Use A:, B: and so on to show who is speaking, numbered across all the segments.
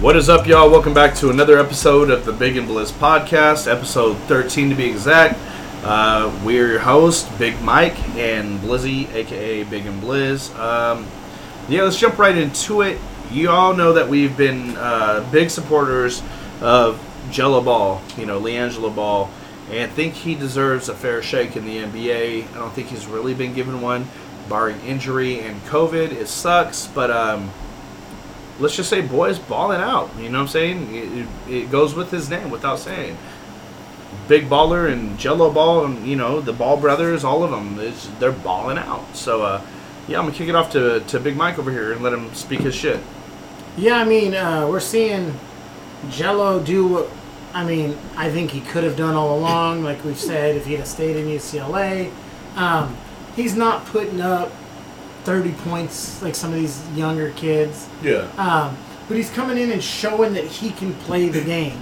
A: What is up, y'all? Welcome back to another episode of the Big and Bliss podcast, episode 13 to be exact. Uh, we're your host, Big Mike and Blizzy, aka Big and Blizz. Um, yeah, let's jump right into it. You all know that we've been uh, big supporters of Jella Ball, you know, LeAngelo Ball, and I think he deserves a fair shake in the NBA. I don't think he's really been given one, barring injury and COVID. It sucks, but. Um, let's just say boys balling out. You know what I'm saying? It, it, it goes with his name without saying. Big baller and Jello Ball and you know the Ball brothers, all of them, it's, they're balling out. So uh, yeah, I'm gonna kick it off to to Big Mike over here and let him speak his shit.
B: Yeah, I mean, uh, we're seeing Jello do what I mean. I think he could have done all along, like we've said, if he had stayed in UCLA. Um, he's not putting up 30 points like some of these younger kids.
A: Yeah.
B: Um, but he's coming in and showing that he can play the game.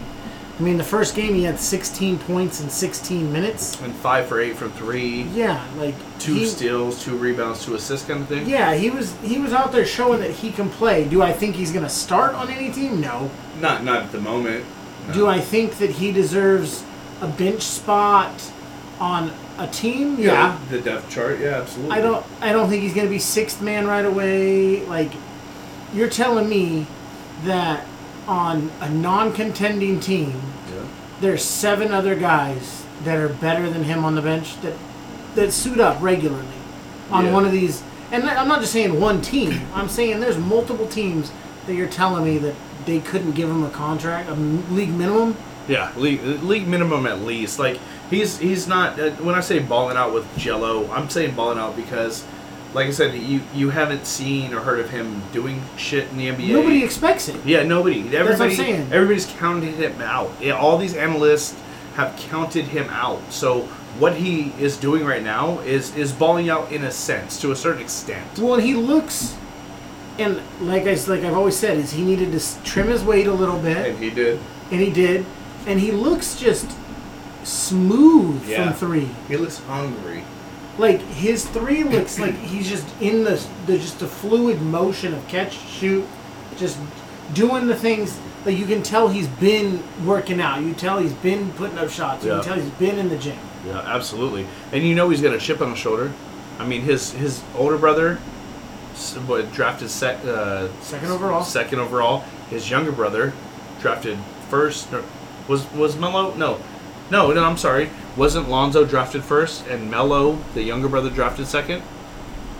B: I mean, the first game he had 16 points in 16 minutes.
A: And five for eight from three,
B: Yeah, like
A: two
B: he-
A: steals, two rebounds, two assists, kind of thing.
B: Yeah, he was he was out there showing that he can play. Do I think he's gonna start on any team? No.
A: Not not at the moment.
B: Do I think that he deserves a bench spot on a team? yeah.
A: The depth chart. Yeah, absolutely.
B: I don't I don't think he's gonna be sixth man right away. Like you're telling me that on a non contending team
A: Yeah.
B: there's seven other guys that are better than him on the bench that that suit up regularly on
A: Yeah.
B: one of these and I- I'm not just saying one team. I'm saying there's multiple teams that you're telling me that they couldn't give him a contract, a m- league minimum.
A: Yeah, league, league minimum at least. Like he's he's not. Uh, when I say balling out with Jello, I'm saying balling out because, like I said, you you haven't seen or heard of him doing shit in the NBA.
B: Nobody expects it.
A: Yeah, nobody. Everybody.
B: what I'm saying.
A: Everybody's counted him out. Yeah, all these analysts have counted him out. So what he is doing right now is is balling out in a sense to a certain extent.
B: Well, he looks, and like I s- like I've always said, is he needed to s- trim his weight a little bit,
A: he did.
B: and he did, and he looks just smooth
A: Yeah.
B: from three.
A: He looks hungry.
B: Like his three looks like he's just in the the just the fluid motion of catch shoot, just doing the things that you can tell he's been working out. You tell he's been putting up shots. You
A: Yeah.
B: can tell he's been in the gym.
A: Yeah, absolutely. And you know he's got a chip on his shoulder. I mean, his his older brother, s- what drafted sec, uh,
B: Second overall.
A: Second overall. His younger brother, drafted first. Or was was Melo? No, no, no. I'm sorry. Wasn't Lonzo drafted first and Melo, the younger brother, drafted second?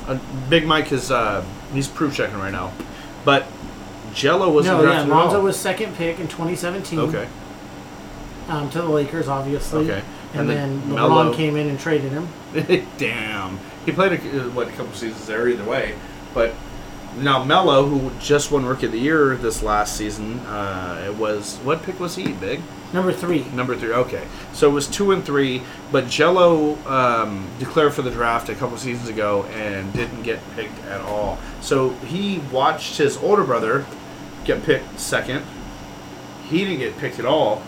A: Uh, Big Mike is uh, he's proof checking right now, but Jello wasn't
B: no, yeah,
A: drafted at all.
B: Lonzo was second pick in 2017.
A: okay.
B: um, to the Lakers, obviously.
A: Okay. And
B: And,
A: then
B: then LeBron
A: Melo-
B: came in and traded him.
A: Damn. He played a, uh, what a couple seasons there either way, but now Mello, who just won Rookie of the Year this last season, uh, it was what pick was he? Big
B: Number three.
A: number three. Okay, so it was two and three. But Jello um, declared for the draft a couple seasons ago and didn't get picked at all. So he watched his older brother get picked second. He didn't get picked at all.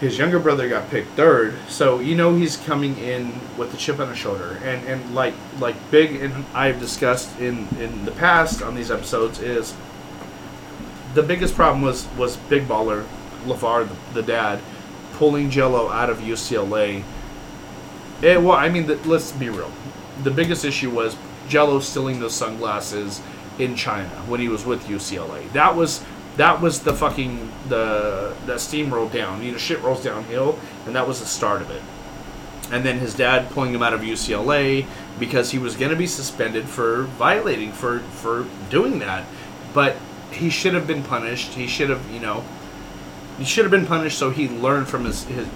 A: His younger brother got picked third, so you know he's coming in with a chip on his shoulder. And and like like Big and I have discussed in in the past on these episodes is the biggest problem was was big baller Lavar, the, the dad, pulling Jello out of UCLA. Eh, well, I mean, the, let's be real. The biggest issue was Jello stealing those sunglasses in China when he was with UCLA. That was that was the fucking the that steam rolled down. You know, shit rolls downhill, and that was the start of it and then his dad pulling him out of UCLA because he was going to be suspended for violating for for doing that. But he should have been punished. He should have, you know, he should have been punished so he learned from his, his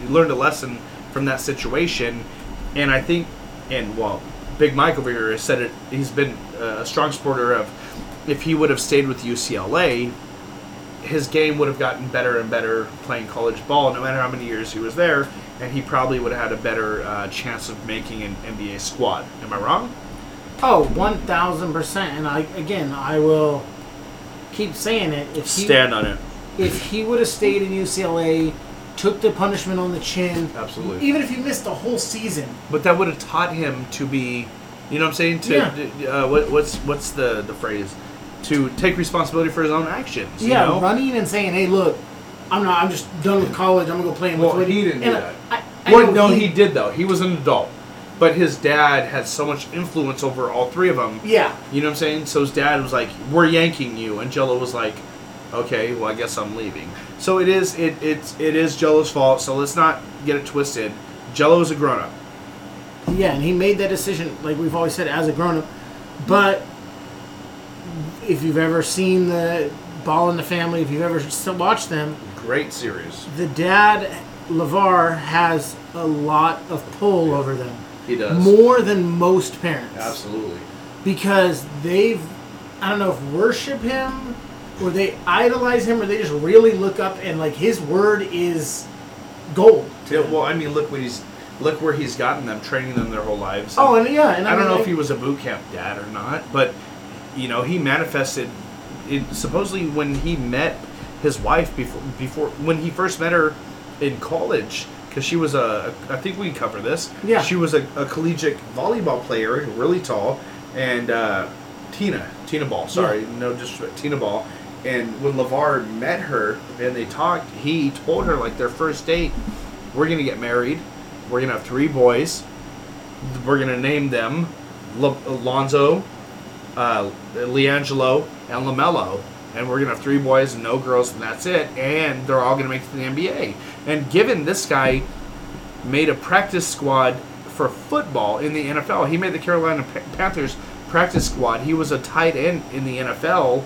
A: he learned a lesson from that situation and i think and well big mike over here has said it he's been uh, a strong supporter of if he would have stayed with ucla his game would have gotten better and better playing college ball no matter how many years he was there and he probably would have had a better uh, chance of making an nba squad am i wrong
B: Oh, 1,000%. And I again, I will keep saying it. If he,
A: stand on it
B: If he would have stayed in UCLA, took the punishment on the chin.
A: Absolutely.
B: Even if he missed the whole season.
A: But that would have taught him to be, you know what I'm saying? To
B: Yeah.
A: uh, what, what's what's the the phrase? to take responsibility for his own actions. you
B: yeah,
A: know?
B: running and saying, "Hey, look, I'm not. I'm just done with college. I'm gonna go play in
A: Well,
B: Lithuania."
A: he didn't do
B: And
A: that.
B: I, I
A: Well,
B: know
A: no, he, did though. He was an adult, but his dad had so much influence over all three of them.
B: Yeah,
A: You know what I'm saying? So his dad was like, "We're yanking you," and Jello was like, "Okay, well, I guess I'm leaving." So it is it it's it is Jello's fault. So let's not get it twisted. Jello's a grown up.
B: yeah, and he made that decision, like we've always said, as a grown up. But if you've ever seen the Ball in the Family, if you've ever still watched them,
A: Great series.
B: the dad Lavar has a lot of pull over them,
A: He does
B: more than most parents.
A: absolutely.
B: because they've I don't know if worship him or they idolize him or they just really look up and like his word is gold.
A: Yeah, well, I mean, look what he's look where he's gotten them, training them their whole lives.
B: Oh, and yeah, and
A: I, don't
B: mean,
A: know if
B: like-
A: he was a boot camp dad or not, but you know, he manifested it supposedly when he met his wife before before when he first met her in college because she was a I think we cover this.
B: Yeah.
A: she was a, a collegiate volleyball player, really tall, and uh, Tina Tina Ball. Sorry, no disrespect, Tina Ball. And when Lavar met her and they talked, he told her like their first date, we're gonna get married, we're gonna have three boys, we're gonna name them L- Alonzo, uh, Leangelo, and Lamelo, and we're gonna have three boys and no girls, and that's it. And they're all gonna make it to the NBA. And given this guy made a practice squad for football in the NFL, he made the Carolina Pa- Panthers practice squad. He was a tight end in the NFL,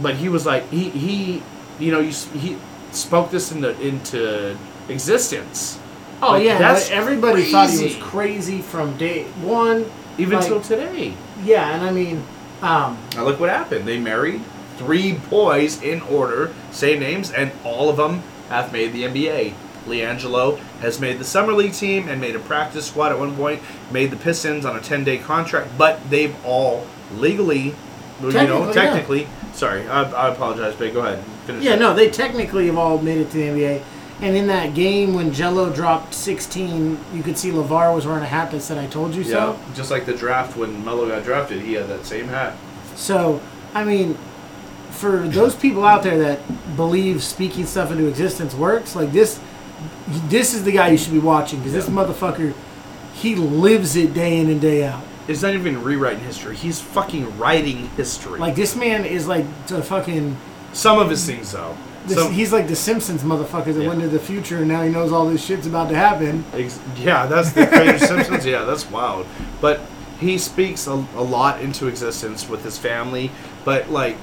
A: but he was like he he you know you, s- he spoke this into into existence.
B: Oh
A: Like,
B: yeah,
A: that's
B: like, everybody thought he was
A: crazy.
B: crazy from day one.
A: Even
B: Like-
A: till today.
B: Yeah, and I mean, um,
A: Now look what happened. They married three boys in order, same names, and all of them have made the NBA. LiAngelo has made the summer league team and made a practice squad at one point. Made the Pistons on a ten-day contract, but they've all legally, you know,
B: Technically, yeah.
A: technically. Sorry, I, I apologize, but go ahead. Finish
B: yeah,
A: it.
B: no, they technically have all made it to the NBA. And in that game when Jello dropped 16, you could see Lavar was wearing a hat that said "I told you so."
A: Yeah, just like the draft when Melo got drafted, he had that same hat.
B: So, I mean, for those people out there that believe speaking stuff into existence works, like this, this is the guy you should be watching because this motherfucker, he lives it day in and day out.
A: It's not even rewriting history. He's fucking writing history.
B: Like this man is like the fucking,
A: some of his things, though.
B: this,
A: Some-
B: he's like the Simpsons motherfucker that
A: Yeah.
B: went into the future and now he knows all this shit's about to happen.
A: Ex- yeah, that's the Kramer Simpsons. Yeah, that's wild. But he speaks a, a lot into existence with his family. But like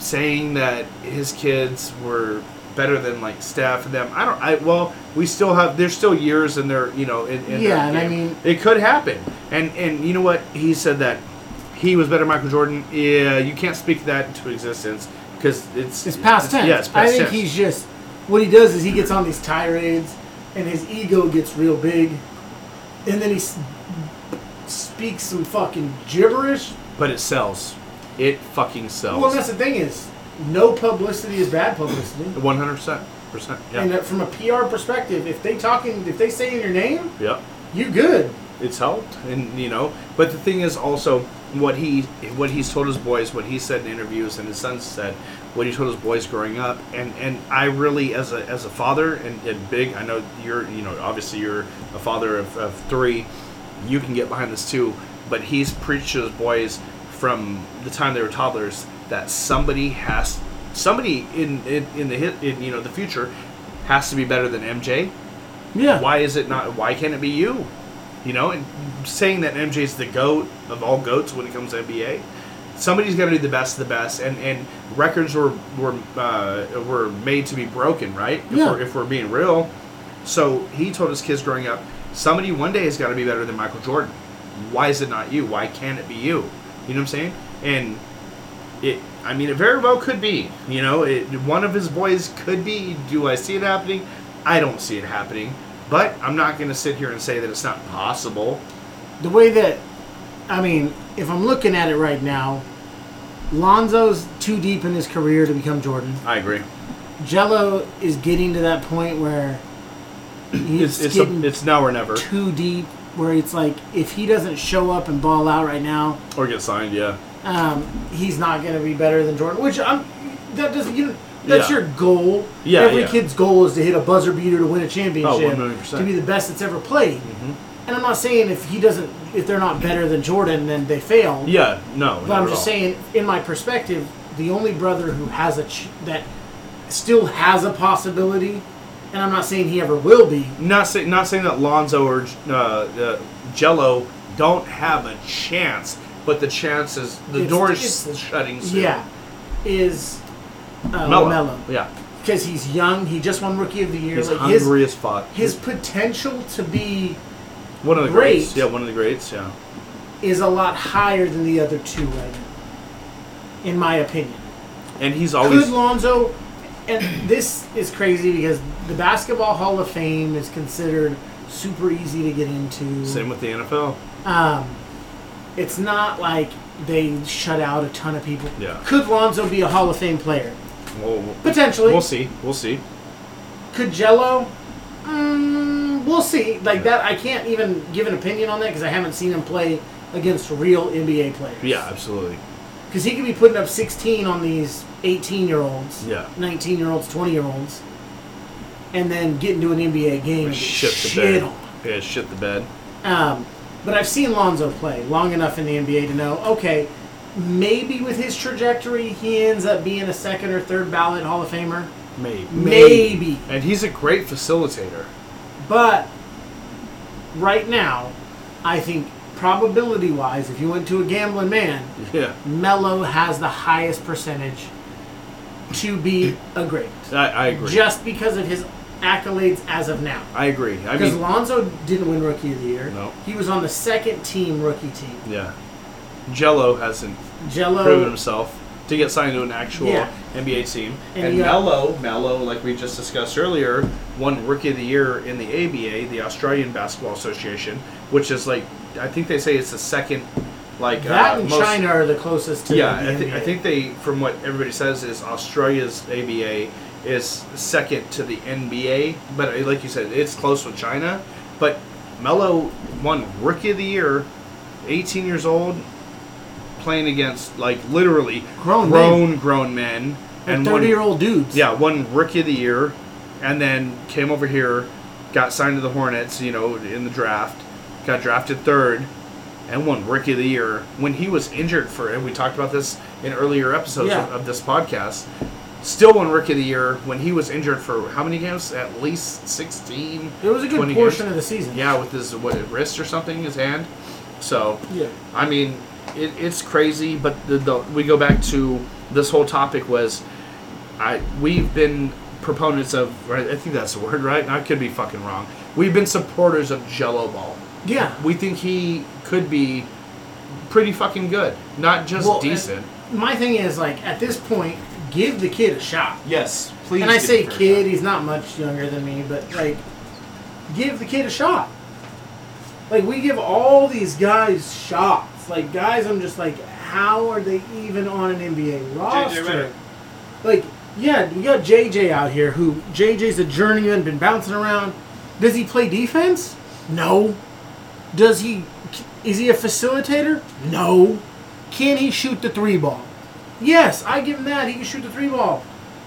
A: saying that his kids were better than like Steph and them. I don't. I well, we still have. There's still years in their. You know. In, in their
B: Yeah, and I
A: game.
B: mean-
A: it could happen. And and you know what he said that he was better than Michael Jordan. Yeah, you can't speak that into existence because it's
B: It's past tense.
A: Yeah, it's past
B: I think
A: tense.
B: he's just what he does is he gets on these tirades, and his ego gets real big, and then he s- speaks some fucking gibberish.
A: but it sells. It fucking sells.
B: Well, and that's the thing is, no publicity is bad publicity.
A: One hundred percent. Percent. Yeah.
B: And uh, from a PR perspective, if they talking, if they saying your name,
A: yeah.
B: you good.
A: It's helped, and you know. But the thing is also what he what he's told his boys, what he said in interviews, and his son said, what he told his boys growing up. And and I really, as a as a father, and, and big, I know you're you know obviously you're a father of, of three. You can get behind this too. But he's preached to his boys from the time they were toddlers that somebody has somebody in in, in the hit in you know the future has to be better than MJ
B: Yeah.
A: why is it not why can't it be you you know and saying that mj's the goat of all goats when it comes to nba somebody's got to do the best of the best and and records were were uh, were made to be broken right if,
B: Yeah.
A: we're, if we're being real so he told his kids growing up somebody one day has got to be better than michael jordan why is it not you why can't it be you you know what i'm saying and it i mean it very well could be you know it, one of his boys could be do i see it happening i don't see it happening but i'm not going to sit here and say that it's not possible
B: the way that I mean, if I'm looking at it right now, Lonzo's too deep in his career to become Jordan.
A: i agree
B: Jello is getting to that point where
A: it's
B: he's
A: it's, a-
B: getting
A: it's now or never
B: too deep. Where it's like, if he doesn't show up and ball out right now,
A: or get signed yeah
B: um, he's not going to be better than Jordan. Which I'm that doesn't you. That's
A: Yeah.
B: your goal.
A: Yeah,
B: Every
A: yeah. Oh,
B: kid's goal is to hit a buzzer beater to win a championship,
A: 100%.
B: to be the best that's ever played.
A: Mm-hmm.
B: And I'm not saying if he doesn't, if they're not better than Jordan, then they fail.
A: Yeah, no.
B: But I'm just saying, in my perspective, the only brother who has a ch- that still has a possibility, and I'm not saying he ever will be.
A: Not saying not saying that Lonzo or uh, uh, Jello don't have a chance, but the chance is the
B: It's-
A: door is
B: it's-
A: shutting soon.
B: Yeah, is uh,
A: Melo.
B: Mello
A: Yeah,
B: because he's young. He just won Rookie of the Year.
A: he's
B: Like, his
A: hungry as fuck.
B: his potential to be
A: one of the
B: great.
A: greats. Yeah, one of the greats. Yeah,
B: is a lot higher than the other two right now, in my opinion.
A: and Oh, he's always
B: Could Lonzo, and this is crazy because the Basketball Hall of Fame is considered super easy to get into.
A: same with the NFL.
B: Um, it's not like they shut out a ton of people.
A: Yeah.
B: Could Lonzo be a Hall of Fame player?
A: We'll,
B: Potentially.
A: we'll see. We'll see.
B: Could Jello? Mm, we'll see. Like that, I can't even give an opinion on that because I haven't seen him play against real NBA players.
A: Yeah, absolutely.
B: Because he could be putting up 16 on these 18 year olds,
A: Yeah.
B: 19 year olds, 20 year olds, and then get into an NBA game and get
A: Shit the
B: shit
A: bed.
B: on.
A: Yeah, shit the bed.
B: Um, but I've seen Lonzo play long enough in the NBA to know, okay, maybe with his trajectory, he ends up being a second or third ballot Hall of Famer.
A: Maybe.
B: Maybe.
A: And he's a great facilitator.
B: But right now, I think probability wise, if you went to a gambling man,
A: Yeah.
B: Melo has the highest percentage to be a great.
A: I, I agree.
B: Just because of his accolades as of now.
A: I agree. I
B: Because
A: mean,
B: Lonzo didn't win Rookie of the Year.
A: No.
B: He was on the second team rookie team.
A: yeah. Jello hasn't
B: Jello.
A: proven himself to get signed to an actual
B: Yeah.
A: NBA team.
B: And
A: And,
B: you got-
A: Mello, Mello, like we just discussed earlier, won Rookie of the Year in the ABA, the Australian Basketball Association, which is like I think they say it's the second, like
B: That
A: uh,
B: and
A: most-
B: China are the closest to
A: Yeah,
B: the
A: I, th-
B: NBA.
A: I think they, from what everybody says, is Australia's ABA is second to the NBA, but uh, like you said, it's close with China. But Melo won Rookie of the Year, 18 years old, playing against like literally
B: Grown
A: grown grown men
B: and
A: won-
B: thirty-year-old dudes.
A: yeah, won Rookie of the Year, and then came over here, got signed to the Hornets, you know, in the draft, got drafted third, and won Rookie of the Year when he was injured for, and we talked about this in earlier episodes
B: Yeah.
A: of, of this podcast. Still won Rookie of the Year when he was injured for how many games? At least 16.
B: it was a good
A: 20
B: portion
A: games.
B: of the season.
A: Yeah, with his what, wrist or something, his hand. So,
B: yeah.
A: I mean, it, it's crazy, but the, the we go back to this whole topic was, I we've been proponents of right, I think that's the word right. I could be fucking wrong. We've been supporters of Jello Ball.
B: Yeah.
A: We think he could be pretty fucking good, not just
B: Well, and
A: decent.
B: My thing is like at this point, give the kid a shot.
A: yes, please.
B: and I say kid, he's not much younger than me, but like, give the kid a shot. Like we give all these guys shots. Like guys, I'm just like, how are they even on an NBA roster?
A: Redick.
B: Like, yeah, you got JJ out here who JJ's a journeyman, been bouncing around. Does he play defense? No. Does he? Is he a facilitator? No. Can he shoot the three ball? Yes, I give him that. He can shoot the three ball.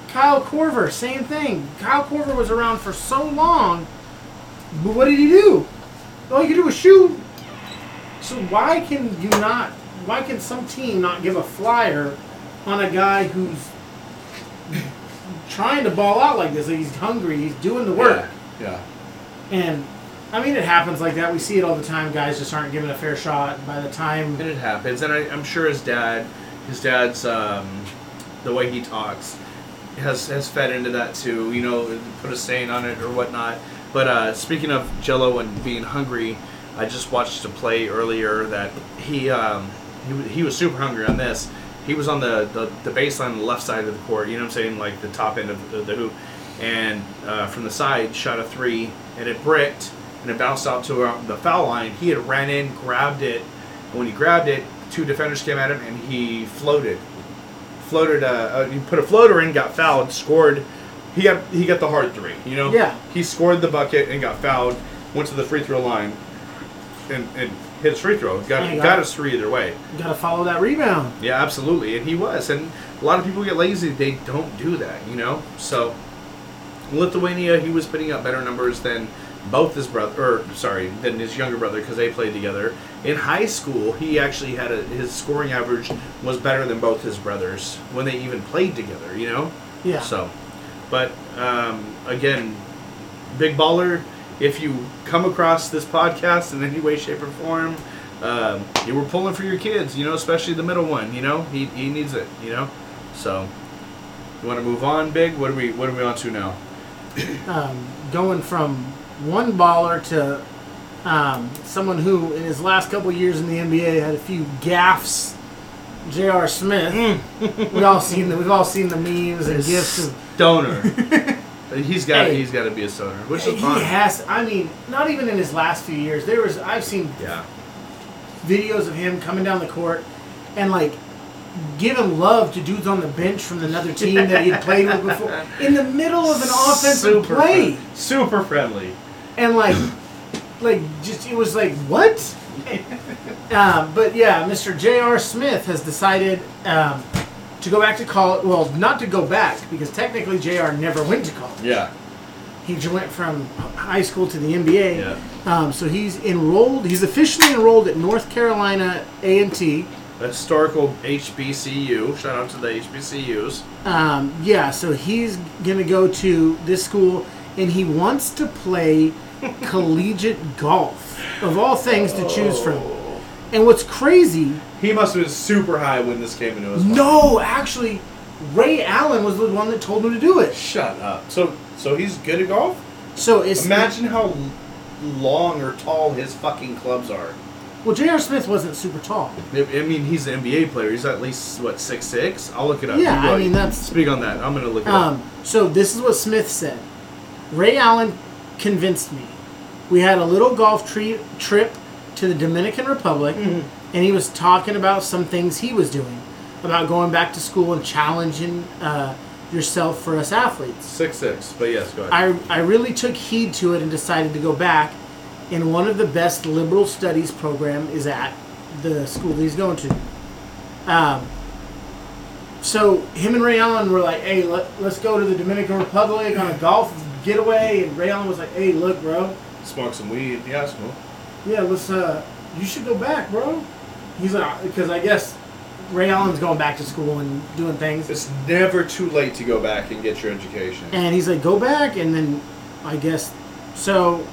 B: Kyle Corver, same thing. Kyle Corver was around for so long, but what did he do? All he could do was shoot. So why can you not? Why can some team not give a flyer on a guy who's trying to ball out like this? Like he's hungry. He's doing the work.
A: Yeah.
B: And I mean, it happens like that. We see it all the time. Guys just aren't given a fair shot. By the time,
A: And it happens, and I, I'm sure his dad, his dad's um, the way he talks, has has fed into that too. You know, put a stain on it or whatnot. But uh, speaking of Jello and being hungry, I just watched a play earlier that he um, he, wa- he was super hungry on this. He was on the, the, the baseline on the left side of the court, you know what I'm saying, like the top end of the, the hoop, and uh, from the side shot a three, and it bricked, and it bounced out to uh, the foul line. He had ran in, grabbed it, and when he grabbed it, two defenders came at him, and he floated. Floated. Uh, uh, he put a floater in, got fouled, scored. He got he got the hard three. You know.
B: Yeah.
A: He scored the bucket and got fouled. Went to the free throw line, and and hit his free throw. Got
B: Yeah,
A: got
B: got
A: us three either way.
B: Got to follow that rebound.
A: Yeah, absolutely. And he was. And a lot of people get lazy. They don't do that, you know? So, Lithuania, he was putting up better numbers than both his brother, or sorry, than his younger brother because they played together. In high school, he actually had a, his scoring average was better than both his brothers when they even played together, you know?
B: Yeah.
A: So, but um, again, Big Baller, if you come across this podcast in any way, shape, or form, um, you were pulling for your kids, you know, especially the middle one. You know, he, he needs it. You know, so you want to move on, Big? What are we What are we on to now?
B: um, going from one baller to um, someone who, in his last couple years in the NBA, had a few gaffes. J.R. Smith. we all seen the, we've all seen the memes and gifs. Of,
A: Stoner. he's got
B: Hey.
A: he's got to be a stoner, which
B: he
A: is fine.
B: has. I mean, not even in his last few years. There was I've seen
A: yeah.
B: videos of him coming down the court and like giving love to dudes on the bench from another team that he'd played with before in the middle of an offensive
A: Super
B: play.
A: friend- super friendly.
B: and like, like just it was like what? uh, but yeah, Mr. J.R. Smith has decided um, to go back to college. Well, not to go back because technically J.R. never went to college.
A: Yeah.
B: He j- went from high school to the NBA.
A: Yeah.
B: Um, so he's enrolled. He's officially enrolled at North Carolina A and T.
A: A historical HBCU. Shout out to the HBCUs.
B: Um, yeah, so he's going to go to this school and he wants to play collegiate golf, of all things to choose from. And what's crazy,
A: He must have been super high when this came into his mind.
B: no, actually, Ray Allen was the one that told him to do it.
A: Shut up. So so he's good at golf?
B: So it's.
A: Imagine how l- long or tall his fucking clubs are.
B: Well, J.R. Smith wasn't super tall.
A: I I mean, he's an NBA player. He's at least what six six. I'll look it up.
B: Yeah,
A: You
B: I
A: go-
B: mean, that's-
A: speak on that. I'm gonna look it
B: Um, so this is what Smith said. Ray Allen convinced me. We had a little golf tree, trip to the Dominican Republic, and he was talking about some things he was doing, about going back to school and challenging uh, yourself for us athletes.
A: Six six. But yes, go ahead.
B: I, I really took heed to it and decided to go back. And one of the best liberal studies program is at the school that he's going to. Um, so him and Ray Allen were like, "Hey, let, let's go to the Dominican Republic on a golf getaway." And Ray Allen was like, "Hey, look, bro,
A: smoke some weed. Yeah, smoke.
B: yeah, let's. Uh, you should go back, bro." He's like, "Because I guess Ray Allen's going back to school and doing things."
A: It's never too late to go back and get your education.
B: and he's like go back and then i guess so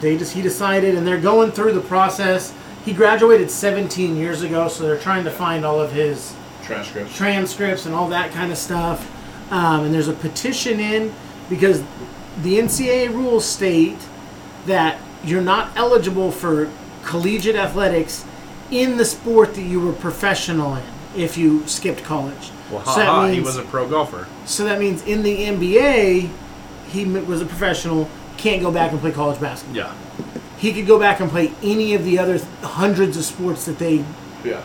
B: they just he decided and they're going through the process he graduated 17 years ago so they're trying to find all of his
A: Transcripts.
B: transcripts and all that kind of stuff um, and there's a petition in because the ncaa rules state that you're not eligible for collegiate athletics in the sport that you were professional in if you skipped college
A: Well,
B: So that
A: haha, he
B: means-
A: was a pro golfer.
B: so that means in the NBA, he m- was a professional, can't go back and play college basketball.
A: Yeah,
B: He could go back and play any of the other th- hundreds of sports that they.
A: yeah.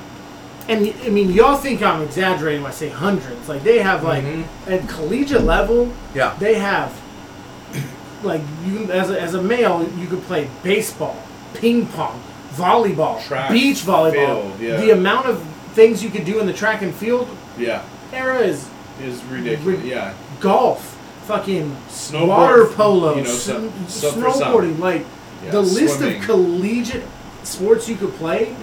B: And y- I mean, y'all think I'm exaggerating when I say hundreds. Like, they have, like, at collegiate level,
A: Yeah.
B: they have, like, you as a, as a male, you could play baseball, ping pong, volleyball,
A: Track,
B: beach volleyball.
A: field, yeah.
B: The amount of things you could do in the track and field
A: Yeah,
B: era is
A: is
B: Rid-
A: yeah,
B: golf, fucking
A: Snowboard,
B: water polo,
A: you know,
B: s-
A: some- some for some.
B: snowboarding. Like
A: Yeah,
B: the list
A: swimming. Mm-hmm.
B: of collegiate sports you could play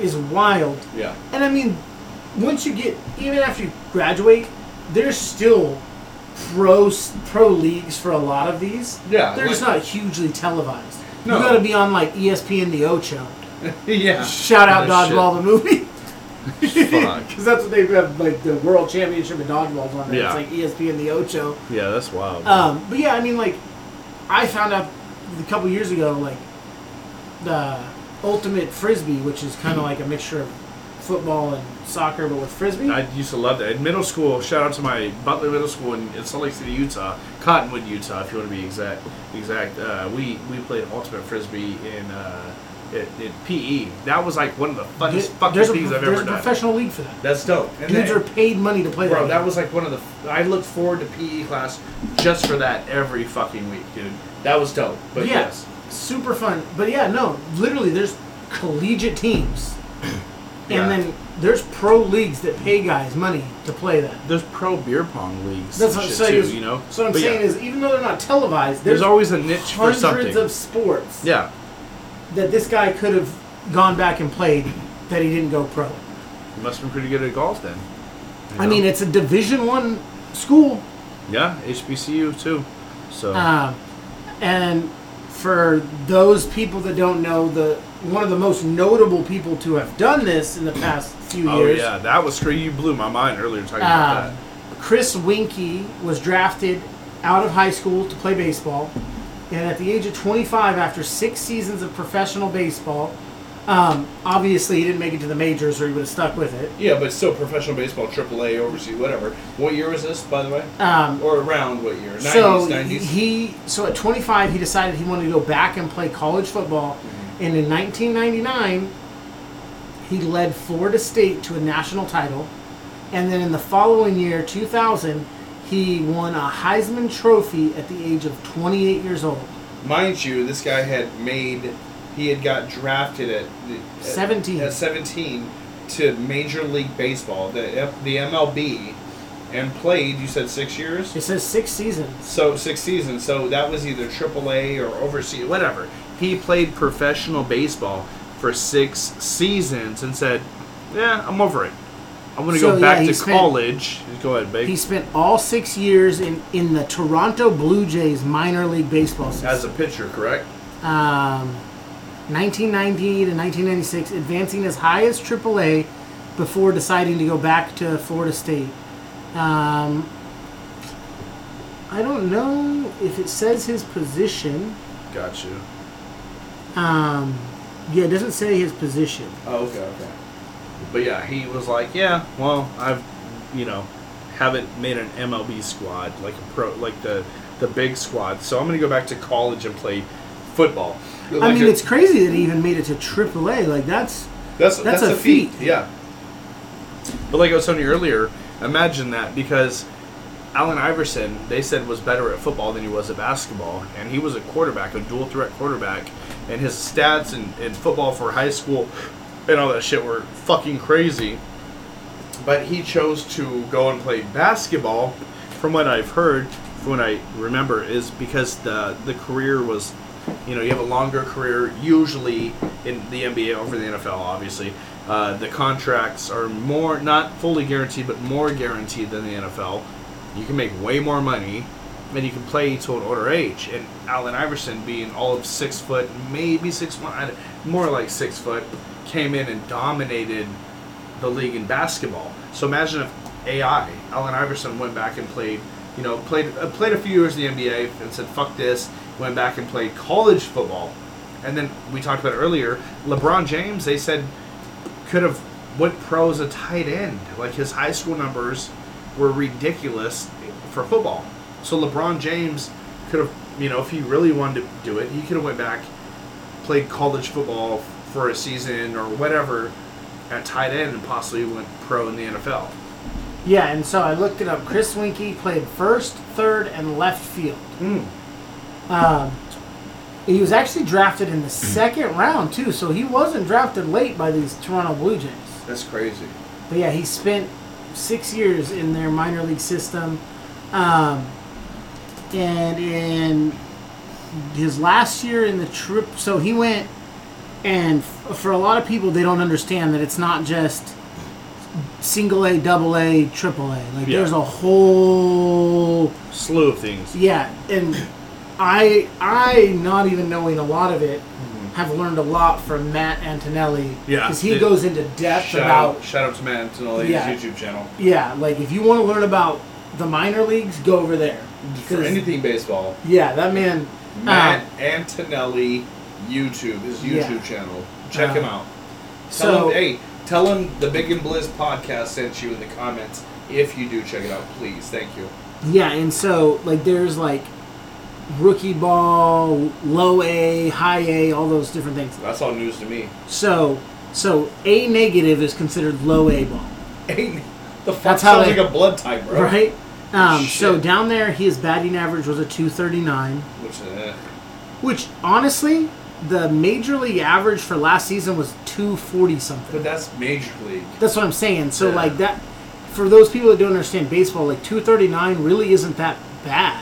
B: is wild.
A: yeah.
B: And I mean, once you get even after you graduate, there's still pro s- pro leagues for a lot of these.
A: Yeah,
B: they're just
A: like-
B: not hugely televised.
A: No.
B: You got to be on like E ESPN the Ocho.
A: yeah.
B: Shout out
A: Oh, shit.
B: Dodgeball the movie.
A: Fuck.
B: Because that's what they have, like the World Championship of Dodgeballs on there.
A: Yeah.
B: It's like E ESPN the Ocho.
A: Yeah, that's wild.
B: Um, but yeah, I mean, like, I found out a couple years ago, like, the ultimate frisbee, which is kind of like a mixture of football and soccer, but with frisbee.
A: I used to love that. In middle school, shout out to my Butler Middle School in, in Salt Lake City, Utah, Cottonwood, Utah, if you want to be exact. Exact. Uh, we we played ultimate frisbee in uh, it, in PE. E. That was like one of the funnest
B: There-
A: fucking
B: there's a,
A: things
B: pro-
A: I've
B: there's
A: ever
B: a
A: done.
B: professional league for that.
A: That's dope. And
B: Dudes
A: that-
B: are paid money to play
A: bro,
B: that.
A: that was like one of the. I look forward to PE class just for that every fucking week, dude. That was dope. But
B: yeah,
A: yes,
B: super fun. But yeah, no, literally, there's collegiate teams.
A: Yeah.
B: And then there's pro leagues that pay guys money to play that.
A: There's pro beer pong leagues.
B: That's
A: and
B: what I'm
A: shit
B: saying.
A: too,
B: is-
A: you know.
B: So what I'm
A: But yeah,
B: saying is, even though they're not televised,
A: there's
B: there's,
A: always a niche for something.
B: hundreds of sports
A: yeah,
B: that this guy could have gone back and played that he didn't go pro.
A: you must have been pretty good at golf then. you
B: I
A: know?
B: mean, it's a Division One school,
A: yeah, HBCU too. So
B: um, and for those people that don't know, the one of the most notable people to have done this in the past few
A: oh
B: years,
A: yeah, that was crazy. You blew my mind earlier talking
B: uh,
A: about
B: Chris Winky was drafted out of high school to play baseball, and at the age of 25, after six seasons of professional baseball. Um, obviously, he didn't make it to the majors, or he would have stuck with it.
A: that. Yeah, but still professional baseball, AAA, overseas, whatever. What year was this, by the way?
B: Um,
A: or around what year? 90s,
B: so
A: 90s?
B: he so at 25 he decided he wanted to go back and play college football and in 1999 he led florida state to a national title and then in the following year 2000 he won a heisman trophy at the age of 28 years old
A: Mind you, this guy had made, he had got drafted at at-
B: 17.
A: at 17 to Major League Baseball, the F- the MLB, and played. You said six years,
B: it says six seasons
A: so six seasons. So that was either AAA or overseas, whatever. He played professional baseball for six seasons and said, "Yeah, I'm over it. I'm gonna
B: So,
A: go
B: yeah,
A: back
B: he
A: to
B: spent-
A: college." Go ahead, babe.
B: he spent all six years in, in the toronto blue jays minor league baseball system
A: As a pitcher, correct?
B: um, 1990 to 1996, advancing as high as AAA before deciding to go back to Florida State. Um, I don't know if it says his position.
A: Got you.
B: Um, yeah, it doesn't say his position.
A: Oh, okay, okay. But yeah, he was like, yeah, well, I've, you know, haven't made an MLB squad like a pro, like the the big squad. So I'm gonna go back to college and play football.
B: I
A: Like
B: mean,
A: a-
B: it's crazy that he even made it to AAA. Like that's
A: that's
B: that's a feat.
A: yeah. But like I was telling you earlier, imagine that because Allen Iverson, they said, was better at football than he was at basketball, and he was a quarterback, a dual threat quarterback, and his stats in, in football for high school and all that shit were fucking crazy. But he chose to go and play basketball, from what I've heard, from what I remember, is because the the career was, you know, you have a longer career usually in the NBA over the NFL, obviously. Uh, the contracts are more not fully guaranteed, but more guaranteed than the NFL. You can make way more money, and you can play to an older age. And Allen Iverson, being all of six foot, maybe six one, I don't- more like six foot, came in and dominated the league in basketball. So imagine if AI, Allen Iverson, went back and played, you know, played uh, played a few years in the NBA and said, "Fuck this," went back and played college football, and then we talked about earlier, LeBron James. They said could have went pro as a tight end. Like his high school numbers were ridiculous for football. So LeBron James could have, you know, if he really wanted to do it, he could have went back, played college football for a season or whatever at tight end and possibly went pro in the NFL.
B: yeah. And so I looked it up. Chris Winkie played first, third, and left field. Um, he was actually drafted in the second round too, so he wasn't drafted late by these Toronto Blue Jays.
A: That's crazy.
B: But yeah, he spent six years in their minor league system, um, and in his last year in the trip, so he went. And f- for a lot of people, they don't understand that it's not just single A, double A, triple A. Like
A: Yeah.
B: there's a whole
A: Slew of things.
B: yeah, and I I not even knowing a lot of it have learned a lot from Matt Antonelli.
A: Mm-hmm. Yeah,
B: because he
A: it-
B: goes into depth
A: Shout
B: about
A: out, shout out to Matt Antonelli's
B: Yeah.
A: YouTube channel.
B: yeah, like if you want to learn about the minor leagues, go over there.
A: For
B: 'Cause-
A: anything baseball,
B: yeah, that man. uh,
A: Matt Antonelli YouTube, his YouTube
B: Yeah.
A: channel. Check
B: Uh,
A: him out. Tell
B: so
A: him, hey, tell him the Big and Bliss podcast sent you in the comments. If you do check it out, please. Thank you.
B: yeah, and so like there's like rookie ball, low A, high A, all those different things.
A: That's all news to me.
B: So so A negative is considered low A ball.
A: Hey, the fuck sounds
B: That's how
A: like
B: they-
A: a blood type, bro.
B: Right? Um, so
A: Shit.
B: down there, his batting average was a 239,
A: Which, eh,
B: which honestly, the major league average for last season was 240 something.
C: But that's major league.
B: That's what I'm saying. So
C: Yeah.
B: like that, for those people that don't understand baseball, like 239 really isn't that bad.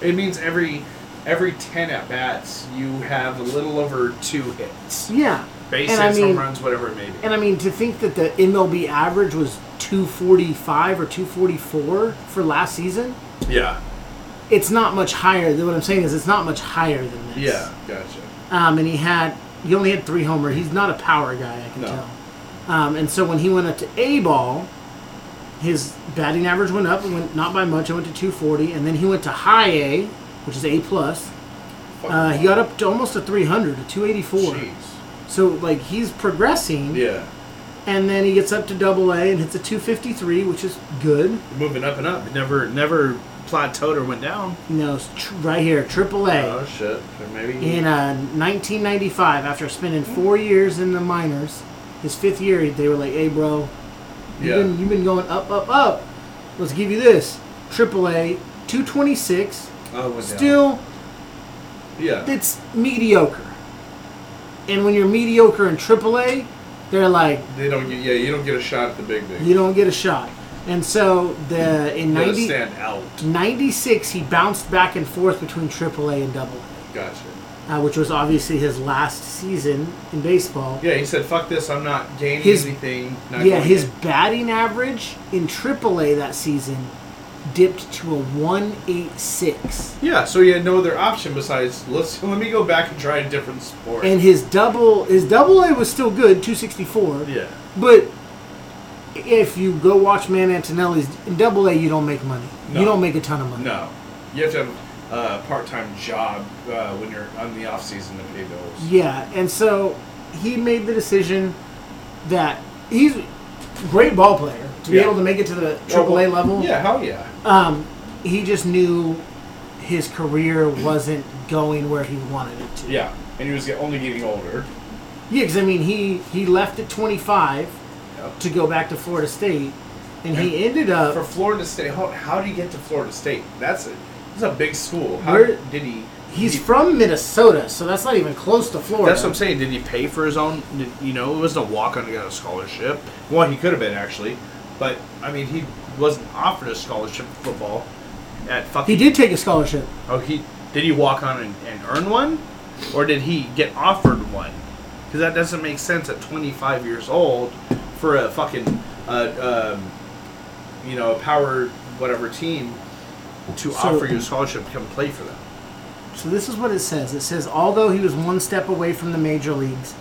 A: It means every every ten at bats you have a little over two hits,
B: Yeah.
A: base
B: and I
A: hits,
B: mean,
A: home runs, whatever it may be.
B: and I mean to think that the MLB average was 245 or 244 for last season.
A: yeah,
B: It's not much higher. What I'm saying is, it's not much higher than this.
A: yeah,
C: Gotcha.
B: Um, and he had he only had three homer. He's not a power guy, I can
A: No.
B: tell. Um, and so when he went up to A ball, his batting average went up. It went not by much. It went to 240, and then he went to high A, which is A plus. Uh, he got up to almost a 300, to 284.
C: Jeez.
B: So like he's progressing,
C: Yeah.
B: and then he gets up to double A and hits a 253, which is good.
C: Moving up and up.
A: never never plateaued or went down.
B: No, it's tr- right here, triple A.
A: Uh,
C: Oh shit. Or maybe.
B: In uh, 1995, after spending four years in the minors, his fifth year, they were like, "Hey, bro, you've,
C: yeah.
B: been, you've been going up, up, up. Let's give you this Triple A, 226.
C: oh, it went down.
B: Still,
C: Yeah.
B: it's mediocre. And when you're mediocre in Triple A, they're like,
C: They don't get. Yeah, you don't get a shot at the big league.
B: you don't get a shot. And so the in
C: You gotta
B: 90,
C: stand out.
B: 96, he bounced back and forth between Triple A and Double
C: Gotcha.
B: A, uh, which was obviously his last season in baseball.
C: Yeah, he said, "Fuck this. I'm not gaining
B: His-
C: anything." Not
B: Yeah,
C: going
B: his
C: in."
B: batting average in AAA that season dipped to a 186.
C: Yeah, so he had no other option besides let's let me go back and try a different sport.
B: And his double his double A was still good, 264.
C: yeah.
B: But if you go watch Man Antonelli's in double A you don't make money.
C: No.
B: You don't make a ton of money.
C: No, you have to have a part-time job uh, when you're on the off season to pay bills.
B: Yeah, and so he made the decision that he's a great ball player to be
C: Yeah.
B: able to make it to the AAA level.
C: Yeah, hell yeah.
B: Um, he just knew his career wasn't going where he wanted it to.
C: Yeah, and he was get- only getting older.
B: Yeah, because I mean, he he left at 25
C: Yeah.
B: to go back to Florida State, and he ended up
C: For Florida State, how, how did he get to Florida State? That's a that's a big school. How
B: Where-
C: did he?
B: He's
C: he-
B: from Minnesota, so that's not even close to Florida.
A: That's what I'm saying. Did he pay for his own? Did, you know, it wasn't a walk on. He got a scholarship.
C: Well, he could have been actually.
A: But I mean, he wasn't offered a scholarship for football at
B: he
A: fucking.
B: did take a scholarship.
A: Oh, he did. He walk on and, and earn one, or did he get offered one? Because that doesn't make sense at 25 years old for a fucking, uh, um, you know, a power whatever team to
B: So-
A: offer you a scholarship to come play for them.
B: So this is what it says. It says although he was one step away from the major leagues,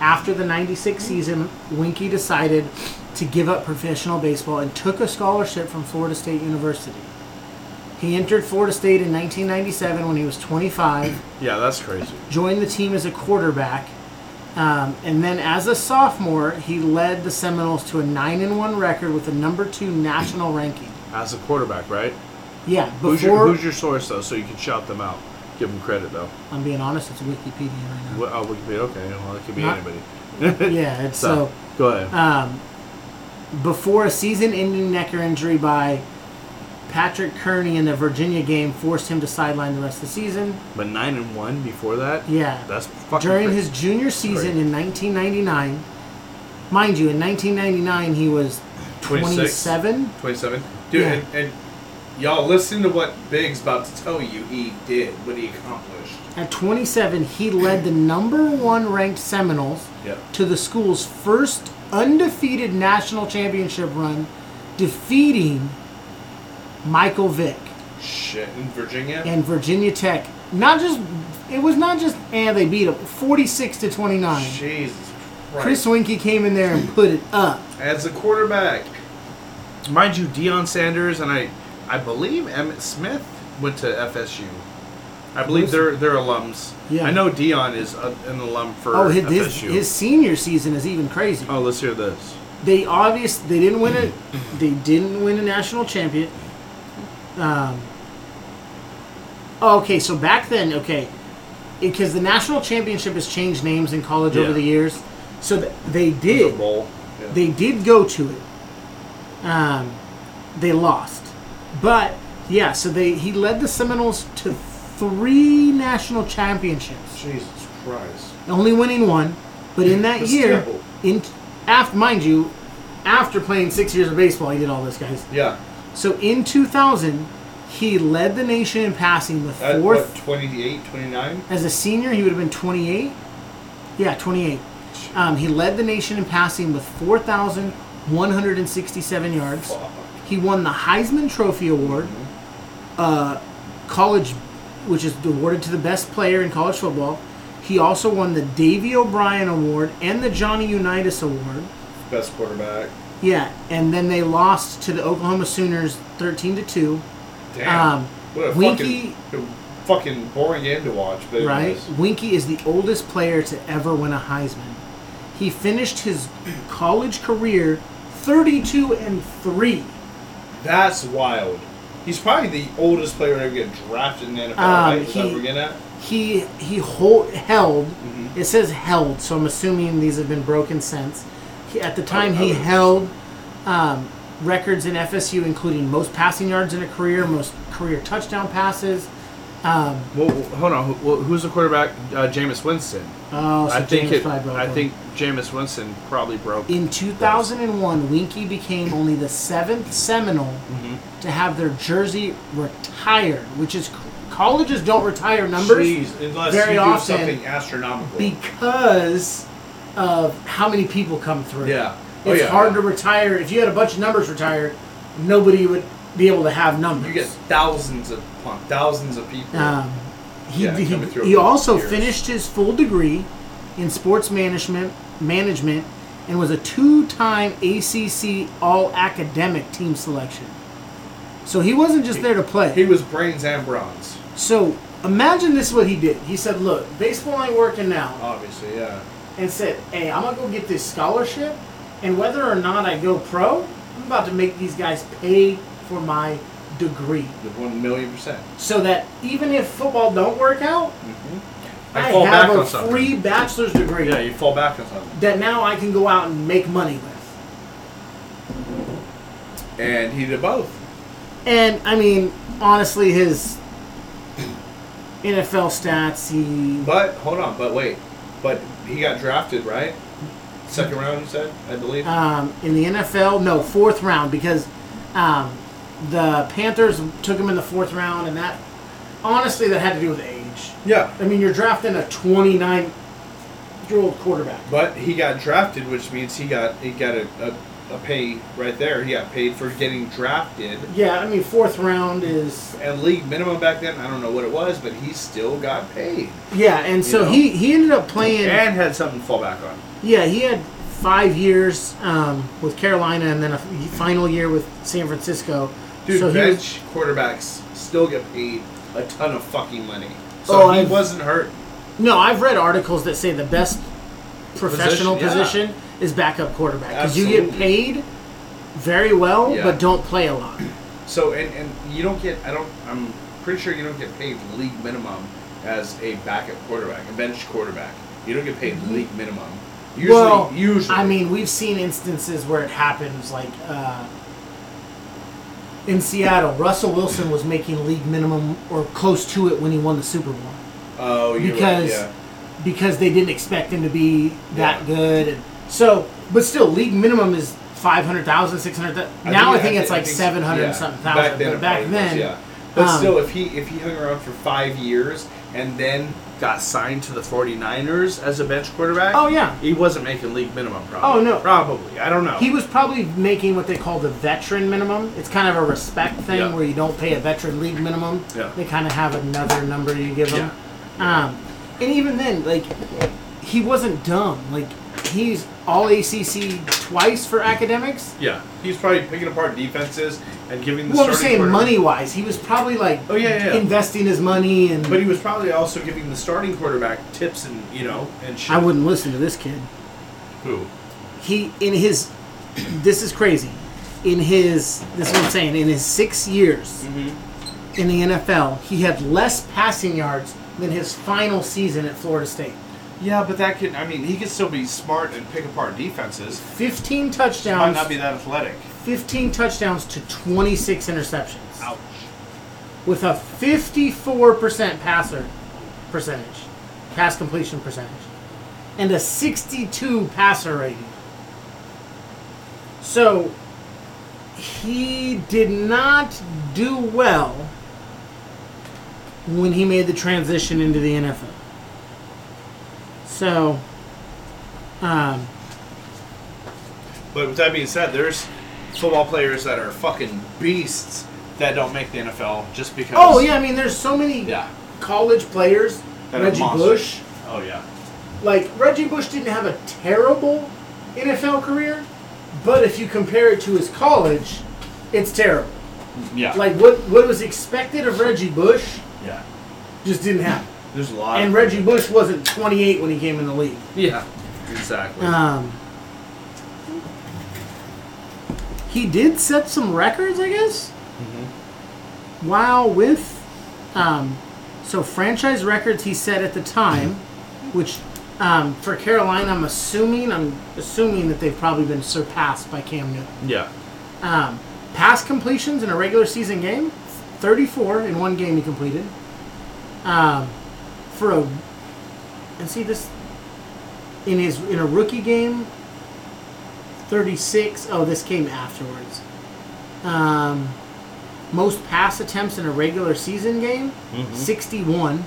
B: after the 96 season, Winky decided to give up professional baseball and took a scholarship from Florida State University. He entered Florida State in 1997 when he was 25.
A: Yeah, that's crazy.
B: joined the team as a quarterback, um, and then as a sophomore, he led the Seminoles to a nine and one record with a number two national ranking.
A: As a quarterback, right?
B: Yeah,
A: Who's your,
B: before
A: who's your source though, so you can shout them out? Give them credit though.
B: I'm being honest, it's Wikipedia right
A: Wh- Oh, Wikipedia. Okay, well, it could be
B: Not- now.
A: anybody.
B: yeah, it's
A: so,
B: so.
A: go ahead.
B: Um, before a season-ending neck injury by Patrick Kearney in the Virginia game forced him to sideline the rest of the season.
A: but nine and one before that.
B: Yeah,
A: That's fucking.
B: during
A: crazy.
B: his junior season in 1999. Mind you, in 1999 he was
C: 26.
B: 27.
C: 27. Dude,
B: Yeah.
C: and, and y'all listen to what Big's about to tell you he did, what he accomplished.
B: At 27, he led the number one ranked Seminoles
C: Yeah.
B: to the school's first undefeated national championship run, defeating Michael Vick
C: Shit. In Virginia?
B: and Virginia Tech. Not just, it was not just, and they beat him 46 to 29.
C: Jesus Christ.
B: Chris Winkie came in there and put it up.
C: As a quarterback.
A: mind you, Deion Sanders and I, I believe Emmett Smith went to FSU. I believe they're they're alums.
B: Yeah.
A: I know Dion is a, an alum for
B: Oh, his, his,
A: FSU.
B: his senior season is even crazy.
A: oh, let's hear this.
B: they obvious they didn't win it they didn't win a national champion um oh, okay so back then okay because the national championship has changed names in college over
A: Yeah.
B: the years so th- they
A: Super
B: did
A: Bowl.
B: they did go to it um they lost but yeah so they he led the seminoles to three national championships
C: Jesus
A: Christ.
B: only winning one. But in that
A: But
B: year,
A: still.
B: in after mind you, after playing six years of baseball, he did all this, guys.
A: Yeah.
B: So in 2000, he led the nation in passing with
A: At
B: fourth.
A: what, 28, 29?
B: As a senior, he would have been 28. Yeah, 28. Um, he led the nation in passing with 4,167 yards. He won the Heisman Trophy Award, uh, college, which is awarded to the best player in college football. He also won the Davy O'Brien Award and the Johnny Unitas Award.
A: Best quarterback.
B: Yeah, and then they lost to the Oklahoma Sooners 13 to two.
A: Damn.
B: Um,
A: what a
B: Winky-
A: fucking, a fucking boring game to watch. But it
B: right?
A: was.
B: Winky is the oldest player to ever win a Heisman. He finished his college career 32 and 3.
A: That's wild. He's probably the oldest player to ever get drafted in the NFL,
B: Um,
A: right? Is that what
B: he-
A: we're getting at?
B: He he hold, held. It says held, so I'm assuming these have been broken since. He, at the time,
A: I
B: he
A: would-
B: held um, records in FSU, including most passing yards in a career, most career touchdown passes. Um,
D: Well, hold on. Who, who's the quarterback? Uh, Jameis Winston.
B: oh, so
D: I think
B: James
D: it,
B: probably broke
D: I
B: one.
D: think Jameis Winston probably broke.
B: In 2001, Winky became only the seventh Seminole to have their jersey retired, which is colleges don't retire numbers
A: Jeez, unless
B: very
A: you do
B: often
A: something astronomical.
B: because of how many people come through.
A: yeah.
B: It's
A: Oh, yeah.
B: hard to retire. If you had a bunch of numbers retired, nobody would be able to have numbers.
A: You get thousands of upon thousands of people.
B: Um, he
A: Yeah,
B: he,
A: coming through
B: he
A: over
B: also
A: years.
B: finished his full degree in sports management management and was a two-time ACC All Academic team selection. So he wasn't just there to play.
A: he was brains and bronze,
B: so imagine this is what he did. He said, "Look, baseball ain't working now,"
A: obviously. Yeah.
B: and said, "Hey, I'm gonna go get this scholarship, and whether or not I go pro, I'm about to make these guys pay for my degree."
A: The one million percent.
B: so that even if football don't work out, I,
A: I Mm-hmm. fall
B: have
A: back on
B: a
A: something.
B: free bachelor's degree
A: Yeah, you fall back on something.
B: that now I can go out and make money with.
A: And he did both.
B: And I mean, honestly, his NFL stats, he
A: But hold on, but wait. But he got drafted, right? Second round you said, I believe.
B: um, in the NFL, no fourth round because um, the Panthers took him in the fourth round, and that honestly that had to do with age.
A: yeah.
B: I mean, you're drafting a 29 year old quarterback.
A: But he got drafted, which means he got he got a, a, a pay right there. He got paid for getting drafted.
B: Yeah, I mean, fourth round is
A: And league minimum back then, I don't know what it was, but he still got paid.
B: Yeah, and so
A: know?
B: he he ended up playing.
A: And had something to fall back on.
B: yeah, he had five years um, with Carolina, and then a f- final year with San Francisco.
A: Dude,
B: so he was,
A: bench quarterbacks still get paid a ton of fucking money. So
B: Oh,
A: he
B: I've-
A: wasn't hurt.
B: no, I've read articles that say the best professional
A: Position, yeah.
B: position, is backup quarterback because you get
A: Absolutely.
B: paid very well,
A: Yeah.
B: but don't play a lot.
A: So and and you don't get I don't I'm pretty sure you don't get paid league minimum as a backup quarterback, a bench quarterback. You don't get paid league minimum. Usually,
B: Mm-hmm. well,
A: usually
B: I mean, we've seen instances where it happens, like uh, in Seattle, Russell Wilson was making league minimum or close to it when he won the Super Bowl.
A: oh, you're
B: because
A: right, yeah.
B: because they didn't expect him to be that
A: Yeah.
B: good. And so, but still, league minimum is 500,000, 600,000. Now I think, it's like
A: think-
B: 700
A: yeah.
B: and something thousand.
A: it
B: but back
A: probably was,
B: then,
A: yeah. But
B: um,
A: still, if he if he hung around for five years and then
D: Got signed to the 49ers as a bench quarterback.
B: Oh, yeah.
D: He wasn't making league minimum. Probably.
B: Oh, no.
D: Probably. I don't know.
B: he was probably making what they call the veteran minimum. It's kind of a respect thing
D: Yeah.
B: where you don't pay a veteran league minimum.
D: Yeah.
B: They kind of have another number you give them. Um, and even then, like, he wasn't dumb. Like, he's all ACC twice for academics.
D: yeah.
A: he's probably picking apart defenses and giving the
B: Well, I'm
A: starting
B: saying
A: quarterback-
B: money wise, he was probably like
A: Oh, yeah, yeah.
B: investing his money and.
A: But he was probably also giving the starting quarterback tips and you know and shit.
B: I wouldn't listen to this kid.
A: Who?
B: He in his, this is crazy. In his this is what I'm saying. In his six years
A: Mm-hmm.
B: in the NFL, he had less passing yards than his final season at Florida State.
A: Yeah, but that could. I mean, he could still be smart and pick apart defenses.
B: 15
A: Might
B: touchdowns,
A: not be that athletic.
B: 15 touchdowns to 26 interceptions,
A: Ouch.
B: with a 54% passer percentage. pass completion percentage, and a 62 passer rating. So he did not do well when he made the transition into the NFL. So, um,
A: But with that being said, there's football players that are fucking beasts that don't make the NFL just because.
B: oh yeah, I mean, there's so many
A: Yeah.
B: college players.
A: That are
B: Reggie
A: monsters.
B: Bush,
A: Oh yeah.
B: like Reggie Bush didn't have a terrible NFL career, but if you compare it to his college, it's terrible.
A: Yeah.
B: Like what what was expected of Reggie Bush
A: yeah.
B: just didn't happen.
A: There's a lot.
B: And
A: of-
B: Reggie Bush wasn't 28 when he came in the league.
A: Yeah. Exactly.
B: Um, he did set some records, I guess. Wow, with um, so franchise records he set at the time, which um, for Carolina, I'm assuming I'm assuming that they've probably been surpassed by Cam Newton.
A: yeah.
B: Um, pass completions in a regular season game, 34 in one game he completed. Um, for a and see this in his in a rookie game, 36. Oh, this came afterwards. Um, most pass attempts in a regular season game, 61.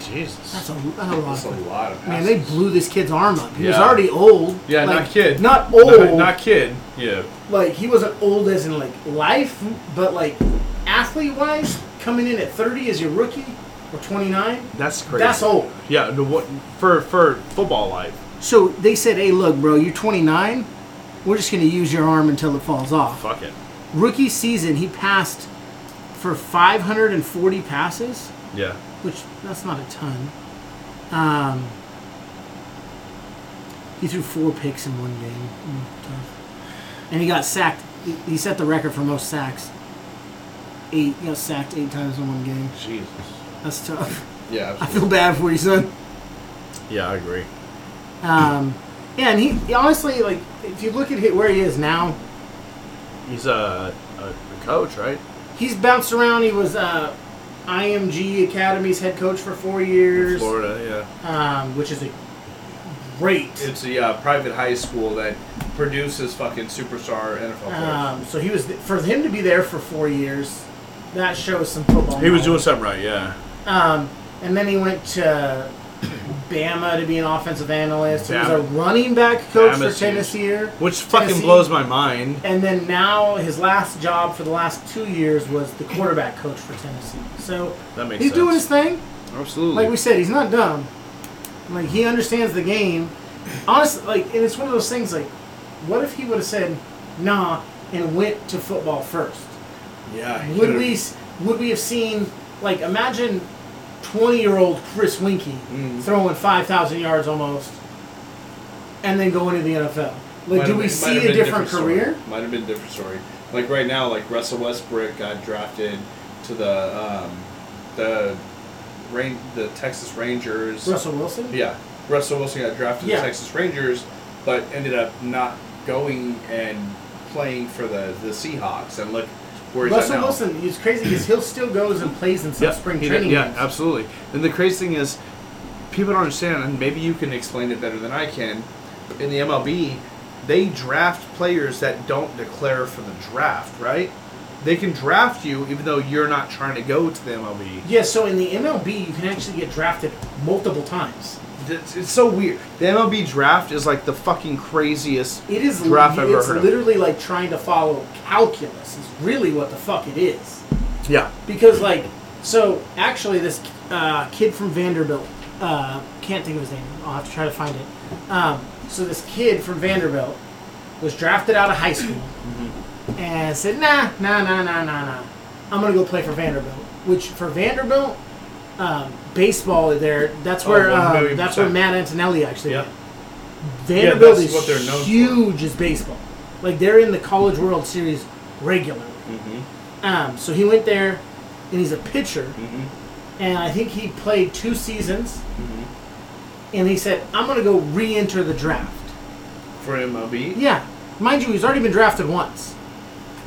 A: Jesus.
B: That's a, that's a lot.
C: That's a lot of
B: Man,
C: passes.
B: they blew this kid's arm up. He was
A: Yeah.
B: already old.
A: yeah,
B: Like,
A: not kid.
B: Not
A: Not-
B: old
A: Not, kid. Yeah.
B: like he wasn't old as in like life, but like athlete wise, coming in at 30 as your rookie or 29,
A: That's crazy.
B: that's old.
A: Yeah. No, what for for football life?
B: So they said, hey, look, bro, you're 29. We're just gonna use your arm until it falls off.
A: Fuck it.
B: Rookie season, he passed for 540 passes,
A: Yeah.
B: which that's not a ton. Um, he threw four picks in one game, Mm, tough. and he got sacked. He- He set the record for most sacks. Eight, he got sacked eight times in one game.
A: Jesus.
B: That's tough.
C: yeah,
B: I
C: absolutely.
B: feel bad for you, son.
A: Yeah, I agree.
B: Um, yeah, and he, he honestly, like, if you look at hi- where he is now,
A: He's a, a, a coach, right?
B: he's bounced around. He was uh, IMG Academy's head coach for four years,
A: Florida.
B: um, which is a great.
C: It's a uh, private high school that produces fucking superstar NFL players.
B: Um, so he was th- for him to be there for four years. That shows some football.
A: Yeah. He was doing
B: knowledge.
A: something right. Yeah.
B: Um, and then he went to Bama to be an offensive analyst. He was a
A: Bama.
B: running back coach
A: Bama's
B: for
A: huge.
B: Tennessee.
A: Which fucking
B: Tennessee.
A: blows my mind.
B: And then now his last job for the last two years was the quarterback coach for Tennessee. So
A: That makes
B: he's
A: sense.
B: doing his thing.
A: Absolutely.
B: Like we said, he's not dumb. Like he understands the game. Honestly, like and it's one of those things. Like, what if he would have said, "Nah," and went to football first?
C: yeah, he
B: Would
C: could've-
B: we s- would we have seen like imagine twenty year old Chris Winky
C: Mm-hmm.
B: throwing five thousand yards almost, and then going to the NFL? Like,
C: Might have
B: do we
C: been- might
B: see
C: have
B: a
C: been
B: different, career?
C: Story. Might have been a different story. Like right now, like Russell Westbrook got drafted to the um, the rain the Texas Rangers.
B: Russell Wilson.
C: Yeah, Russell Wilson got drafted to
B: Yeah.
C: the Texas Rangers, but ended up not going and playing for the the Seahawks. And look where he's at
B: Russell
C: now.
B: Wilson is crazy because he'll still goes and plays in some
A: yeah,
B: spring
A: he-
B: training.
A: Yeah,
B: games.
A: absolutely. And the crazy thing is, people don't understand, and maybe you can
C: can explain it better than I can. In the MLB, they draft players that don't declare for the draft, right? They can draft you even though you're not trying to go to the MLB.
B: Yeah, so in the MLB, you can actually get drafted multiple times.
C: It's, it's
A: It's
C: so
A: so weird. The MLB draft is like the fucking craziest
B: It is
A: draft I've ever
B: it's
A: heard of.
B: literally like trying to follow calculus. Is really what the fuck it is.
A: Yeah.
B: Because like, so actually, this uh, kid from Vanderbilt, uh, can't think of his name. I'll have to try to find it. Um, so this kid from Vanderbilt was drafted out of high school
C: Mm-hmm.
B: and said, "Nah, nah, nah, nah, nah, nah. I'm gonna go play for Vanderbilt." Which for Vanderbilt, um, baseball there. That's
C: Oh,
B: where
C: one
B: um,
C: million
B: that's where
C: percent.
B: Matt Antonelli actually.
A: Yeah.
B: went. Vanderbilt
C: that's
B: is
C: what they're known for.
B: huge as baseball. Like they're in the College World Series regularly. Um, so he went there, and he's a pitcher, and I think he played two seasons. mm-hmm. And he said, "I'm going to go re-enter the draft."
C: for MLB.
B: Yeah. Mind you, he's already been drafted once.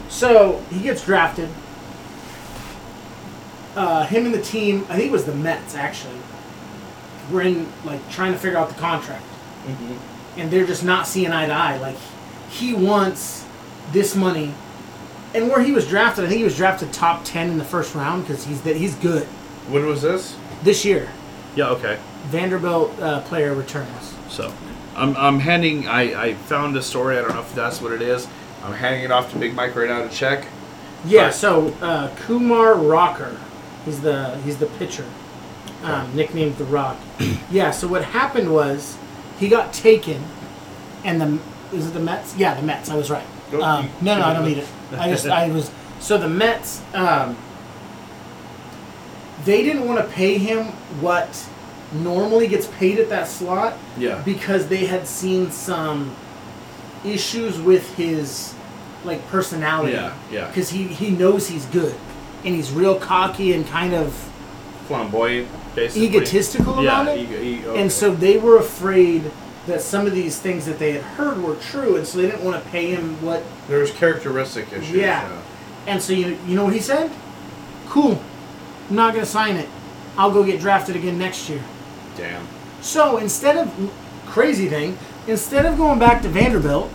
B: So he gets drafted. Uh, him and the team, I think it was the Mets actually, we're in like trying to figure out the contract,
C: Mm-hmm.
B: and they're just not seeing eye to eye. Like he wants this money, and where he was drafted, I think he was drafted top ten in the first round because he's that he's good
C: When was this?
B: this year.
A: Yeah. Okay.
B: Vanderbilt uh, player returns.
A: So, I'm, I'm handing. I, I found a story. I don't know if that's what it is. I'm handing it off to Big Mike right now to check.
B: Yeah,
A: Right.
B: so uh, Kumar Rocker, he's the he's the pitcher, um, nicknamed the Rock. yeah, so what happened was he got taken, and the is it the Mets? Yeah, the Mets. I was right.
C: Nope,
B: Um,
C: you-
B: no, no, I don't need it. I just I was so the Mets. Um, they didn't want to pay him what normally gets paid at that slot
A: Yeah.
B: because they had seen some issues with his like personality.
A: Yeah, yeah.
B: Because he he knows he's good, and he's real cocky and kind of
A: Flamboyant, basically.
B: egotistical
A: Yeah.
B: about it.
A: ego- e, ego-
B: And so they were afraid that some of these things that they had heard were true, and so they didn't want to pay him what.
C: There was characteristic issues.
B: Yeah. And so you you know what he said? Cool, I'm not gonna sign it. I'll go get drafted again next year.
C: Damn.
B: So instead of crazy thing, instead of going back to Vanderbilt,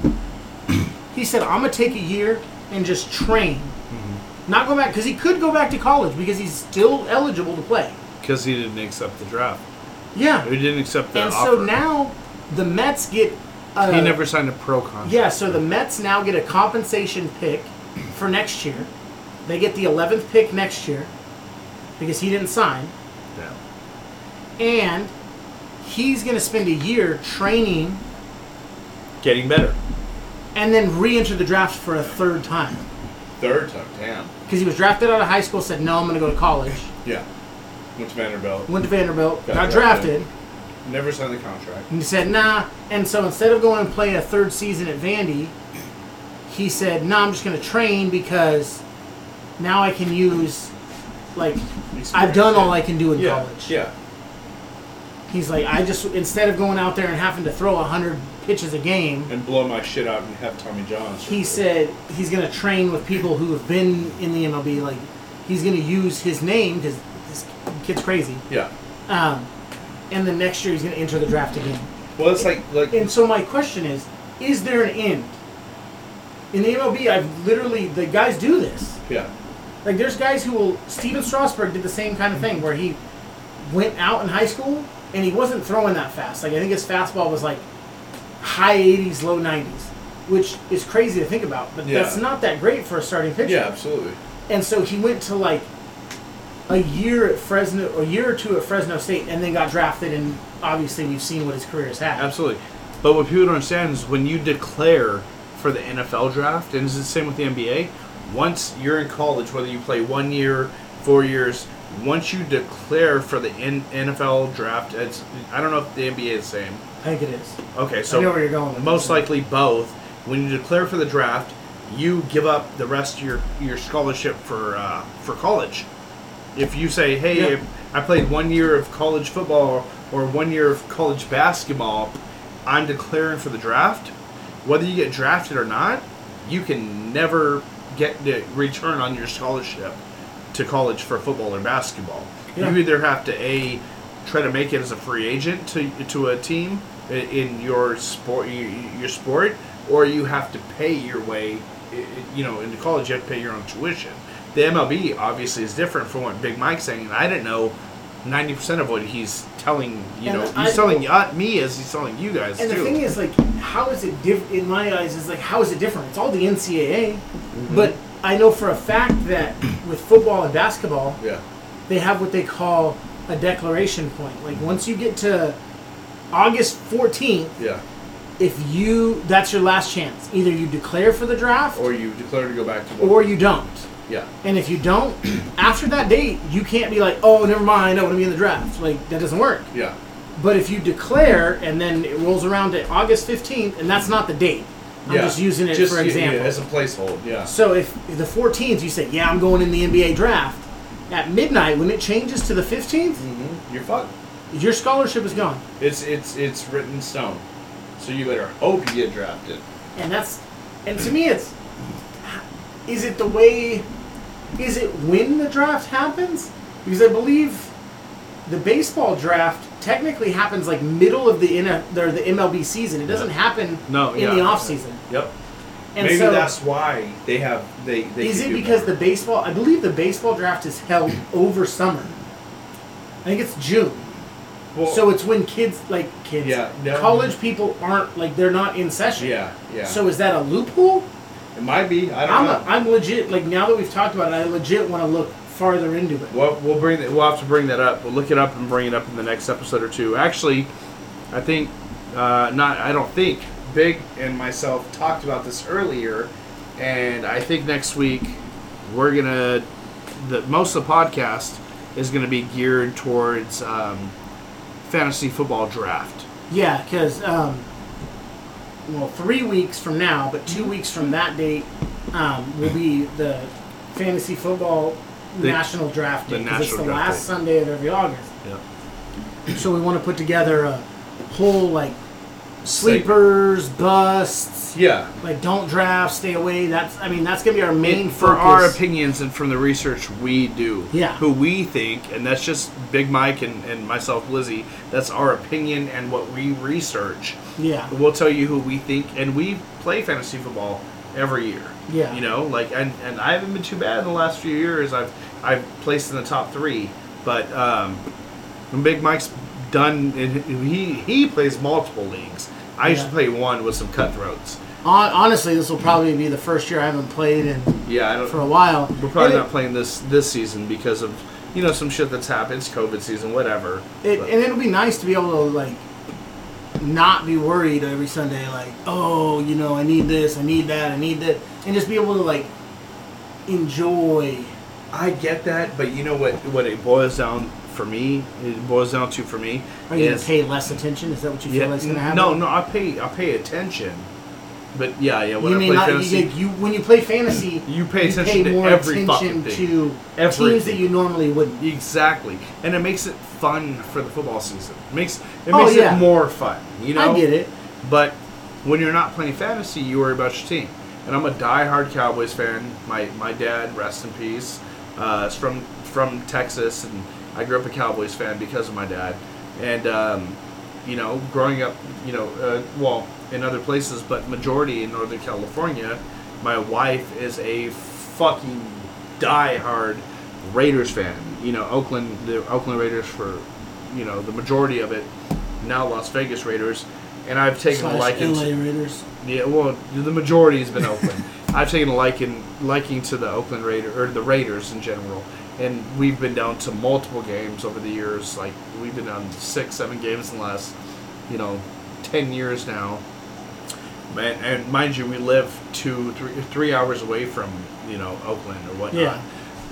B: he said, "I'm gonna take a year and just train."
A: Mm-hmm.
B: Not go back because he could go back to college because he's still eligible to play.
A: Because he didn't accept the draft.
B: Yeah,
A: He didn't accept the
B: and
A: offer.
B: so now the Mets get. Uh,
A: he never signed a pro contract.
B: Yeah, so the Mets now get a compensation pick for next year. They get the 11th pick next year because he didn't sign.
A: Yeah.
B: And he's going to spend a year training
A: Getting better.
B: and then re-enter the draft for a third time
C: Third time. Damn.
B: because he was drafted out of high school. Said no, I'm going to go to college.
C: Yeah. Went to Vanderbilt.
B: Went to Vanderbilt, got,
C: Got
B: drafted,
C: drafted. Never signed the contract.
B: and he said nah. And so instead of going and play a third season at Vandy, he said no, nah, I'm just going to train because now I can use like I've done all I can do in
C: yeah.
B: college.
C: Yeah.
B: He's like I just instead of going out there and having to throw hundred pitches a game.
C: And blow my shit out and have Tommy John's.
B: he said he's going to train with people who have been in the MLB. Like he's going to use his name because this kid's crazy.
C: Yeah.
B: Um, and the next year he's going to enter the draft again.
C: Well, it's like like
B: And so my question is: Is there an end? In the MLB, I've literally the guys do this.
C: yeah.
B: Like there's guys who will. Steven Strasburg did the same kind of thing where he went out in high school and he wasn't throwing that fast. Like I think his fastball was like high 80s, low 90s, which is crazy to think about. But that's
C: Yeah.
B: not that great for a starting pitcher.
C: Yeah. Absolutely.
B: And so he went to like a year at Fresno, a year or two at Fresno State, and then got drafted. And obviously, we've seen what his career has had.
A: Absolutely. But what people don't understand is when you declare for the NFL draft, and it's the same with the NBA, once you're in college, whether you play one year, four years, once you declare for the N- NFL draft, it's I don't know if the NBA is the same.
B: I think it is.
A: Okay, so
B: I know where you're going with
A: most
B: this.
A: likely both. When you declare for the draft, you give up the rest of your, your scholarship for uh, for college. If you say, "Hey,
B: Yeah.
A: if I played one year of college football or one year of college basketball, I'm declaring for the draft," whether you get drafted or not, you can never get the return on your scholarship to college for football or basketball.
B: Yeah.
A: You either have to a try to make it as a free agent to to a team i- in your sport y- y- your sport, or you have to pay your way. i- i- You know, into college, you have to pay your own tuition. The MLB obviously is different from what Big Mike's saying, and I didn't know ninety percent of what he's telling. You
B: And
A: know,
B: I-
A: he's telling y- me as he's telling you guys
B: And the
A: too.
B: thing is, like, how is it diff? In my eyes, is like, how is it different? It's all the NCAA, but I know for a fact that with football and basketball,
C: Yeah.
B: they have what they call a declaration point. Like once you get to August 14th,
C: Yeah.
B: if you that's your last chance. Either you declare for the draft
C: Or you declare to go back to.
B: or you don't.
C: yeah.
B: And if you don't, after that date, you can't be like, oh, never mind, I want to be in the draft. Like, that doesn't work.
C: Yeah.
B: But if you declare and then it rolls around to August 15th, and that's not the date, I'm
C: yeah.
B: just using it for
C: y- yeah,
B: example.
C: as a placeholder. Yeah.
B: so if the 14th, you say, yeah, I'm going in the NBA draft, at midnight, when it changes to the 15th,
A: Mm-hmm.
C: You're fucked.
B: your scholarship is gone.
C: It's it's it's written in stone. So you better hope you get drafted.
B: And that's, and to me, it's, is it the way, is it when the draft happens? Because I believe the baseball draft technically happens like middle of the N- or the MLB season. It doesn't happen
A: No,
B: in
A: yeah.
B: the off season.
A: Yep.
B: And
C: Maybe
B: so
C: that's why they have they. they
B: is
C: can
B: it
C: do
B: because
C: more.
B: the baseball? I believe the baseball draft is held over summer. I think it's June.
C: Well,
B: so it's when kids like kids,
C: Yeah, no.
B: college people aren't like they're not in session.
C: yeah yeah.
B: So is that a loophole?
C: it might be. I don't
B: I'm,
C: know.
B: a, I'm legit like now that we've talked about it, I legit want to look farther into it.
A: Well, we'll bring that. We'll have to bring that up. We'll look it up and bring it up in the next episode or two. Actually, I think uh, not. I don't think Big and myself talked about this earlier, and I think next week we're gonna. The most of the podcast is gonna be geared towards um, fantasy football draft.
B: Yeah, because um, well, three weeks from now, but
C: Mm-hmm.
B: two weeks from that date um, will be the fantasy football
A: The-
B: national draft
A: the
B: day. 'cause it's
A: national
B: the
A: draft
B: last
A: day.
B: Sunday of every August.
A: Yeah.
B: So we want to put together a whole like sleepers, busts,
C: yeah.
B: like don't draft, stay away. That's I mean that's gonna be our main
A: for our
B: focus.
A: opinions and from the research we do.
B: Yeah.
A: Who we think, and that's just Big Mike and, and myself, Lizzie. That's our opinion and what we research.
B: Yeah,
A: We'll tell you who we think, and we play fantasy football every year.
B: Yeah.
A: You know, like, and, and I haven't been too bad in the last few years. I've I've placed in the top three, but um, when Big Mike's done, and he he plays multiple leagues. I used to
B: Yeah.
A: play one with some cutthroats.
B: Hon- honestly, this will probably be the first year I haven't played in
A: Yeah, I don't.
B: for a while.
A: We're probably
B: And it-
A: not playing this this season because of you know some shit that's happened. It's COVID season, whatever.
B: It,
A: But-
B: and it'll be nice to be able to like not be worried every Sunday, like, oh, you know, I need this, I need that, I need that, and just be able to like enjoy.
C: I get that, but you know what?
A: what it boils down for me, it boils down to for me
B: Are you
A: is-
B: gonna pay less attention? Is that what you feel
A: yeah,
B: like's gonna happen?
A: no, no, I pay I pay attention, but yeah, yeah. When
B: you
A: I
B: mean
A: play
B: not?
A: fantasy,
B: You, you when you play fantasy,
A: You pay attention to
B: more
A: every fucking
B: attention
A: thing.
B: to teams that
A: Everything.
B: you normally wouldn't.
A: exactly, and it makes it fun for the football season. It makes it
B: Oh,
A: makes
B: yeah.
A: it more fun. You know,
B: I get it.
A: But when you're not playing fantasy, you worry about your team. And I'm a die-hard Cowboys fan. My my dad, rest in peace, uh, is from from Texas, and I grew up a Cowboys fan because of my dad. And um, you know, growing up, you know, uh, well, in other places, but majority in Northern California, my wife is a fucking die-hard Raiders fan. You know, Oakland, the Oakland Raiders for, you know, the majority of it. Now Las Vegas Raiders, and I've taken a
B: Slash
A: liking.
B: LA
A: To,
B: Raiders.
A: yeah, well, the majority has been Oakland. I've taken a liking liking to the Oakland Raiders or the Raiders in general, and we've been down to multiple games over the years. Like we've been down to six, seven games in the last, you know, ten years now. Man, and mind you, we live two, three, three hours away from you know Oakland or whatnot.
B: Yeah.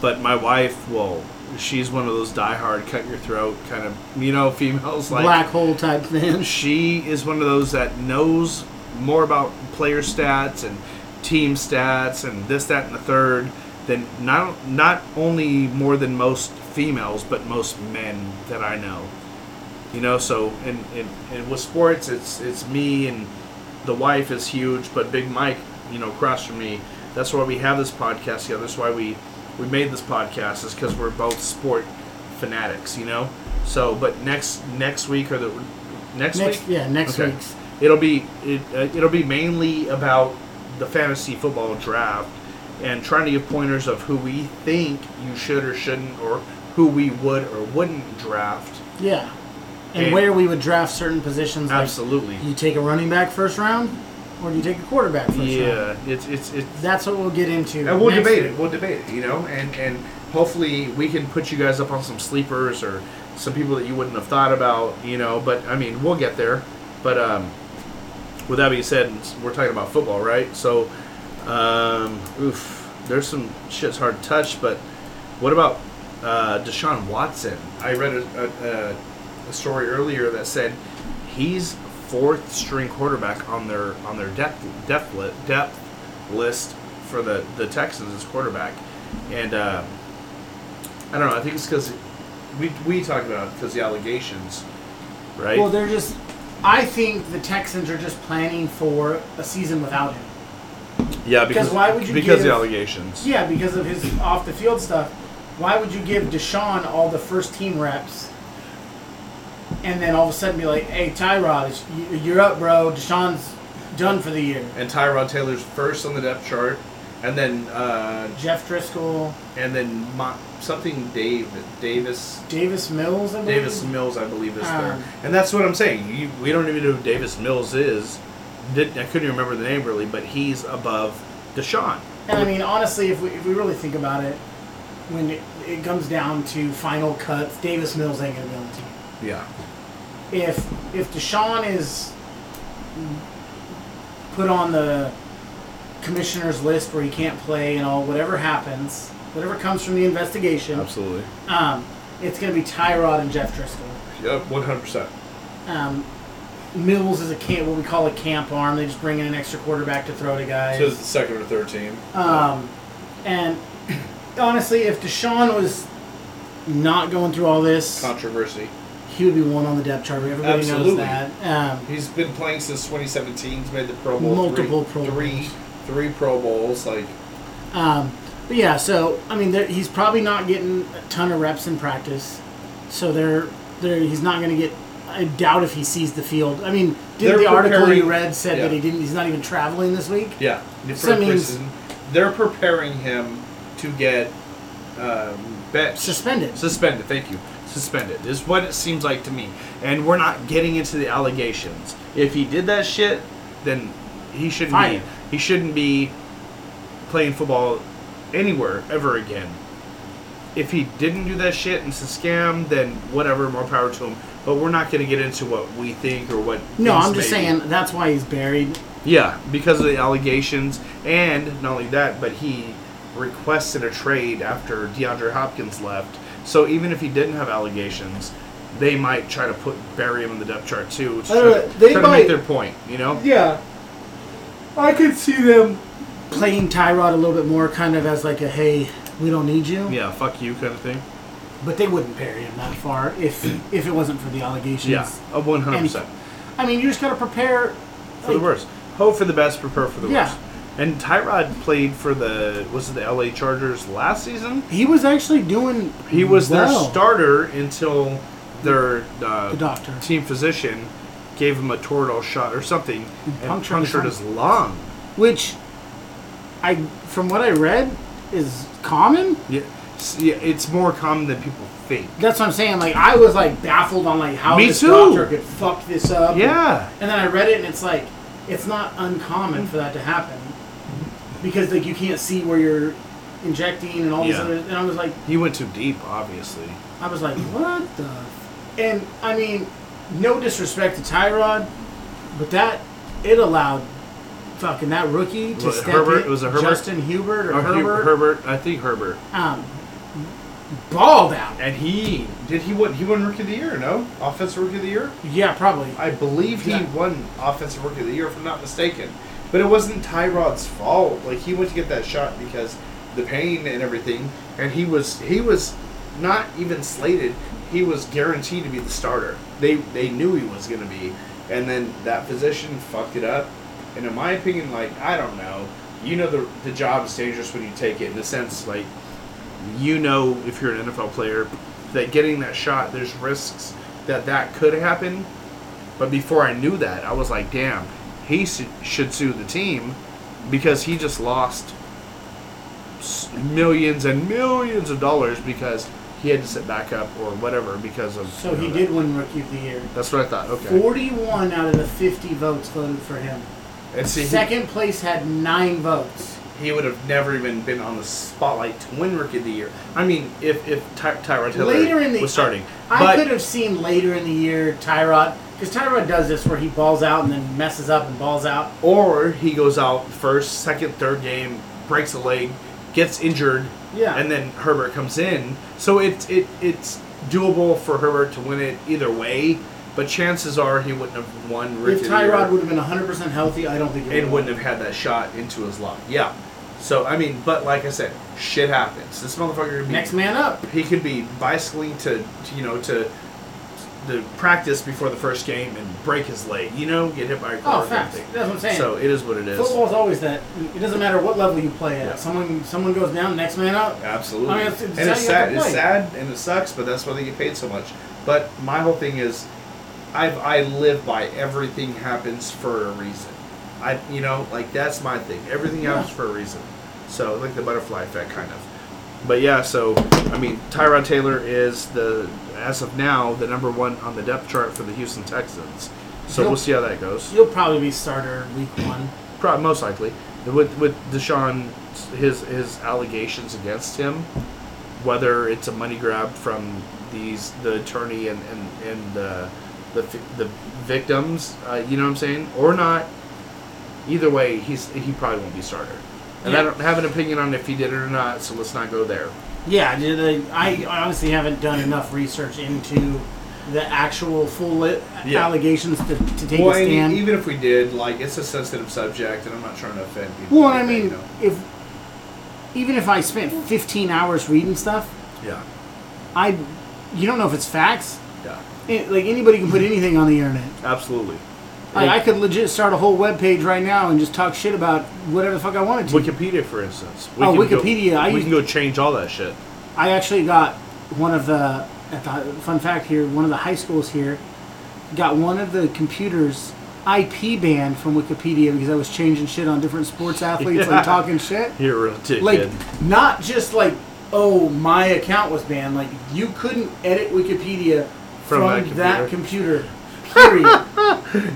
A: But my wife, well, she's one of those diehard cut your throat kind of you know females like
B: Black hole type thing.
A: she is one of those that knows more about player stats and team stats and this, that, and the third than not not only more than most females, but most men that I know. You know, so and and, and with sports, it's it's me and the wife is huge, but Big Mike, you know, across from me. That's why we have this podcast together. That's why we we made this podcast is because we're both sport fanatics, you know. So, but next next week or the next,
B: Next,
A: week,
B: yeah, next
A: Okay.
B: week's.
A: it'll be it, uh, it'll be mainly about the fantasy football draft and trying to give pointers of who we think you should or shouldn't or who we would or wouldn't draft.
B: Yeah. And,
A: And-
B: where we would draft certain positions. Like,
A: Absolutely.
B: you take a running back first round, or do you take a quarterback first round?
A: Yeah, it's it's it's
B: That's what we'll get into.
A: And
C: we'll
B: next
C: debate
B: week.
C: it. We'll debate it. You know,
A: and and hopefully we can put you guys up on some sleepers or some people that you wouldn't have thought about you know but i mean we'll get there but um with that being said we're talking about football right so um oof there's some shit's hard to touch but what about uh deshaun watson i read a, a, a story earlier that said he's fourth string quarterback on their on their depth depth, li- depth list for the the texans as quarterback and um, I don't know. I think it's because we we talked about it because the allegations, right?
B: Well, they're just. I think the Texans are just planning for a season without him.
A: yeah,
B: because why would you
A: because the
B: give-
A: allegations?
B: Yeah, because of his off the field stuff. Why would you give Deshaun all the first team reps and then all of a sudden be like, "Hey, Tyrod, it's- you- you're up, bro. Deshaun's done for the year.
C: and Tyrod Taylor's first on the depth chart, and then uh,
B: Jeff Driscoll,
C: and then Mo- something Dave Davis
B: Davis Mills, I believe.
C: Davis Mills, I believe, is
B: Um,
C: there, and that's what I'm saying. You, we don't even know who Davis Mills is. Didn't, I couldn't even remember the name really, but he's above Deshaun.
B: And I mean, honestly, if we, if we really think about it, when it, it comes down to final cuts, Davis Mills ain't gonna be on the team.
C: Yeah,
B: if if Deshaun is put on the commissioner's list where he can't play and all, whatever happens, whatever comes from the investigation,
A: Absolutely.
B: um, it's going to be Tyrod and Jeff Driscoll.
C: yep, one hundred percent.
B: Um, Mills is a camp, what we call a camp arm. They just bring in an extra quarterback to throw to guys.
C: So it's the second or third team.
B: Um, and honestly, if Deshaun was not going through all this,
C: Controversy.
B: he would be one on the depth chart. Everybody knows
C: Absolutely.
B: that. Um,
C: He's been playing since 2017. He's made the Pro Bowl.
B: Multiple
C: three,
B: Pro
C: three,
B: Bowls.
C: three Pro Bowls. Like
B: Um, but yeah, so I mean, there- he's probably not getting a ton of reps in practice, so they're, they're he's not going to get. I doubt if he sees the field. I mean, did
C: They're
B: the article you
C: preparing-
B: read said that
C: yeah.
B: he didn't? He's not even traveling this week.
C: yeah, for
B: So that means-
C: preseason. they're preparing him to get um, benched.
B: Suspended.
A: Suspended. Thank you. Suspended is what it seems like to me. And we're not getting into the allegations. If he did that shit, then he shouldn't
B: Fine.
A: be. He shouldn't be playing football anywhere ever again. If he didn't do that shit and it's a scam, then whatever, more power to him. But we're not going to get into what we think or what.
B: no,
A: things
B: I'm just
A: may be.
B: saying that's why he's buried.
A: Yeah, because of the allegations, and not only that, but he requested a trade after DeAndre Hopkins left. So even if he didn't have allegations, they might try to put bury him in the depth chart too. To
B: Uh,
C: I don't
A: try,
C: know, they
A: try to
C: might-
A: make their point, you know.
C: Yeah, I could see them.
B: Playing Tyrod a little bit more, kind of as like a hey, we don't need you.
A: Yeah, fuck you kind of thing.
B: But they wouldn't bury him that far if if it wasn't for the allegations.
A: Yeah, a one hundred percent
B: I mean, you just got to prepare.
A: for the
B: like,
A: worst. Hope for the best, prepare for the
B: Yeah.
A: worst. And Tyrod played for the was it the L.A. Chargers last season?
B: He was actually doing.
A: He was
B: well.
A: their starter until their uh,
B: The doctor.
A: team physician gave him a tortoise shot or something and
B: punctured
A: punctured,
B: his lung.
A: his lung.
B: which I, from what I read, is common.
A: Yeah. s- yeah, it's more common than people think.
B: That's what I'm saying. Like I was like baffled on like how
A: Me
B: this
A: too.
B: doctor could fuck this up.
A: Yeah,
B: And then I read it and it's like it's not uncommon for that to happen because like you can't see where you're injecting and all this
A: Yeah.
B: other. And I was like,
A: he went too deep, obviously.
B: I was like, what the? F-? And I mean, no disrespect to Tyrod, but that it allowed fucking that rookie to
A: Was it
B: step
A: Herbert?
B: in.
A: Was it Herbert?
B: Justin Hubert or,
A: Or Hu-
B: Herbert?
A: Oh, Herbert, I think Herbert,
B: um, balled out.
A: and he
C: Did he win? He won Rookie of the Year, no? Offensive Rookie of the Year?
B: Yeah, probably.
C: I believe he
B: Yeah.
C: won Offensive Rookie of the Year, if I'm not mistaken. But it wasn't Tyrod's fault. Like he went to get that shot because the pain and everything, and he was he was not even slated. He was guaranteed to be the starter. They they knew he was going to be, and then that position fucked it up. And in my opinion, like I don't know, you know the the job is dangerous when you take it in the sense like
A: you know if you're an NFL player that getting that shot, there's risks that that could happen. But before I knew that, I was like, damn, he su- should sue the team because he just lost s- millions and millions of dollars because he had to sit back up or whatever because of.
B: so
A: you
B: he
A: know,
B: did win Rookie of the Year.
A: That's what I thought. Okay.
B: 41 out of the 50 votes voted for him.
C: and see he-
B: Second place had nine votes.
C: he would have never even been on the spotlight to win Rookie of the Year.
A: I mean, if if Ty- Tyrod Taylor
B: Later in the-
A: was starting,
B: I
A: but
B: could have seen later in the year Tyrod, because Tyrod does this where he balls out and then messes up and balls out.
A: or he goes out first, second, third game, breaks a leg, gets injured,
B: Yeah.
A: and then Herbert comes in. So it's it it's doable for Herbert to win it either way, but chances are he wouldn't have won. Rookie
B: If
A: of the
B: Tyrod
A: Year
B: would have been 100% healthy, I don't think it
C: and
B: would
C: wouldn't have had that shot into his lung. Yeah. So I mean, but like I said, shit happens. This motherfucker could be
B: Next man up.
C: he could be bicycling to, to, you know to the practice before the first game and break his leg. You know, get hit by a car.
B: Oh,
C: or
B: facts.
C: something.
B: That's what I'm saying.
C: So it is what it is.
B: Football's always that. It doesn't matter what level you play at.
C: Yeah.
B: Someone someone goes down, next man up.
C: Absolutely.
B: I mean, it's- it's
C: and
B: how
C: it's
B: you have
C: sad.
B: to
C: It's
B: play.
C: sad and it sucks, but that's why they get paid so much. But my whole thing is I've I live by everything happens for a reason. I you know like that's my thing. Everything
B: Yeah.
C: happens for a reason. So like the butterfly effect kind of.
A: But yeah, so I mean, Tyrod Taylor is the as of now the number one on the depth chart for the Houston Texans. So
B: Yep.
A: we'll see how that goes.
B: You'll probably be starter week one.
A: Probably, most likely with with Deshaun his his allegations against him, whether it's a money grab from these the attorney and and and the the, fi- the victims, uh, you know what I'm saying, or not. Either way, he's he probably won't be starter. And I
B: Yeah.
A: don't have an opinion on if he did it or not, so let's not go there.
B: Yeah, do they- I obviously haven't done enough research into the actual full li-
A: Yeah.
B: allegations to, to take
C: Well,
B: a
C: and
B: stand.
C: even if we did, like it's a sensitive subject, and I'm not trying to offend people.
B: well,
C: like
B: I
C: that,
B: mean,
C: you know.
B: if even if I spent 15 hours reading stuff,
A: Yeah,
B: I you don't know if it's facts.
A: yeah,
B: It, like anybody can put anything on the internet.
A: absolutely.
B: Like, I could legit start a whole webpage right now and just talk shit about whatever the fuck I wanted to.
A: Wikipedia, for instance. We
B: Oh,
A: go-
B: Wikipedia, I
A: we
B: use-
A: can go change all that shit.
B: I actually got one of the, at the fun fact here, one of the high schools here got one of the computers IP banned from Wikipedia because I was changing shit on different sports athletes
A: Yeah.
B: and talking shit.
A: You're a real dickhead.
B: Like, not just like, oh, my account was banned. Like, you couldn't edit Wikipedia
A: From
B: from,
A: that
B: that computer. Period.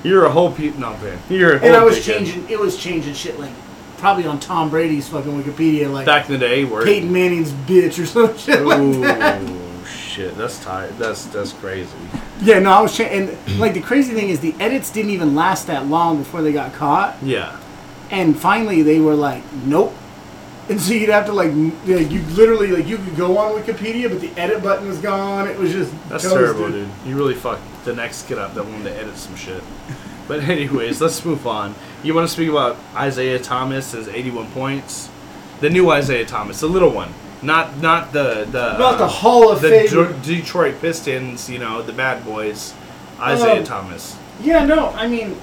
A: You're a whole pe- no man. You're a whole
B: and I was
A: dickhead.
B: changing, it was changing shit like probably on Tom Brady's fucking Wikipedia, like
A: back in the day where
B: Peyton Manning's bitch or some shit like
A: Ooh, shit, that's tight. That's that's crazy.
B: Yeah, no, I was cha- and like the crazy thing is the edits didn't even last that long before they got caught,
A: Yeah,
B: and finally they were like, nope. And so you'd have to like, m- like you literally like you could go on Wikipedia, but the edit button was gone. It was just
A: that's
B: toasted.
A: terrible, dude. You really fucked the next kid up that wanted to edit some shit. But anyways, let's move on. You want to speak about Isaiah Thomas' 81 points, the new Isaiah Thomas, the little one, not not the the
B: About the
A: uh,
B: Hall of
A: the
B: Fame.
A: De- Detroit Pistons, you know, the bad boys, Isaiah
B: Um,
A: Thomas.
B: yeah, no, I mean,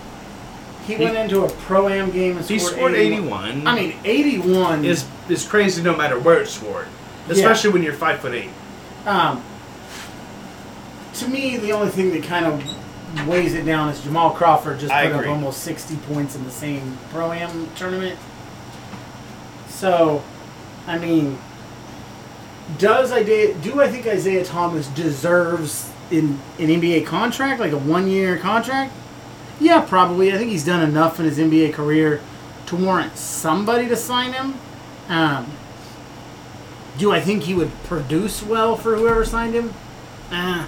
B: he,
A: He-
B: went into a pro am game and
A: He
B: scored,
A: scored
B: 81.
A: 81.
B: I mean, eighty-one
A: is is crazy no matter where it's scored,
B: Yeah.
A: especially when you're five foot eight.
B: Um, to me, the only thing that kind of weighs it down is Jamal Crawford just
A: I
B: put
A: agree.
B: up almost 60 points in the same pro am tournament. So, I mean, does Isaiah, do I think Isaiah Thomas deserves in an NBA contract, like a one year contract? Yeah, probably. I think he's done enough in his NBA career to warrant somebody to sign him. Um, do I think he would produce well for whoever signed him? Uh,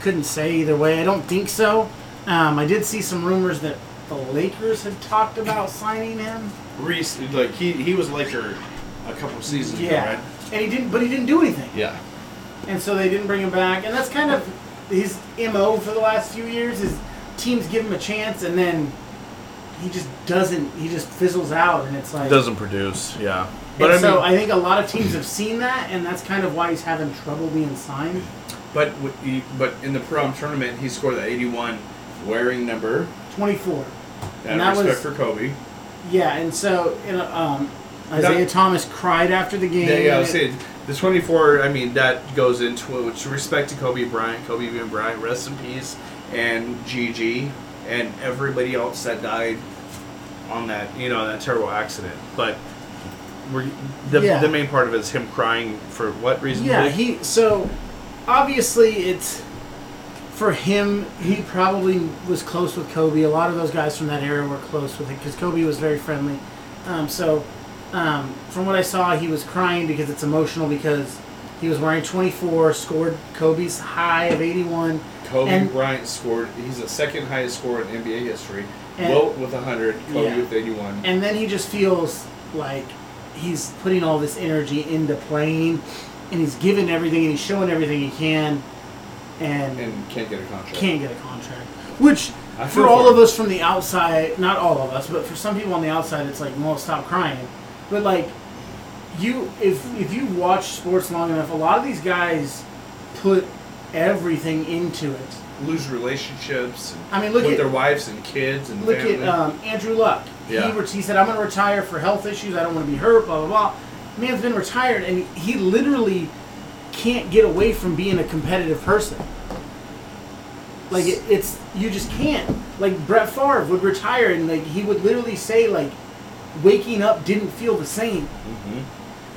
B: couldn't say either way. I don't think so. Um, I did see some rumors that the Lakers had talked about signing him.
A: Reese, like he he was Laker a couple seasons
B: Yeah, and he didn't, but he didn't do anything.
A: Yeah,
B: And so they didn't bring him back. And that's kind of his mo for the last few years. Is teams give him a chance and then he just doesn't. He just fizzles out, and it's like
A: doesn't produce. Yeah, but
B: But
A: I mean,
B: so I think a lot of teams have seen that, and that's kind of why he's having trouble being signed.
C: But w- he- but in the prom tournament, he scored the 81 wearing number.
B: Twenty-four.
C: Out
B: that
C: of respect
B: was-
C: for Kobe.
B: Yeah, and so you know, um, Isaiah Thomas cried after the game.
C: Yeah, yeah. I
B: and
C: was
B: it-
C: saying, the 24. I mean, that goes into it. With respect to Kobe Bryant, Kobe and Bryant, rest in peace, and GG, and everybody else that died on that you know that terrible accident.
A: but we're, the
B: Yeah.
A: the main part of it is him crying for what reason?
B: yeah,
A: Blake?
B: he. So obviously, it's for him. He probably was close with Kobe. A lot of those guys from that era were close with it because Kobe was very friendly. Um, so um, from what I saw, he was crying because it's emotional because he was wearing 24, scored Kobe's high of 81.
C: Kobe
B: And-
C: Bryant scored. He's the second highest scorer in NBA history.
B: And-
C: Wilt with 100, Kobe
B: Yeah.
C: with 81.
B: and then he just feels like he's putting all this energy into playing and he's giving everything and he's showing everything he can and,
C: and can't get a contract.
B: can't get a contract which
C: I
B: for
C: feel
B: all
C: for
B: of
C: him.
B: us from the outside not all of us but for some people on the outside it's like well stop crying but like you if if you watch sports long enough a lot of these guys put everything into it
C: lose relationships. And
B: I mean, look
C: with
B: at-
C: their wives and kids and
B: Look
C: family.
B: at um, Andrew Luck.
C: Yeah.
B: He, ret- he said, I'm going to retire for health issues. I don't want to be hurt, blah, blah, blah. Man's been retired, and he literally can't get away from being a competitive person. Like it, it's you just can't. Like Brett Favre would retire and like he would literally say like, waking up didn't feel the same,
C: Mm-hmm.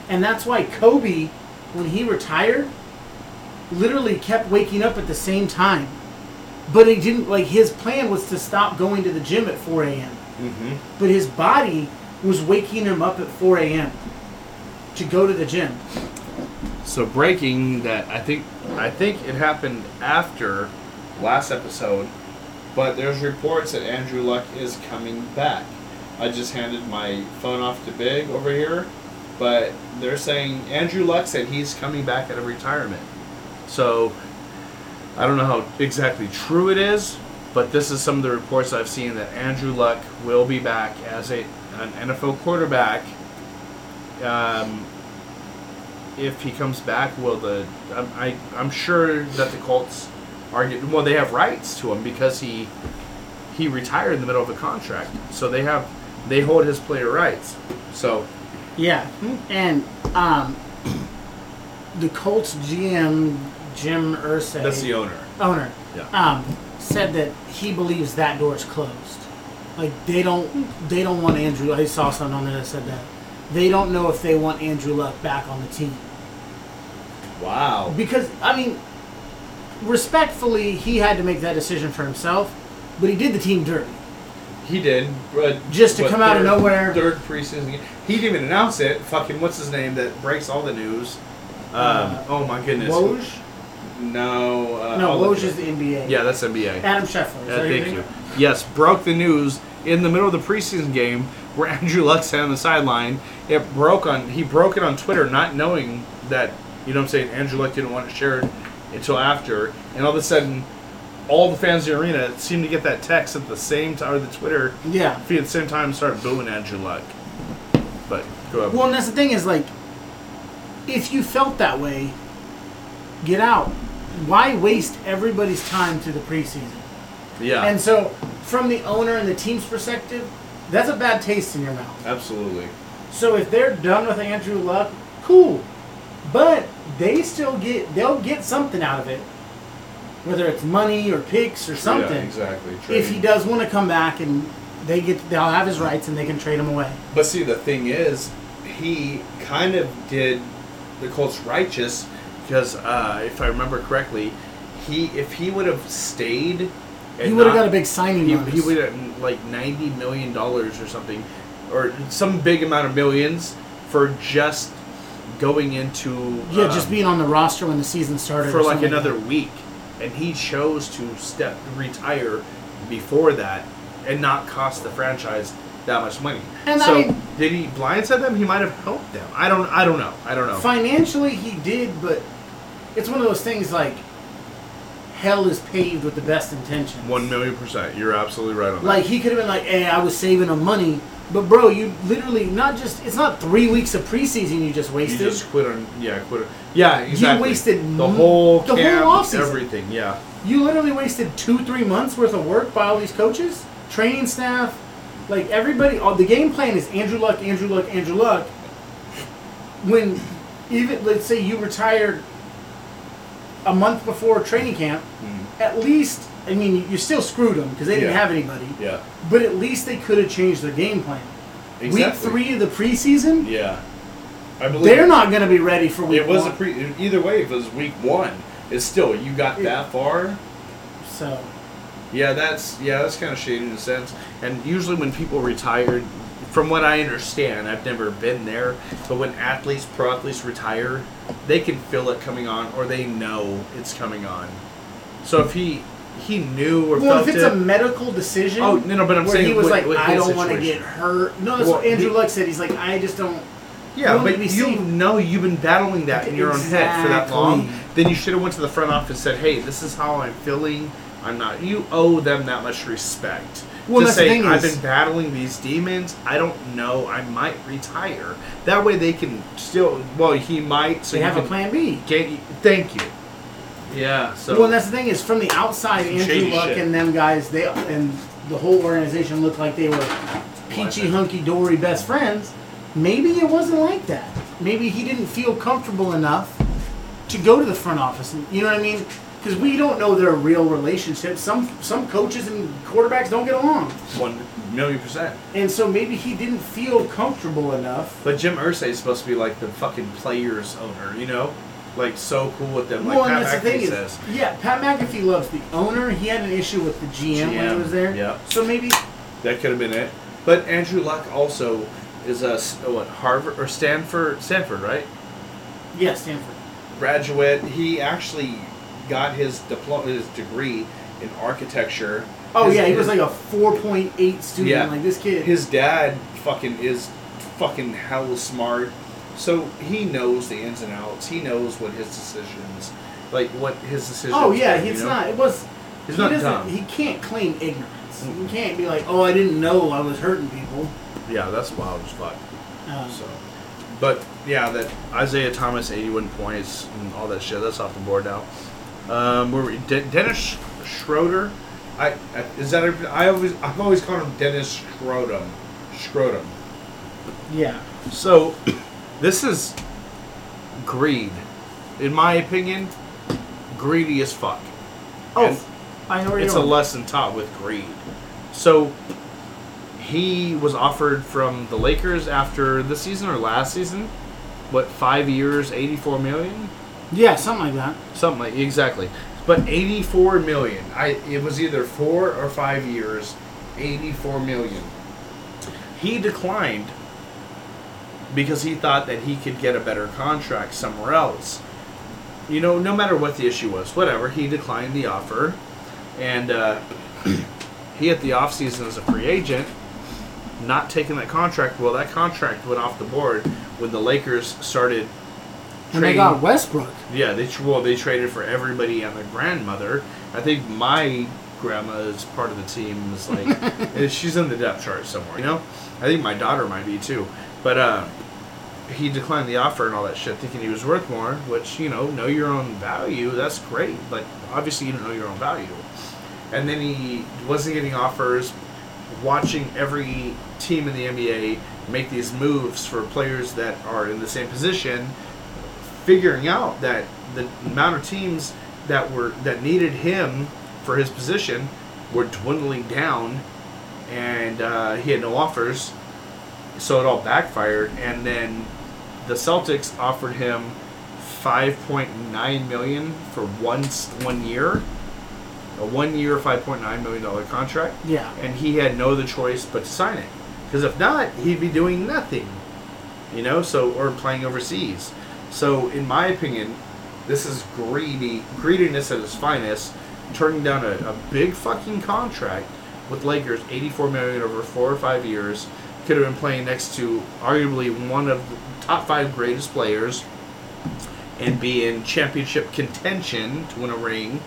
B: and that's why Kobe, when he retired, literally kept waking up at the same time, but he didn't like his plan was to stop going to the gym at 4 a.m. But his body was waking him up at 4 a.m. to go to the gym.
A: So breaking that, I think I think it happened after
C: last episode, but there's reports that Andrew Luck is coming back. I just handed my phone off to Big over here, but they're saying Andrew Luck said he's coming back out of retirement.
A: So I don't know how exactly true it is, but this is some of the reports I've seen that Andrew Luck will be back as a an NFL quarterback. Um, if he comes back, will the I'm, I I'm sure that the Colts are get- well they have rights to him because he he retired in the middle of a contract, so they have they hold his player rights. So
B: Yeah, and um, the Colts GM Jim Irsay,
A: that's the owner.
B: owner,
A: Yeah.
B: um, said that he believes that door is closed. Like they don't, they don't want Andrew. I saw something on there that said that they don't know if they want Andrew Luck back on the team
C: Wow.
B: because I mean, respectfully, he had to make that decision for himself, but he did the team dirty.
C: He did. uh,
B: Just to
C: what,
B: come out of
C: third-
B: nowhere.
C: Third preseason game. He didn't even announce it. Fucking what's his name that breaks all the news? Um,
B: Uh,
C: oh my goodness.
B: Woj?
C: No. Uh,
B: No,
C: I'll look it
B: Woj is
C: up.
B: the NBA.
A: Yeah, that's NBA.
B: Adam Scheffler.
A: Uh,
B: Is that your
A: thank
B: name?
A: you. Yes, broke the news in the middle of the preseason game where Andrew Luck sat on the sideline. It broke on he broke it on Twitter, not knowing that you know what I'm saying. Andrew Luck didn't want it shared until after, and all of a sudden, all the fans in the arena seemed to get that text at the same time, or the Twitter
B: Yeah.
A: feed at the same time, and started booing Andrew Luck. But go ahead.
B: Well, and that's the thing is like, if you felt that way, get out. Why waste everybody's time through the preseason?
A: yeah,
B: And so, from the owner and the team's perspective, that's a bad taste in your mouth.
C: Absolutely.
B: So if they're done with Andrew Luck, cool, but they still get they'll get something out of it, whether it's money or picks or something.
C: Yeah, exactly.
B: If he
C: Trade.
B: does want to come back and they get they'll have his rights and they can trade him away.
C: But see, the thing is, he kind of did the Colts righteous
A: because uh, if I remember correctly,
C: he if he would have stayed
A: and
B: he would have
A: not-
B: got a big signing
A: he,
B: bonus.
A: he would have like ninety million dollars or something, or some big amount of millions for just going into
B: Yeah,
A: um,
B: just being on the roster when the season started.
A: for
B: or
A: like
B: something
A: another
B: that.
A: week, and he chose to step retire before that and not cost the franchise that much money.
B: And I
A: so
B: mean-
A: did he blindside them? He might have helped them. I don't. I don't know. I don't know.
B: Financially, he did, but it's one of those things like hell is paved with the best intentions.
A: One million percent. You're absolutely right on that.
B: Like he could have been like, "Hey, I was saving him money," but bro, you literally not just it's not three weeks of preseason you just
A: You
B: wasted.
A: just quit on. Yeah, quit. On, yeah, exactly.
B: wasted
A: the
B: m-
A: whole
B: the whole
A: camp,
B: offseason.
A: everything. Yeah.
B: You literally wasted two, three months worth of work by all these coaches, training staff, like everybody. All the game plan is Andrew Luck, Andrew Luck, Andrew Luck. When even let's say you retired a month before training camp, at least I mean you still screwed them because they didn't
C: Mm-hmm. Yeah.
B: have anybody.
C: yeah
B: But at least they could have changed their game plan. Week three of the preseason,
C: yeah I believe
B: they're not going to be ready for week
C: it was
B: one.
C: a pre either way if it was week one it's still you got
B: Yeah.
C: that far
B: so
A: Yeah, that's yeah, that's kind of shady in a sense. And usually when people retire, from what I understand, I've never been there, but when athletes, pro athletes retire, they can feel it coming on, or they know it's coming on. So if he he knew or
B: well,
A: felt
B: if it's
A: it,
B: a medical decision,
A: oh no, no, but I'm
B: where
A: saying
B: he was
A: with-
B: like,
A: with
B: I
A: his
B: don't want to
A: situation.
B: get hurt. No, that's
A: Well,
B: what Andrew
A: he-
B: Luck said. He's like, I just don't.
A: Yeah,
B: Well,
A: but
B: we
A: you
B: see-
A: know you've been battling that in your own head for that
B: Exactly.
A: long. Then you should have went to the front office and said, "Hey, this is how I'm feeling. I'm not." You owe them that much respect
B: Well,
A: to
B: that's the
A: say,
B: thing
A: "I've
B: is-
A: been battling these demons. I don't know. I might retire." That way, they can still. Well, he might. So
B: they
A: you
B: have a
A: can
B: plan B.
A: Get, thank you. Yeah. So
B: well, and that's the thing is, from the outside,
A: Some
B: Andrew
A: shady
B: Luck
A: shit.
B: and them guys, they and the whole organization looked like they were peachy, hunky dory best friends. Maybe it wasn't like that. Maybe he didn't feel comfortable enough to go to the front office. You know what I mean? because we don't know their real relationship. Some some coaches and quarterbacks don't get along,
C: One million percent.
B: and so maybe he didn't feel comfortable enough.
C: But Jim Ursay is supposed to be like the fucking players owner, you know, like so cool with them. Like
B: well, and
C: Pat
B: that's the
C: McAfee
B: thing
C: says.
B: is, yeah, Pat McAfee loves the owner. He had an issue with the GM, when he
C: GM,
B: was there.
C: yep.
B: So maybe
C: That could have been it. But Andrew Luck also is a s- what Harvard or Stanford, Stanford, right?
B: yeah, Stanford.
C: Graduate. He actually got his diploma, his degree in architecture.
B: Oh
C: His-
B: yeah, he was
C: his-
B: like a 4.8 student.
C: Yeah.
B: Like this kid.
C: his dad fucking is fucking hella smart. So he knows the ins and outs. He knows what his decisions, like what his decisions.
B: oh yeah,
C: were, you
B: it's
C: know?
B: not. It was.
C: He's
B: he
C: not
B: doesn't-
C: dumb.
B: He can't claim ignorance. He can't be like, oh, I didn't know I was hurting people.
A: Yeah, that's wild as fuck.
B: Um,
A: So,
C: But yeah, that
A: Isaiah Thomas, 81 points and all that shit. That's off the board now. Um, where we, De- Dennis Schroeder.
C: I, I is that every- I always I've always called him Dennis Schrotum, Schrotum.
B: yeah.
A: So, this is greed. In my opinion, greedy as fuck.
B: Oh,
A: And-
B: I know where
A: it's
B: you're
A: a
B: going.
A: lesson taught with greed. So he was offered from the Lakers after this season or last season, what five years, eighty-four million,
B: Yeah, something like that.
A: something like exactly.
C: But eighty-four million. I it was either four or five years, eighty-four million.
A: He declined because he thought that he could get a better contract somewhere else. You know, no matter what the issue was, whatever, he declined the offer. And uh, he, at the offseason as a free agent, not taking that contract. Well, that contract went off the board when the Lakers started
B: And they
A: trading.
B: got Westbrook.
A: yeah, they tr- well they traded for everybody and their grandmother. I think my grandma is part of the team. Is like and she's in the depth chart somewhere. You know, I think my daughter might be too. But uh, he declined the offer and all that shit, thinking he was worth more. Which you know, know your own value. That's great. Like obviously you don't know your own value and then he wasn't getting offers. Watching every team in the NBA make these moves for players that are in the same position, figuring out that the amount of teams that were that needed him for his position were dwindling down, and uh, he had no offers, so it all backfired. And then the Celtics offered him five point nine million for one s- one year a one year, $5.9 million contract,
B: Yeah.
A: and he had no other choice but to sign it. Because if not, he'd be doing nothing, you know, so, or playing overseas. So, in my opinion, this is greedy, greediness at its finest, turning down a, a big fucking contract with Lakers, 84 million over four or five years. Could have been playing next to arguably one of the top five greatest players and be in championship contention to win a ring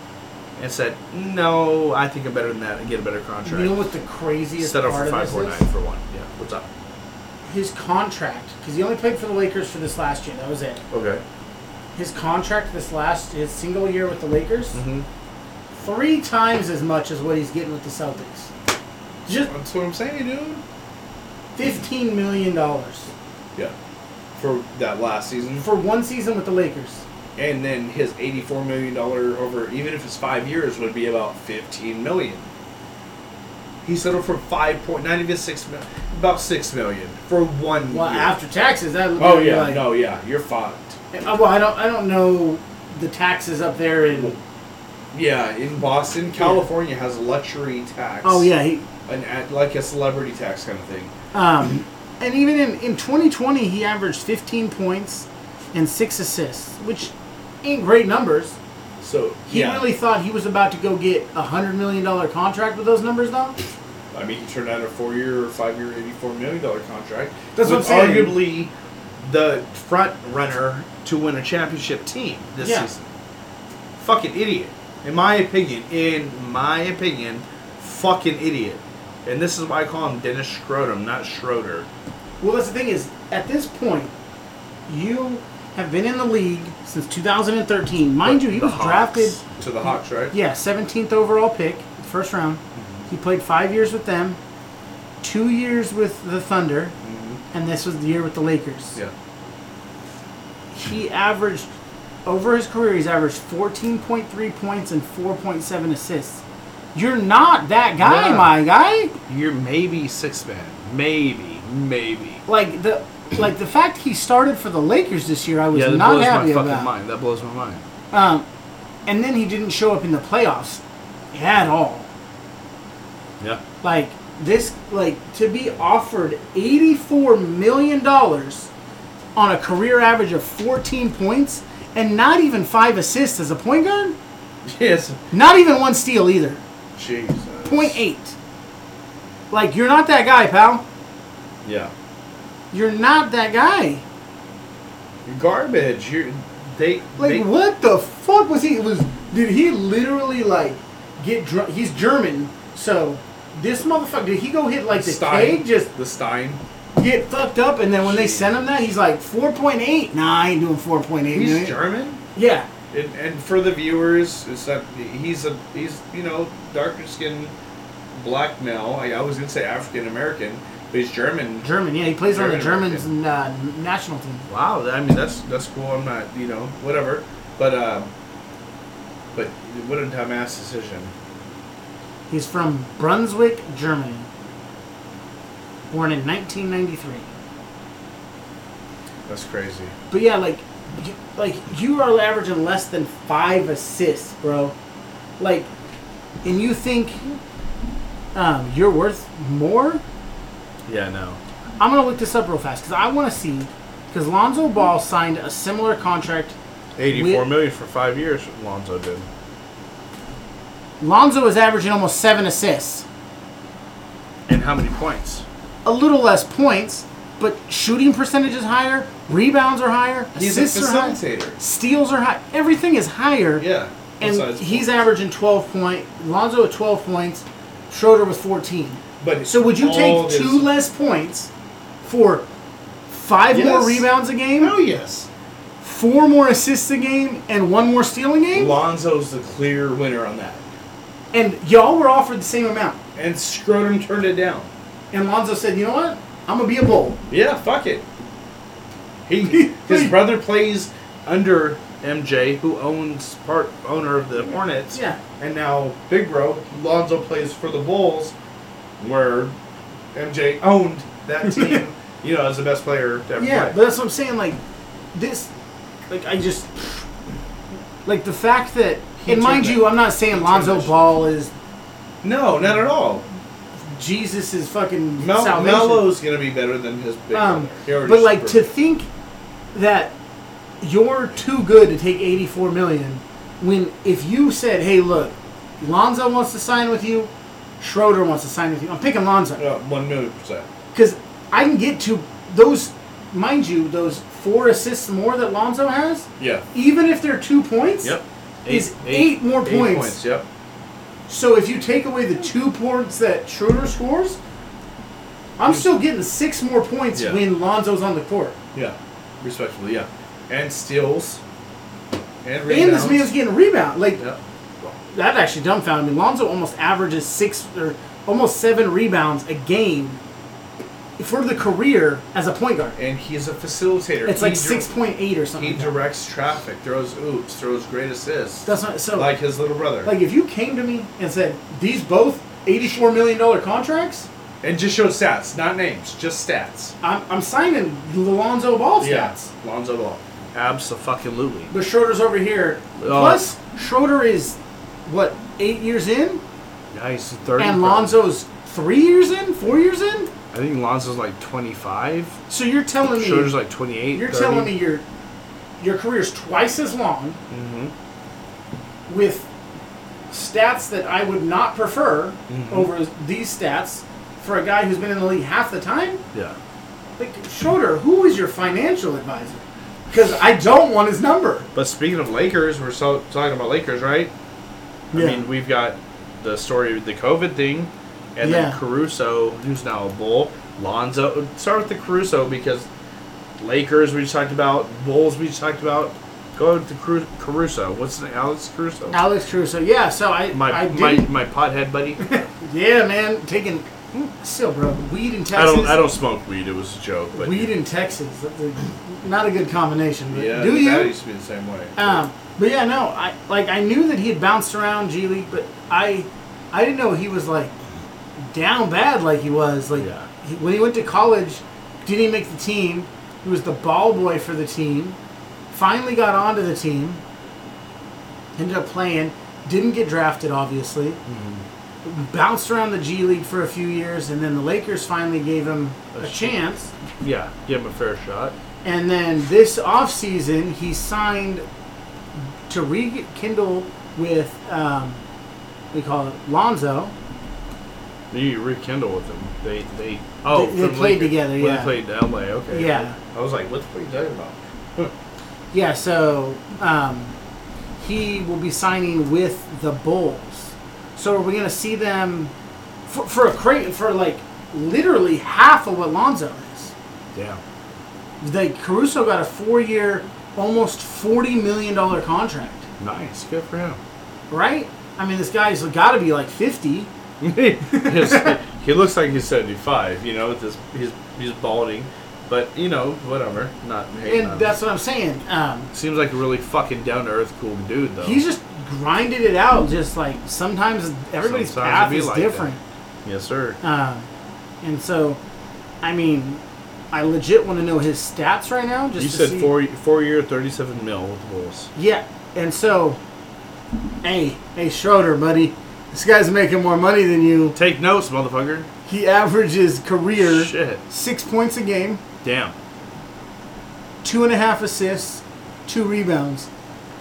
A: and said, "No, I think I'm better than that and get a better contract."
B: You know what the craziest
A: Set up
B: part
A: for five
B: of
A: four
B: this
A: nine
B: is?
A: for one. Yeah, what's up?
B: His contract, because he only played for the Lakers for this last year. That was it.
A: Okay.
B: His contract this last his single year with the Lakers,
A: Mm-hmm.
B: three times as much as what he's getting with the Celtics. Just
C: That's what I'm saying, dude.
B: fifteen million dollars
C: Yeah, for that last
A: Mm-hmm.
C: season,
B: for one season with the Lakers.
C: and then his eighty-four million dollar over, even if it's five years, would be about fifteen million. He settled for five point nine, even six, mil- about six million for one.
B: Well,
C: year.
B: after taxes, that would
C: Oh
B: be
C: yeah,
B: like-
C: no, yeah, you're fucked.
B: Uh, Well, I don't, I don't know the taxes up there in.
C: Yeah, in Boston, California has a luxury tax.
B: Oh yeah, he,
C: an ad, like a celebrity tax kind of thing.
B: Um, and even in, in 2020, he averaged 15 points and six assists, which ain't great numbers.
C: So
B: He
C: yeah,
B: really thought he was about to go get a hundred million dollar contract with those numbers, though.
C: I mean, he turned out a four-year or five-year, eighty-four million dollar contract.
B: That's what
C: with
B: I'm saying.
C: Arguably,
A: The front runner to win a championship team this
B: Yeah.
A: season. Fucking idiot. In my opinion, in my opinion, fucking idiot. And this is why I call him Dennis Schroeder, not Schroeder.
B: Well, that's the thing is, at this point, you have been in the league since 2013. Mind you, he
A: The
B: was
A: Hawks.
B: drafted,
C: to the Hawks, right?
B: yeah, 17th overall pick, first round. He played five years with them, two years with the Thunder, Mm-hmm. and this was the year with the Lakers.
C: Yeah.
B: he averaged over his career, he's averaged 14.3 points and 4.7 assists. You're not that guy,
A: No.
B: my guy.
A: You're maybe six man, maybe, maybe.
B: Like the like the fact he started for the Lakers this year, I was
A: Yeah, that
B: not
A: blows my
B: happy
A: fucking
B: about.
A: mind. That blows my mind.
B: Um, and then he didn't show up in the playoffs at all.
A: Yeah.
B: Like this, like to be offered eighty-four million dollars on a career average of fourteen points and not even five assists as a point guard,
C: Yes.
B: not even one steal either.
C: Jesus.
B: Point eight. Like you're not that guy, pal.
A: Yeah.
B: You're not that guy.
C: Garbage. You. They.
B: Like
C: they,
B: what the fuck was he? Was did he literally like get drunk? He's German, so this motherfucker did he go hit like the
C: Stein.
B: keg? Just
C: the Stein.
B: get fucked up, and then when they sent him that, he's like four point eight. Nah, I ain't doing four point eight.
C: He's German.
B: Yeah,
C: And, and for the viewers, it's that he's a he's you know darker skinned black male. I, I was gonna say African American, but he's German.
B: German. Yeah, he plays on the
C: German,
B: Germans uh, national team.
A: Wow. I mean,
C: That's that's cool. I'm not you know whatever, but uh, but what a dumbass decision.
B: He's from Brunswick, Germany. Born in 1993.
C: That's crazy.
B: But yeah, like, you, like you are averaging less than five assists, bro. Like, and you think um, you're worth more?
A: yeah. No.
B: I'm gonna look this up real fast because I want to see because Lonzo Ball signed a similar contract.
A: Eighty-four
B: We-
A: million for five years. Lonzo did.
B: Lonzo is averaging almost seven assists,
A: And how many points?
B: a little less points, but shooting percentage is higher, rebounds are higher,
C: He's a
B: assists are high,
C: facilitator.
B: steals are high, everything is higher.
C: Yeah.
B: and
C: besides-
B: he's averaging 12 point. Lonzo at 12 points, Schroeder with 14.
C: But
B: So would you
C: all
B: take
C: this-
B: two less points for five more
C: Yes.
B: rebounds a game,
C: Hell yes.
B: four more assists a game, and one more steal a game?
C: Lonzo's the clear winner on that,
B: And y'all were offered the same amount.
C: and Scrotum turned it down.
B: And Lonzo said, "You know what? I'm gonna be a bull."
C: Yeah, fuck it. He his brother plays under
A: MJ, who owns part owner of the Hornets.
B: Yeah.
C: and now Big Bro Lonzo plays for the Bulls, where MJ owned that team. you know, as the best player to ever
B: Yeah,
C: play.
B: but that's what I'm saying. Like this, like I just like the fact that, and
C: turned
B: mind
C: that-
B: you, I'm not saying
C: he
B: Lonzo
C: turned that-
B: Ball is
C: No, not at all.
B: Jesus' is fucking
C: Mel-
B: salvation.
C: Melo's gonna be better than his big
B: um,
C: brother. He already
B: but like to
C: proved
B: think that you're too good to take 84 million when if you said, "Hey, look, Lonzo wants to sign with you, Schroeder wants to sign with you," I'm picking Lonzo.
C: it. Uh, one million percent.
B: Because I can get to those, mind you, those four assists more that Lonzo has,
C: Yeah.
B: even if they're two points.
A: Yep.
B: Is eight more points.
C: Eight points. Yep.
B: So if you take away the two points that Schroeder scores, I'm still getting six more points
C: Yeah.
B: when Lonzo's on the court.
C: Yeah. Respectfully. Yeah. And steals. And
B: And
C: rebounds.
B: this man's getting a rebound. Like
C: Yep.
B: that actually dumbfounded me. Lonzo almost averages six or almost seven rebounds a game for the career as a point guard.
C: And he's a facilitator.
B: It's like
C: He dir-
B: six point eight or
C: He
B: something. like that.
C: directs traffic, throws oops, throws great assists.
B: That's not so.
C: like his little brother.
B: Like if you came to me and said these both eighty-four million dollar contracts,
C: And just show stats, not names, just stats.
B: I'm, I'm signing Lonzo Ball stats.
C: Yeah, Lonzo Ball.
A: Absolutely.
B: But Schroeder's over here.
A: Oh.
B: Plus Schroeder is what eight years in,
A: Yeah, he's thirty.
B: and
A: probably.
B: Lonzo's three years in, four years in.
A: I think Lonzo's like twenty-five.
B: So you're telling me
A: Schroeder's like twenty-eight.
B: you're
A: 30.
B: telling me your your career's twice as long
A: Mm-hmm.
B: with stats that I would not prefer
A: Mm-hmm.
B: over these stats for a guy who's been in the league half the time?
A: Yeah.
B: Like Schroeder, who is your financial advisor? Because I don't want his number.
A: But speaking of Lakers, we're so, talking about Lakers, right? I mean, we've got the story of the COVID thing, and
B: Yeah.
A: then Caruso, who's now a Bull. Lonzo. Start with the Caruso because Lakers we just talked about, Bulls we just talked about. Go to Caru- Caruso. What's the Alex Caruso?
B: Alex Caruso, yeah. So I,
A: my
B: I
A: my
B: did,
A: my pothead buddy.
B: yeah, man, taking Still, bro, weed in Texas.
A: I don't. I don't smoke weed. It was a joke. But
B: weed in Texas, not a good combination. But
C: Yeah,
B: do you?
C: that used to be the same way.
B: Um, but yeah, no, I like I knew that he had bounced around G League, but I I didn't know he was like down bad like he was. Like
A: Yeah.
B: he, when he went to college, didn't he make the team? He was the ball boy for the team. Finally got onto the team. Ended up playing. Didn't get drafted, obviously.
A: Mm-hmm.
B: Bounced around the G League for a few years, and then the Lakers finally gave him
A: A
B: a
A: sh-
B: chance.
A: yeah, give him a fair shot.
B: And then this offseason, he signed to rekindle with, um, we call it Lonzo.
A: You rekindle with them. They they oh
B: They- they
A: from
B: played
A: Lincoln-
B: together,
A: when
B: yeah.
A: they played in L.A. Okay.
B: Yeah.
C: I was like, what the fuck are you talking about?
B: Yeah, so um, he will be signing with the Bulls. So are we going to see them for, for a crate, for like literally half of what Lonzo is?
A: Yeah.
B: They, Caruso got a four year, almost $40 million contract,
A: Nice. Good for him.
B: right? I mean, this guy's got to be like 50.
A: His- he looks like he's seventy-five. You know, with this he's he's balding, but you know whatever. Not hating on him.
B: And that's what I'm saying. Um,
A: Seems like a really fucking down to earth cool dude though.
B: He's just grinded it out. Just like sometimes everybody's
A: Sometimes
B: path
A: it be
B: is
A: like
B: different.
A: yes sir.
B: Uh, and so, I mean, I legit want to know his stats right now. Just
A: You
B: to
A: said
B: see.
A: four four year thirty seven mil with the Bulls.
B: Yeah, and so, hey, hey Schroeder, buddy, this guy's making more money than you.
A: Take notes, motherfucker.
B: He averages career
A: Shit.
B: six points a game,
A: Damn.
B: two and a half assists, two rebounds,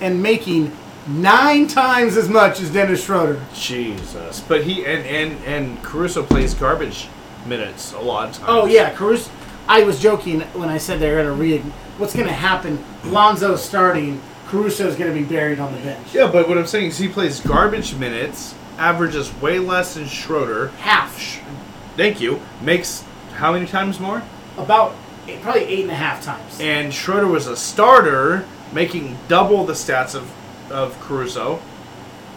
B: and making nine times as much as Dennis Schroeder.
A: Jesus. But he and and and Caruso plays garbage minutes a lot of times.
B: Oh yeah, Caruso. I was joking when I said they're going to read. What's going to happen? Lonzo's starting. Caruso's going to be buried on the bench.
A: Yeah, but what I'm saying is he plays garbage minutes, averages way less than Schroeder.
B: Half,
A: Sh- Thank you. Makes how many times more?
B: about eight, probably eight and a half times.
A: And Schroeder was a starter, making double the stats of of Caruso.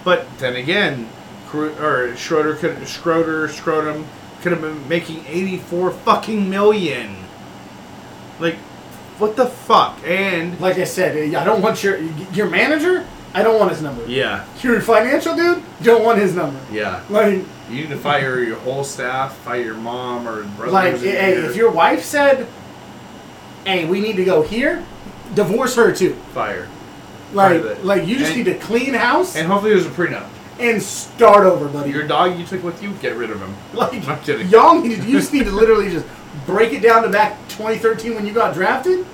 A: But then again, Caru- or Schroeder could Schroeder Scrotum could have been making 84 fucking million. Like, what the fuck? And
B: like I said, eh, I don't want your your manager. I don't want his number.
A: yeah,
B: Your financial dude don't want his number.
A: yeah.
B: Like,
C: You need to fire your whole staff, fire your mom or brother.
B: like hey, if your wife said, "Hey, we need to go here," divorce her too.
A: Fire.
B: Like,
A: Private.
B: like you just
C: And-
B: need to clean house
C: and
B: and,
C: hopefully there's a prenup.
B: start over, buddy.
C: Your dog you took with you, get rid of him.
B: Like,
C: I'm kidding.
B: y'all need to, you just need to literally just break it down to back 2013 when you got drafted.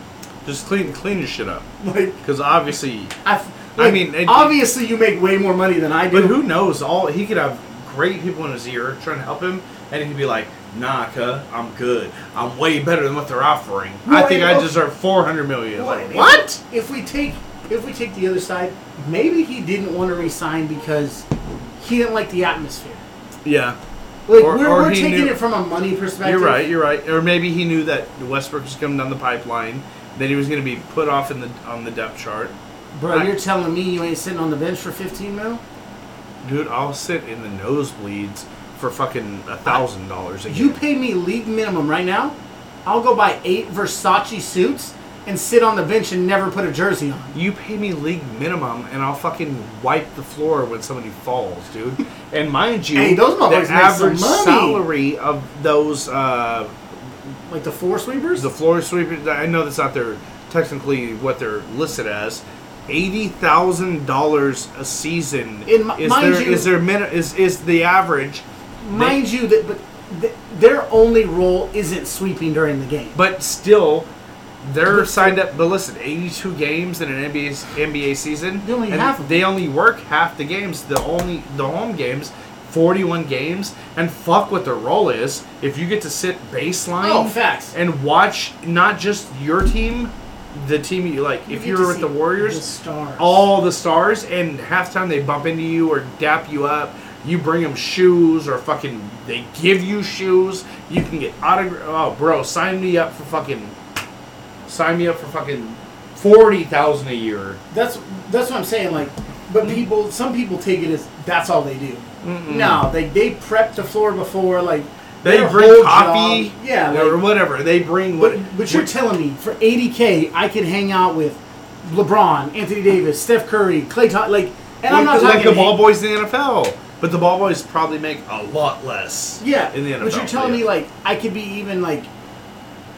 A: Just clean clean your shit up.
B: Like,
A: Because obviously,
B: I, f-
A: I
B: like,
A: mean, it-
B: obviously you make way more money than I do.
A: but who knows? All he could have great people in his ear trying to help him, and he'd be like, "Nah, cuh, I'm good. I'm way better than what they're offering. I
B: Well,
A: think
B: and
A: I
B: look-
A: deserve 400 million."
B: Well,
A: Like,
B: if-
A: what?
B: If we take if we take the other side, maybe he didn't want to resign because he didn't like the atmosphere.
A: Yeah,
B: Like
A: Or-
B: we're,
A: or
B: we're
A: he
B: taking
A: knew-
B: it from a money perspective.
A: you're right. You're right. Or maybe he knew that Westbrook was coming down the pipeline, that he was going to be put off in the on the depth chart.
B: bro.
A: I-
B: You're telling me you ain't sitting on the bench for 15 mil?
A: Dude, I'll sit in the nosebleeds for fucking a thousand dollars a
B: You
A: game.
B: pay me league minimum right now, I'll go buy eight Versace suits and sit on the bench and never put a jersey on.
A: You pay me league minimum, and I'll fucking wipe the floor when somebody falls, dude. And mind you,
B: Hey, those motherfuckers
A: the
B: make some
A: average
B: money.
A: salary of those uh,
B: Like the floor sweepers?
A: the floor sweepers. I know that's not their technically what they're listed as. Eighty thousand dollars a season
B: In mi-
A: is
B: mind
A: their
B: you-
A: is their min- is is the average.
B: Mind you, that but th- their only role isn't sweeping during the game.
A: But still, they're signed up. But listen, eighty-two games in an NBA s- NBA season.
B: They only
A: and
B: half of
A: They only work half the games. The only the home games, forty-one games, and fuck what their role is. If you get to sit baseline,
B: Oh, facts.
A: and watch not just your team, the team you like. if
B: get
A: you're
B: to
A: with
B: see
A: the Warriors,
B: the stars.
A: all the stars, and halftime they bump into you or dap you up. You bring them shoes or fucking they give you shoes. You can get autograph. Oh, bro, sign me up for fucking. Sign me up for fucking forty thousand a year.
B: That's that's what I'm saying. Like, but people, some people take it as that's all they do. No, they they prep the floor before. Like,
A: They
B: their
A: bring
B: whole
A: coffee,
B: job- yeah,
A: or
B: like-
A: whatever. They bring what.
B: But, but you're telling me for 80k, I could hang out with LeBron, Anthony Davis, Steph Curry, Clay Thompson, like, and
A: like
B: I'm not
A: the,
B: talking
A: like the
B: hang-
A: ball boys in the NFL, but the ball boys probably make a lot less.
B: Yeah,
A: in the NFL,
B: but you're telling
A: yeah.
B: me like I could be even like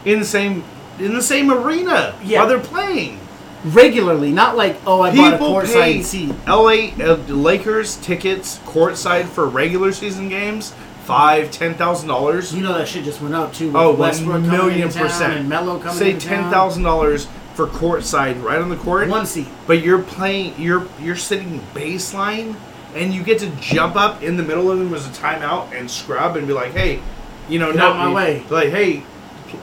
A: in the same in the same arena
B: Yeah.
A: while they're playing.
B: regularly, not like oh I bought a
A: People pay
B: courtside seat.
A: LA uh, Lakers tickets courtside for regular season games five ten thousand dollars.
B: You know that shit just went up too. With
A: Oh,
B: Westbrook
A: one
B: coming
A: million
B: into town
A: percent.
B: and Melo coming.
A: Say
B: into town.
A: ten thousand dollars for courtside, right on the court.
B: One seat.
A: But you're playing. You're you're sitting baseline, and you get to jump up in the middle of them as a timeout and scrub and be like, hey, you know,
B: Get
A: no
B: out my way.
A: Like, hey,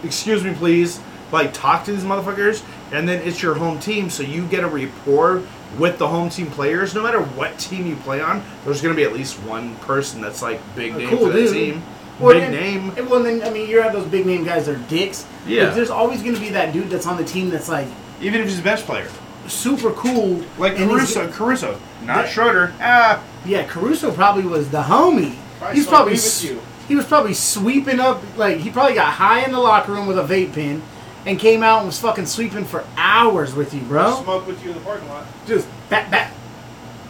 A: excuse me, please. Like, talk to these motherfuckers, and then it's your home team, so you get a rapport with the home team players. No matter what team you play on, there's gonna be at least one person that's like big
B: A
A: name
B: cool
A: for that
B: dude.
A: team.
B: Well,
A: big
B: then-
A: name.
B: and- Well, then I mean you have those big name guys. They're dicks.
A: Yeah.
B: Like, there's always going to be that dude that's on the team that's like
A: Even if he's a bench player.
B: super cool.
A: Like
B: and he's-
A: Caruso, Caruso, not
B: Yeah.
A: Schroeder. Ah,
B: Yeah, Caruso probably was the homie.
C: Christ,
B: He's
C: I
B: probably
C: agree with
B: s-
C: you.
B: he was probably sweeping up like he probably got high in the locker room with a vape pen and came out and was fucking sweeping for hours with you,
A: Oh.
B: bro.
C: Smoke with you in the parking lot.
B: Just bat bat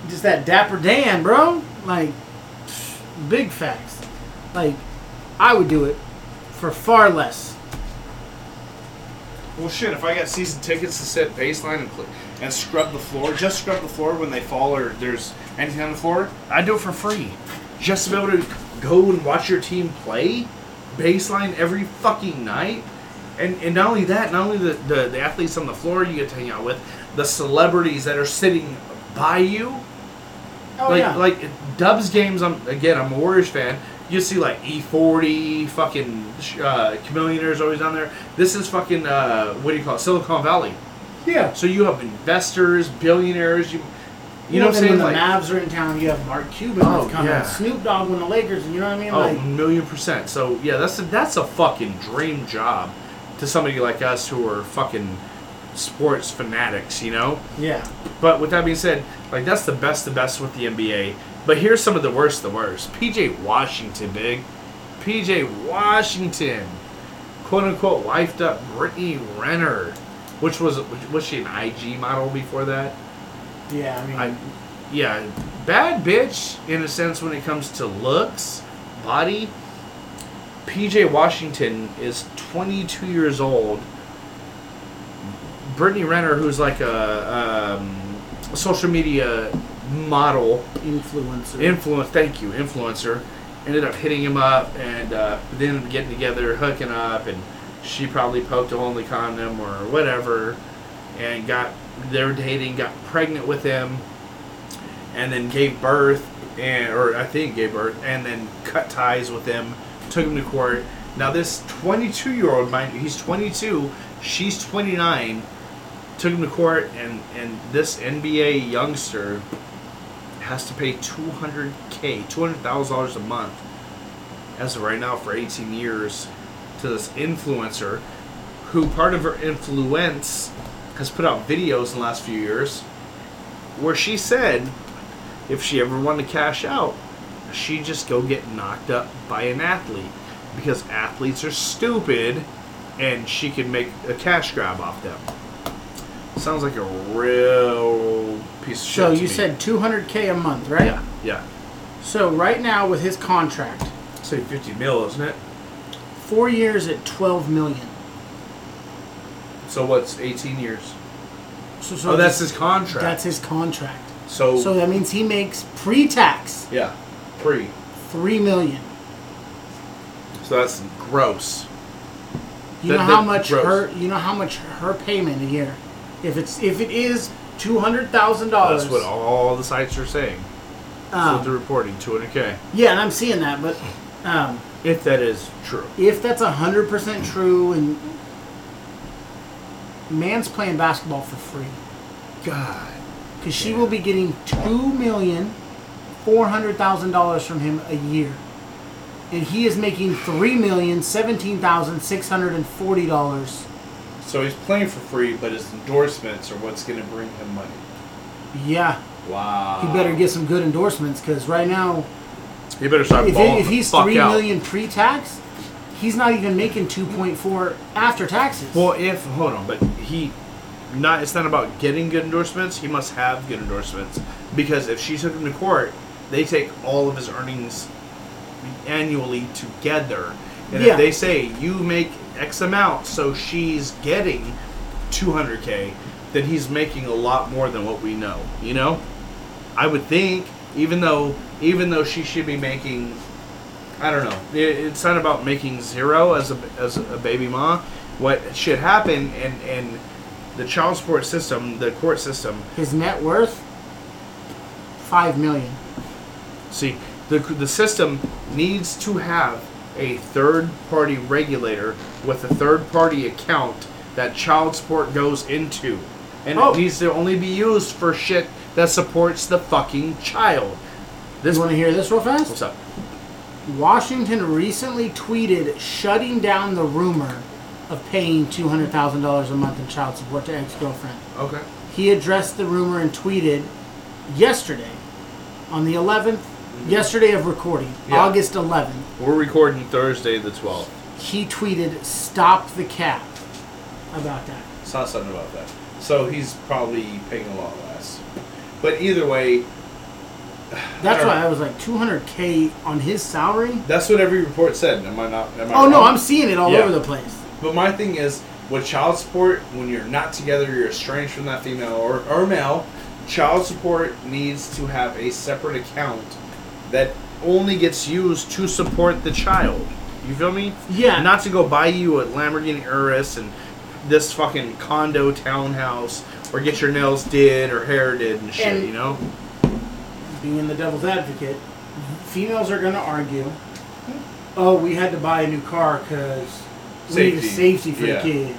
B: just that dapper Dan, bro. Like pff, big facts. Like I would do it for far less.
A: well, shit. If I got season tickets to set baseline and play, and scrub the floor, just scrub the floor when they fall or there's anything on the floor, I'd do it for free. Just to be able to go and watch your team play baseline every fucking night. And, and not only that, not only the, the, the athletes on the floor you get to hang out with, the celebrities that are sitting by you,
B: Oh
A: like
B: yeah.
A: like Dubs games. I'm again. I'm a Warriors fan. You see like E40, fucking uh, Chameleonaires always on there. This is fucking uh, what do you call it? Silicon Valley.
B: yeah.
A: So you have investors, billionaires. You you know what I'm
B: then
A: saying?
B: When
A: Like
B: the Mavs are in town, you have Mark Cuban
A: Oh,
B: that's coming.
A: yeah.
B: Snoop Dogg when the Lakers, you know what I mean?
A: oh,
B: like
A: a million percent. So yeah, that's a, that's a fucking dream job to somebody like us who are fucking sports fanatics. You know.
B: yeah.
A: But with that being said, like that's the best, the best with the NBA. But here's some of the worst, the worst. PJ Washington, big. PJ Washington, quote unquote, wifed up Brittany Renner, which was was she an IG model before that?
B: Yeah, I mean
A: I, yeah, bad bitch in a sense when it comes to looks, body. PJ Washington is 22 years old. Brittany Renner, who's like a um, social media model
B: influencer.
A: influence, thank you, influencer, ended up hitting him up and uh, then getting together, hooking up, and she probably poked a hole in the condom or whatever, and got their dating, got pregnant with him, and then gave birth, and or I think gave birth, and then cut ties with him, took him to court. Now this 22 year old, mind you, he's 22, she's 29. Took him to court, and and this NBA youngster has to pay 200k, $200,000 a month as of right now for 18 years to this influencer who part of her influence has put out videos in the last few years where she said if she ever wanted to cash out, she just go get knocked up by an athlete because athletes are stupid and she could make a cash grab off them. Sounds like a real piece of shit.
B: So
A: to
B: you
A: me.
B: said 200k a month, right?
A: Yeah, yeah.
B: So right now with his contract,
A: Say 50 mil, isn't it?
B: 4 years at 12 million.
A: So what's 18 years?
B: So, so
A: Oh, that's
B: his, Oh.
A: his contract.
B: that's his contract.
A: so,
B: So that means he makes pre-tax
A: yeah, pre.
B: 3 million.
A: So that's gross.
B: You
A: That-
B: know how
A: that-
B: much
A: gross.
B: her you know how much her payment a year. If it's if it is $200,000.
A: That's what all the sites are saying. That's
B: um,
A: what they're reporting. 200k.
B: Yeah, and I'm seeing that, but um,
A: If that is true.
B: if that's 100% true and man's playing basketball for free.
A: God.
B: because she will be getting two million four hundred thousand dollars from him a year, and he is making three million seventeen thousand six hundred and forty dollars.
C: So he's playing for free, but his endorsements are what's going to bring him money.
B: Yeah,
C: Wow.
B: he better get some good endorsements because right now,
A: He better start
B: if,
A: balling
B: he, if
A: the
B: he's
A: fuck
B: three
A: out.
B: million pre-tax, he's not even making 2.4 after taxes.
A: Well, if hold on, but he not it's not about getting good endorsements. He must have good endorsements because if she took him to court, they take all of his earnings annually together, and
B: Yeah.
A: if they say you make X amount, so she's getting 200k, then he's making a lot more than what we know. You know, I would think even though even though she should be making I don't know. It, it's not about making zero as a as a baby mom. What should happen and and the child support system, the court system.
B: his net worth, five million.
A: See, the the system needs to have a third party regulator with a third party account that child support goes into, and
B: Oh.
A: it needs to only be used for shit that supports the fucking child. This
B: You want to hear this real
A: what's
B: fast?
A: up?
B: Washington recently tweeted shutting down the rumor of paying two hundred thousand dollars a month in child support to ex-girlfriend.
C: Okay.
B: He addressed the rumor and tweeted yesterday, on the 11th, yesterday of recording,
A: Yeah.
B: August 11th.
A: We're recording Thursday the twelfth.
B: He tweeted, "Stop the cap." About that.
C: Saw something about that. So he's probably paying a lot less. But either way,
B: That's
C: Alright.
B: why I was like 200k on his salary.
C: that's what every report said. Am I not? Am I
B: Oh no,
C: wrong?
B: I'm seeing it all
C: Yeah.
B: over the place.
C: But my thing is, with child support, when you're not together, you're estranged from that female or, or male, child support needs to have a separate account that
A: only gets used to support the child. You feel me?
B: Yeah.
A: Not to go buy you a Lamborghini Urus and this fucking condo townhouse or get your nails did or hair did and shit,
B: And-
A: you know?
B: being the devil's advocate, females are going to argue, oh, we had to buy a new car because we needed
C: Safety.
B: safety for
C: Yeah.
B: the kid.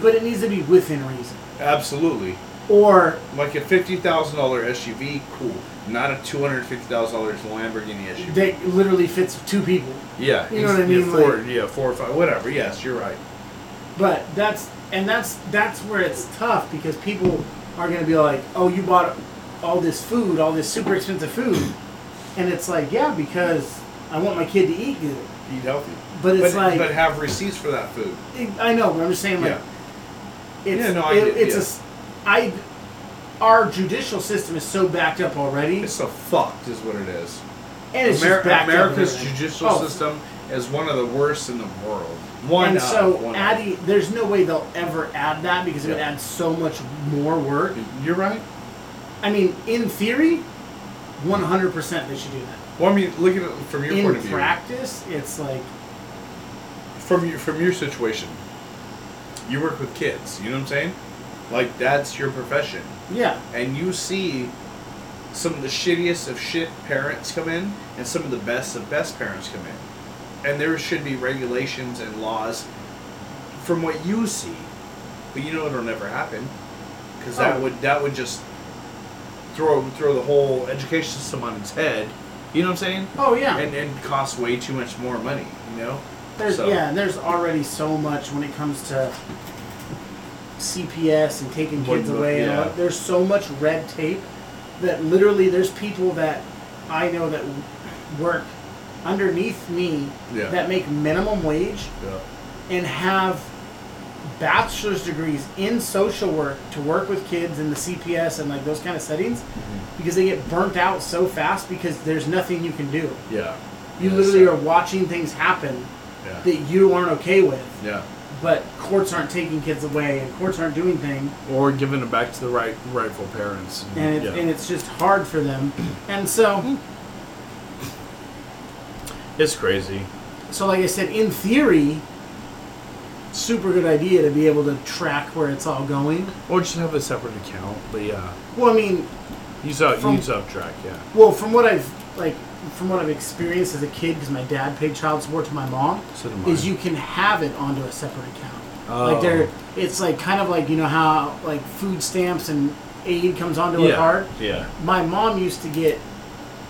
B: But it needs to be within reason.
C: absolutely
B: Or,
C: like a fifty thousand dollar SUV, cool. Not a two hundred fifty thousand dollars Lamborghini SUV.
B: that literally fits two people.
C: yeah,
B: you know what I
C: yeah,
B: mean,
C: Four,
B: like-
C: yeah, four or five, whatever. Yes, you're right.
B: But that's, and that's, that's where it's tough because people are going to be like, oh, you bought all this food, all this super expensive food. And it's like, yeah, because I want my kid to eat good.
C: Eat healthy,
B: But it's
C: but,
B: like,
C: but have receipts for that food.
B: I know, but I'm just saying, like,
C: Yeah.
B: it's,
C: Yeah, no, I
B: it-
C: get-
B: it's
C: yeah.
B: a s I our judicial system is so backed up already,
C: It's so fucked, is what it is.
B: and it's
C: Ameri-
B: just backed up
C: America's
B: already.
C: judicial
B: Oh,
C: system is one of the worst in the world. One
B: And
C: of,
B: so
C: one of.
B: adding, there's no way they'll ever add that because it would
C: Yeah.
B: add so much more work.
C: You're right.
B: I mean, in theory, 100 percent they should do that.
C: Well, I mean, look at it from your point
B: In
C: of view.
B: practice, it's like
C: From your from your situation, you work with kids. You know what I'm saying? Like that's your profession,
B: yeah,
C: and you see some of the shittiest of shit parents come in, and some of the best of best parents come in, and there should be regulations and laws from what you see, but you know it'll never happen because that
B: Oh.
C: would that would just
A: Throw throw the whole education system on its head. You know what I'm saying?
B: oh yeah,
C: and and cost way too much more money. You know.
B: There's
C: So-
B: yeah, there's already so much when it comes to CPS and taking
C: What-
B: kids away. and all
C: yeah.
B: that. There's so much red tape that literally there's people that I know that work underneath me
C: Yeah.
B: that make minimum wage
C: Yeah.
B: and have bachelor's degrees in social work to work with kids in the CPS and like those kind of settings because they get burnt out so fast because there's nothing you can do.
C: Yeah.
B: You
C: Yeah,
B: literally
C: so-
B: are watching things happen
C: Yeah.
B: that you aren't okay with,
C: yeah.
B: but courts aren't taking kids away and courts aren't doing things,
A: Or giving it back to the right rightful parents.
B: and, it,
A: yeah.
B: and it's just hard for them. And so,
A: it's crazy.
B: so like I said, in theory, super good idea to be able to track where it's all going.
A: Or Oh, just have a separate account. But yeah,
B: Well, I mean,
A: use up
B: From-
A: use up track. Yeah.
B: well, from what I've like, from what I've experienced as a kid, because my dad paid child support to my mom,
A: So do
B: is
A: mine.
B: you can have it onto a separate account.
A: Oh.
B: Like they're, it's like kind of like you know how like food stamps and aid comes onto a card.
A: Yeah.
B: my mom used to get,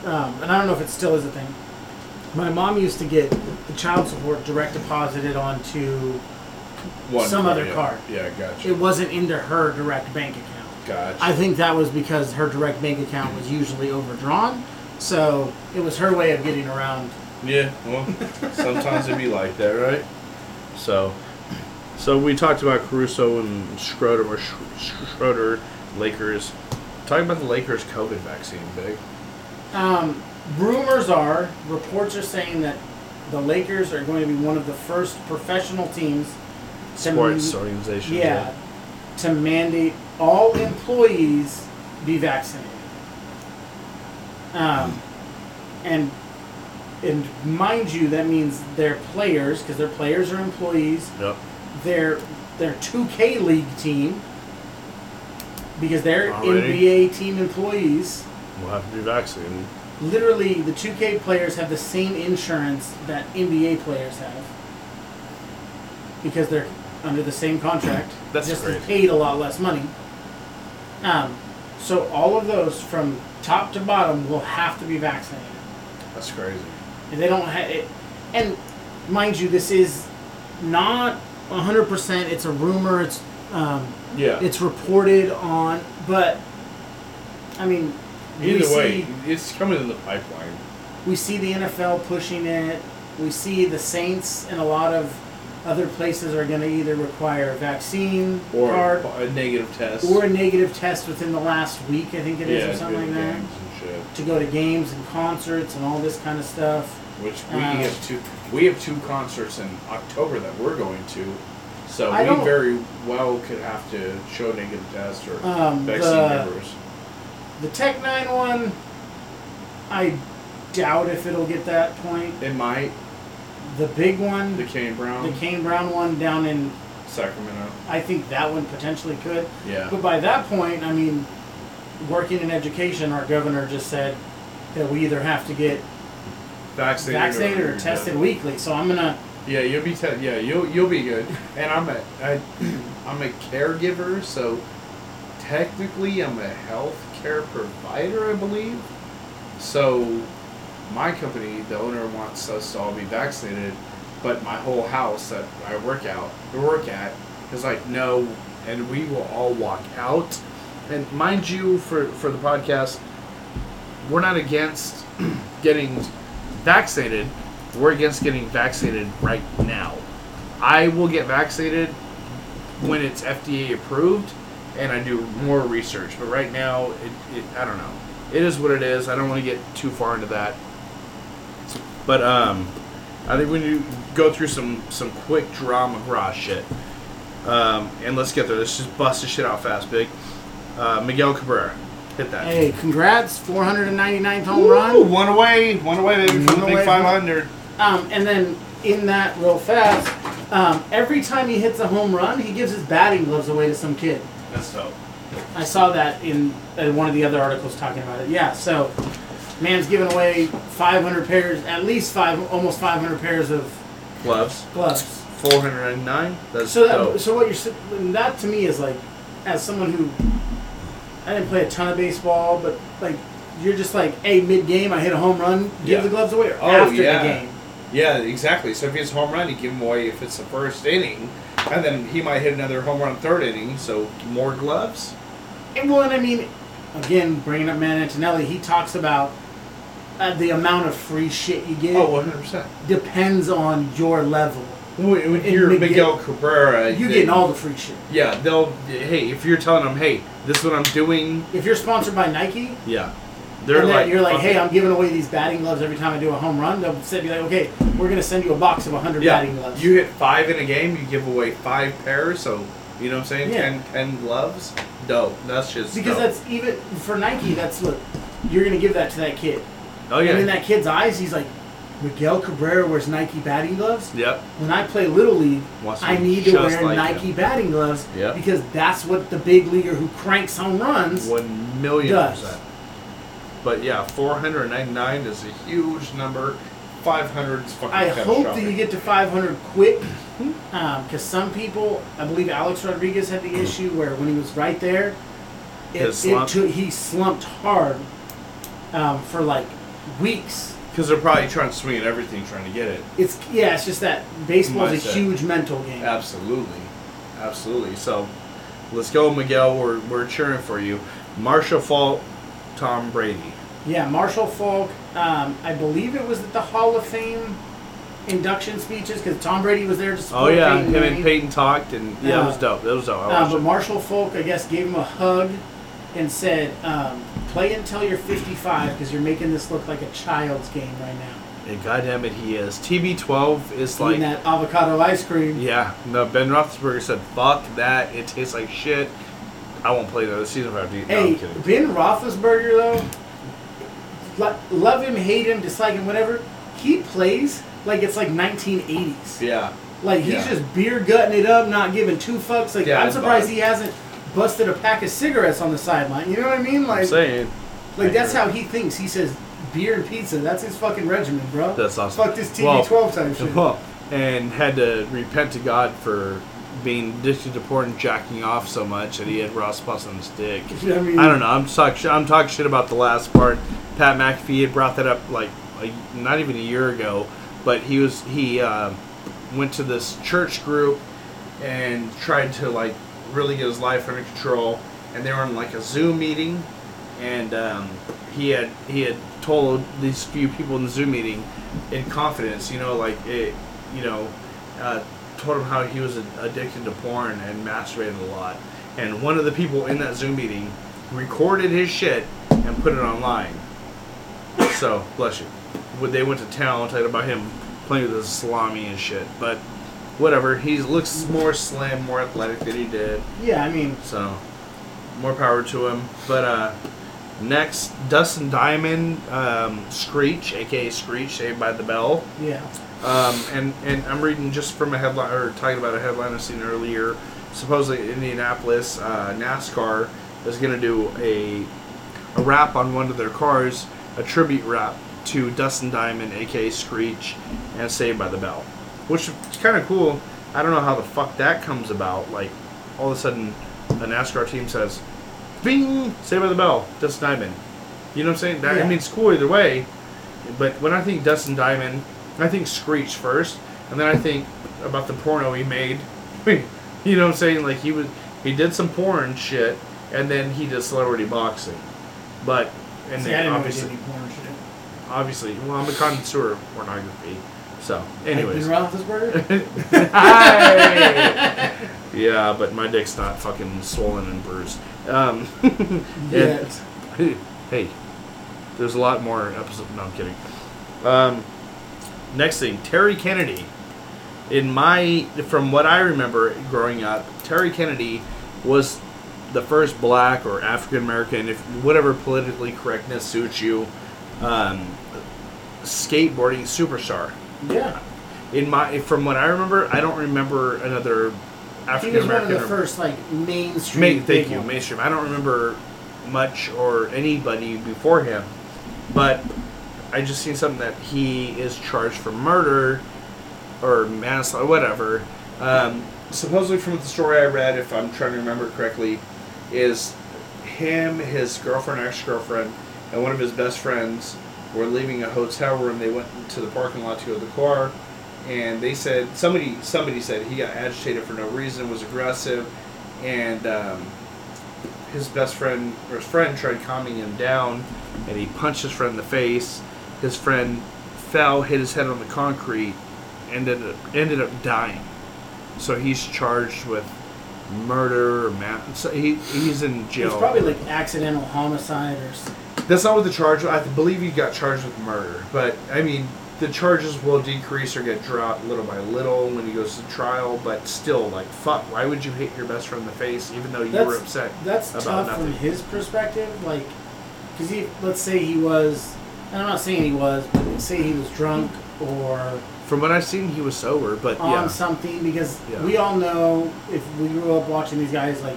B: um, and I don't know if it still is a thing. My mom used to get the child support direct deposited onto. Some other
C: yeah.
B: card.
C: Yeah, gotcha.
B: It wasn't into her direct bank account.
C: gotcha.
B: I think that was because her direct bank account was usually overdrawn, so it was her way of getting around
A: Yeah, well, sometimes it be like that, right? So, so we talked about Caruso and Schroeder, or Sch- Sch- Schroeder, Lakers. Talking about the Lakers COVID vaccine, big.
B: Um, rumors are, reports are saying that the Lakers are going to be one of the first professional teams to
A: Sports organization.
B: yeah, to mandate all employees be vaccinated. Um, and and mind you, that means their players, because their players are employees.
A: Yep.
B: Their their two K league team, because they're
A: Already?
B: NBA team employees.
A: We'll have to be vaccinated.
B: Literally, the two K players have the same insurance that NBA players have, because they're under the same contract.
A: That's
B: just
A: crazy.
B: paid a lot less money. Um, so all of those from top to bottom will have to be vaccinated.
C: That's crazy.
B: And they don't have it. And mind you, this is not 100%. It's a rumor. It's um,
A: Yeah.
B: it's reported on, but I mean, we
A: Either way,
B: see
A: it's coming in the pipeline.
B: we see the NFL pushing it. We see the Saints and a lot of other places are going to either require a vaccine
A: Or
B: card
A: a negative test.
B: or a negative test within the last week. I think it is,
A: yeah,
B: or something like
A: good
B: that.
A: games and shit.
B: To go to games and concerts and all this kind of stuff.
C: Which we
B: Uh,
C: have two we have two concerts in October that we're going to, so
B: I
C: we
B: don't-
C: very well could have to show negative test or
B: Um,
C: vaccine
B: the-
C: numbers.
B: The Tech Nine one, I doubt if it'll get that point.
C: It might
B: The big one,
C: the
B: the,
C: Kane Brown
B: Kane Brown one down in,
C: Sacramento.
B: I think that one potentially could.
C: Yeah,
B: But by that point, I mean, working in education, our governor just said that we either have to get
C: vaccinated,
B: vaccinated or
C: you're
B: tested
C: done.
B: weekly. So I'm gonna,
C: Yeah, you'll be te- yeah you'll you'll be good. And I'm a I, I'm a caregiver, so technically I'm a health care provider, I believe. So my company, the owner wants us to all be vaccinated, but my whole house that I work out work at is like no,
A: and we will all walk out. And mind you, for for the podcast, we're not against getting vaccinated. We're against getting vaccinated right now. I will get vaccinated when it's FDA approved, and I do more research. But right now, it, it I don't know. It is what it is. I don't want to get too far into that. But um, I think when you go through some some quick drama bra shit. Um, and let's get there. Let's just bust this shit out fast, big. Uh, Miguel Cabrera, hit that.
B: hey, congrats, 499th home
C: Ooh,
B: run.
C: one away, one away, baby, from the
B: One
C: big
B: away.
C: five hundred.
B: Um, and then in that, real fast, um, every time he hits a home run, he gives his batting gloves away to some kid.
A: That's dope.
B: I saw that in uh, one of the other articles talking about it. Yeah, so man's giving away 500 pairs, at least five, almost 500 pairs of
A: Gloves,
B: gloves.
A: four hundred and nine. That's
B: So
A: dope.
B: that, so what you're s- that to me is like, as someone who I didn't play a ton of baseball, but like you're just like, hey, mid game, I hit a home run, give
C: Yeah.
B: the gloves away, or
C: Oh,
B: after
C: yeah.
B: the game.
C: Yeah, exactly. So if he hits a home run, you give him away if it's the first inning, and then he might hit another home run third inning. So more gloves.
B: And well, and I mean, again, bringing up Matt Antonelli, he talks about uh, the amount of free shit you get
C: Oh, 100 percent.
B: depends on your level.
C: When when
B: And
C: you're Miguel
B: Miguel-
C: Cabrera,
B: You
C: they-
B: getting all the free shit.
A: yeah, they'll. Hey, if you're telling them, hey, this is what I'm doing.
B: If you're sponsored by Nike,
A: Yeah, they're
B: and then
A: like,
B: you're like,
A: fuck
B: hey,
A: it.
B: I'm giving away these batting gloves every time I do a home run. They'll say- be like, okay, we're gonna send you a box of 100
C: Yeah,
B: batting gloves.
C: you hit five in a game, you give away five pairs. So you know what I'm saying?
B: Yeah.
C: Ten, ten gloves. Dope. That's just
B: Because
C: dope.
B: that's even for Nike. That's look, you're gonna give that to that kid,
A: oh yeah,
B: and in that kid's eyes, he's like, Miguel Cabrera wears Nike batting gloves.
A: yep.
B: When I play little league,
A: Wants to
B: I
A: be
B: need to
A: just
B: wear
A: like
B: Nike
A: him."
B: batting gloves
A: Yeah.
B: because that's what the big leaguer who cranks home runs.
A: One million
B: Does.
A: percent.
C: But yeah, 499 is a huge number. 500 is fucking
B: I hope that
C: catastrophic.
B: you get to 500 quick, because some people, I believe Alex Rodriguez had the issue where when he was right there, it,
A: Hmm. His
B: it
A: slump.
B: took, he slumped hard um, for like weeks.
C: because they're probably trying to swing at everything, trying to get it.
B: It's yeah, it's just that baseball's
C: Mindset.
B: a huge mental game.
C: Absolutely, absolutely.
A: So, let's go, Miguel. We're we're cheering for you. Marshall Fault, Tom Brady.
B: Yeah, Marshall Falk. Um, I believe it was at the Hall of Fame induction speeches because Tom Brady was there to
A: Oh
B: support
A: yeah,
B: Peyton
A: him
B: Manning.
A: and Peyton talked, and yeah, that was
B: Uh,
A: dope. That was dope. I
B: Uh,
A: watched
B: but
A: it.
B: Marshall Folk, I guess, gave him a hug and said, um, "Play until you're 55 because you're making this look like a child's game right now."
A: And goddamn it, he is. TB12 is
B: Eating
A: like
B: that avocado ice cream.
A: Yeah, no. Ben Roethlisberger said, "Fuck that! It tastes like shit. I won't play the other season if I have to." eat." no,
B: Hey,
A: I'm kidding.
B: Ben Roethlisberger though, lo- love him, hate him, dislike him, whatever. He plays like it's like 1980s.
C: Yeah.
B: Like he's
C: Yeah.
B: just beer gutting it up, not giving two fucks. Like
C: Yeah,
B: I'm
C: it's
B: surprised
C: vibe.
B: he hasn't busted a pack of cigarettes on the sideline. You know what I mean?
A: I'm
B: Like,
A: saying,
B: like that's how he thinks. He says beer and pizza. That's his fucking regimen, bro.
A: That's awesome.
B: Fuck this
A: Well,
B: TV 12 type shit.
A: and had to repent to God for being addicted to porn, and jacking off so much that he had Ross Plus on his dick.
B: You know what I mean?
A: I don't know. I'm talking. Sh- I'm talking shit about the last part. Pat McAfee had brought that up like a, not even a year ago, but he was he uh, went to this church group
C: and tried to like really get his life under control. And they were in like a Zoom meeting, and um,
A: he had he had told these few people in the Zoom meeting in confidence, you know, like it, you know, uh, told him how he was addicted to porn and masturbated a lot. And one of the people in that Zoom meeting recorded his shit and put it online. So bless you. When they went to town, talking about him playing with his salami and shit, but whatever. He looks
C: more slim, more athletic than he did.
B: Yeah, I mean,
A: so, more power to him. But uh, next, Dustin Diamond, um, Screech, aka Screech, Saved by the Bell,
B: yeah.
A: um, and and I'm reading just from a headline or talking about a headline I've seen earlier. Supposedly, Indianapolis uh, NASCAR is going to do a a rap on one of their cars, a tribute rap to Dustin Diamond, aka Screech, and Saved by the Bell, which is kind of cool. I don't know how the fuck that comes about. Like, all of a sudden, a NASCAR team says, "Bing, Saved by the Bell, Dustin Diamond." You know what I'm saying? That, I
B: Yeah.
A: mean, it's cool either way. But when I think Dustin Diamond, I think Screech first, and then I think about the porno he made. you know what I'm saying? Like he was, he did some porn shit, and then he did celebrity boxing. But and
B: See, I
A: then
B: didn't know he did
A: obviously,
B: any porn shit.
A: obviously, well, I'm a connoisseur of pornography. So, anyways,
B: Ben Roethlisberger?
A: Hi. yeah, but my dick's not fucking swollen and bruised. Um, and-
B: Yes.
A: hey, there's a lot more episodes. No, I'm kidding. Um, next thing, Terry Kennedy. In my, from what I remember growing up, Terry Kennedy was the first black or African American, if whatever politically correctness suits you, um, skateboarding superstar.
B: Yeah.
A: In my, from what I remember, I don't remember another
B: He
A: African
B: was one of
A: American.
B: the first, like, mainstream.
A: Main,
B: big
A: thank you,
B: ones.
A: mainstream. I don't remember much or anybody before him, but I just seen something that he is charged for murder or manslaughter, whatever. Um,
C: Supposedly, from the story I read, if I'm trying to remember correctly, is him, his girlfriend, ex girlfriend, and one of his best friends were leaving a hotel room. They went to the parking lot to go to the car, and they said somebody somebody said he got agitated for no reason, was aggressive, and um,
A: his best friend or his friend tried calming him down, and he punched his friend in the face. His friend fell, hit his head on the concrete, ended up, ended up dying. So he's charged with murder or man. So he he's in
B: It
A: jail.
B: was probably, like, accidental homicide or s-
C: That's not what the charge. I believe he got charged with murder, but I mean, the charges will decrease or get dropped little by little when he goes to trial. But still, like, fuck, why would you hit your best friend in the face, even though you were
B: That's-
C: upset?
B: That's
C: about
B: tough
C: nothing.
B: from his perspective, like, because he, let's say he was, and I'm not saying he was, but let's say he was drunk or
A: From what I've seen, he was sober, but
B: on
A: yeah,
B: something because
A: Yeah.
B: we all know if we grew up watching these guys like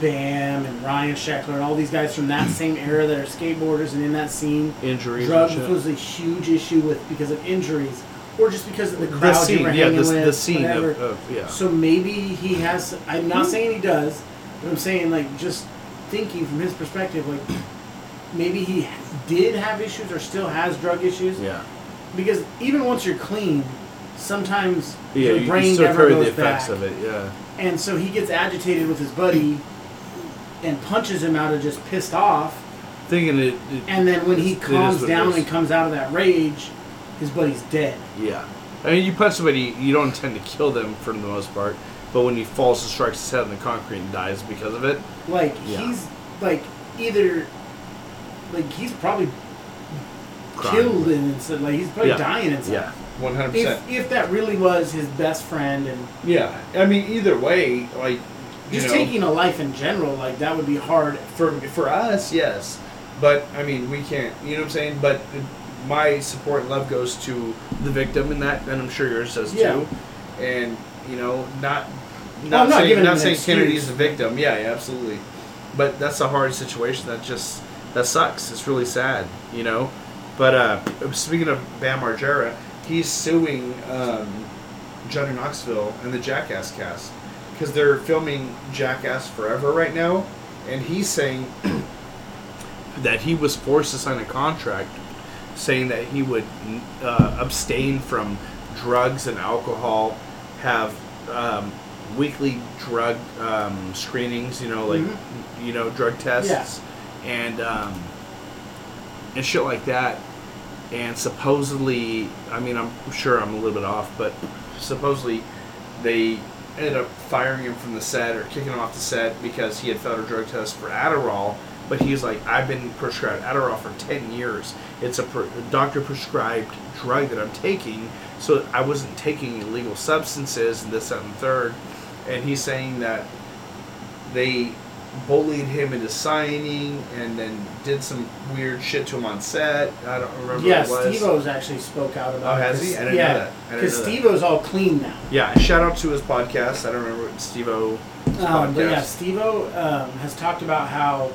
B: Bam and Ryan Sheckler and all these guys from that same era that are skateboarders and in that scene,
A: injuries.
B: drugs
A: and shit.
B: was a huge issue with because of injuries or just because of the crowd
A: the
B: you were
A: scene, yeah,
B: hanging
A: the,
B: with.
A: the scene
B: whatever.
A: of, of yeah.
B: So maybe he has. I'm not saying he does, but I'm saying like just thinking from his perspective, like maybe he did have issues or still has drug issues.
A: yeah,
B: Because even once you're clean, sometimes
A: yeah.
B: your
A: you-
B: brain
A: you still
B: never
A: carry
B: goes
A: the effects
B: back.
A: of it. Yeah,
B: And so he gets agitated with his buddy and punches him out of just pissed off.
A: thinking it. it
B: And then when he
A: it is
B: calms
A: what it
B: down
A: is.
B: and comes out of that rage, his buddy's dead.
A: Yeah. I mean, you punch somebody, you don't intend to kill them for the most part, but when he falls and strikes his head on the concrete and dies because of it,
B: Like
A: Yeah.
B: he's like either like he's probably
A: crying.
B: killed and inside. Like he's probably
A: Yeah.
B: dying inside.
A: Yeah.
C: One hundred percent.
B: If if that really was his best friend and
C: Yeah, I mean, either way, like you
B: just
C: know,
B: taking a life in general, like that would be hard.
C: for for us, yes, but I mean, we can't. You know what I'm saying? But my support and love goes to the victim in that, and I'm sure yours does
B: Yeah.
C: too. And you know, not
B: Well,
C: not
B: I'm not
C: saying,
B: giving him
C: not
B: an
C: saying Kennedy's
B: excuse.
C: a victim. Yeah, yeah, absolutely. But that's a hard situation. That just that sucks. It's really sad. You know. But uh, speaking of Bam Margera, he's suing um, Johnny Knoxville and the Jackass cast because they're filming Jackass Forever right now, and he's saying
A: That he was forced to sign a contract saying that he would uh, abstain from drugs and alcohol, have um, weekly drug um, screenings, you know, like, you know, drug tests, and, um, and shit like that. and supposedly i mean i'm sure i'm a little bit off but supposedly they ended up firing him from the set or kicking him off the set because he had failed a drug test for adderall but he's like i've been prescribed adderall for 10 years it's a, pre- a doctor prescribed drug that i'm taking so i wasn't taking illegal substances and this that and the third and he's saying that they bullied him into signing and then did some weird shit to him on set i don't remember
B: Yeah,
A: what it was
B: Steve O's actually spoke out about
A: Oh,
B: it,
A: has
B: 'cause-
A: he? I didn't know
B: yeah,
A: that. I didn't
B: Because
A: know that.
B: Steve O's all clean now.
A: Yeah, shout out to his podcast. I don't remember what Steve O.
B: Um, but yeah,
A: podcast.
B: Steve O um, has talked about how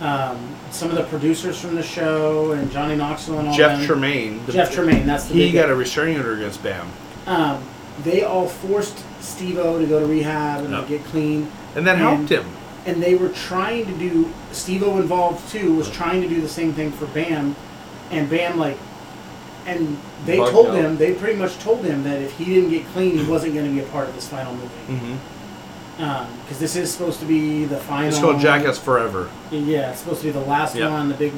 B: um, some of the producers from the show and Johnny Knoxville and all
A: Um, Jeff
B: them,
A: Tremaine. the-
B: Jeff Tremaine, that's the
A: He
B: big
A: got a restraining order against Bam,
B: um, they all forced Steve O to go to rehab and
A: No.
B: to get clean.
A: and that
B: And-
A: helped him.
B: And they were trying to do, Steve O involved too, was trying to do the same thing for Bam. And Bam, like, and they
A: Bugged
B: told
A: out.
B: him, they pretty much told him that if he didn't get clean, he wasn't going to be a part of this final movie.
A: Mm-hmm.
B: Because this is supposed to be the final.
A: It's called Jackass Forever.
B: Yeah, it's supposed to be the last
A: Yeah.
B: one, the big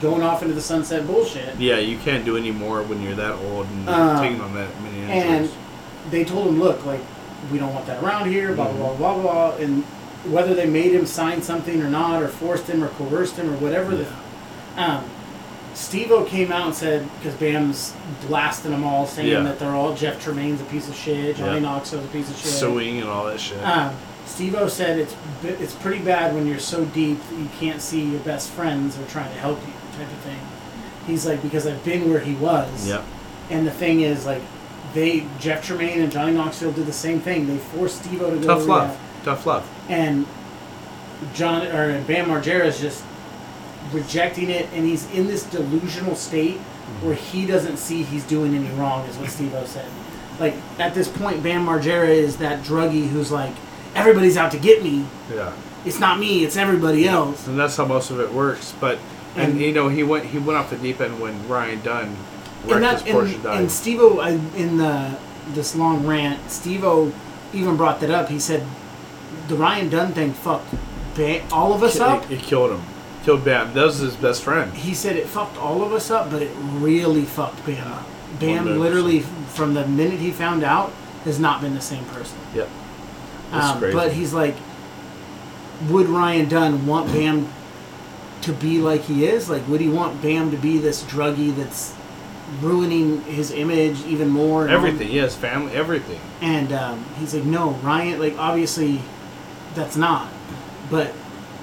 B: going off into the sunset bullshit.
A: Yeah, you can't do any more when you're that old and
B: Um,
A: taking on that many
B: And
A: injuries.
B: they told him, look, like, we don't want that around here, blah, blah,
A: Mm-hmm.
B: blah, blah, blah. And whether they made him sign something or not, or forced him or coerced him or whatever, the, um, Steve O came out and said, because Bam's blasting them all, saying
A: Yeah.
B: that they're all Jeff Tremaine's a piece of shit, Johnny
A: Yeah.
B: Knoxville's a piece of shit.
A: Suing and all that shit.
B: Um, Steve O said it's b- it's pretty bad when you're so deep that you can't see your best friends are trying to help you, type of thing. He's like, because I've been where he was.
A: yep.
B: And the thing is, like, they Jeff Tremaine and Johnny Knoxville did the same thing. They forced Steve O to go
A: Tough
B: to
A: love.
B: rehab.
A: Tough love.
B: and John or Bam Margera is just rejecting it, and he's in this delusional state where he doesn't see he's doing any wrong, is what Steve O said. Like at this point, Bam Margera is that druggie who's like, everybody's out to get me.
A: Yeah.
B: It's not me. It's everybody else.
A: And that's how most of it works. But and,
B: And-
A: you know he went he went off the deep end when Ryan Dunn wrecked
B: and that
A: his Porsche
B: and,
A: died.
B: and Steve-O I- in the this long rant, Steve-O even brought that up. He said the Ryan Dunn thing fucked ba- all of us up.
A: It, it killed him. Killed Bam. That was his best friend.
B: He said it fucked all of us up, but it really fucked Bam up. Bam
A: 100%.
B: literally from the minute he found out has not been the same person.
A: Yep. That's
B: Um,
A: crazy.
B: but he's like, would Ryan Dunn want Bam to be like he is? Like, would he want Bam to be this druggie that's ruining his image even more? and all-
A: everything. Yes, family. Everything.
B: And um, he's like, no, Ryan, like, obviously that's not. But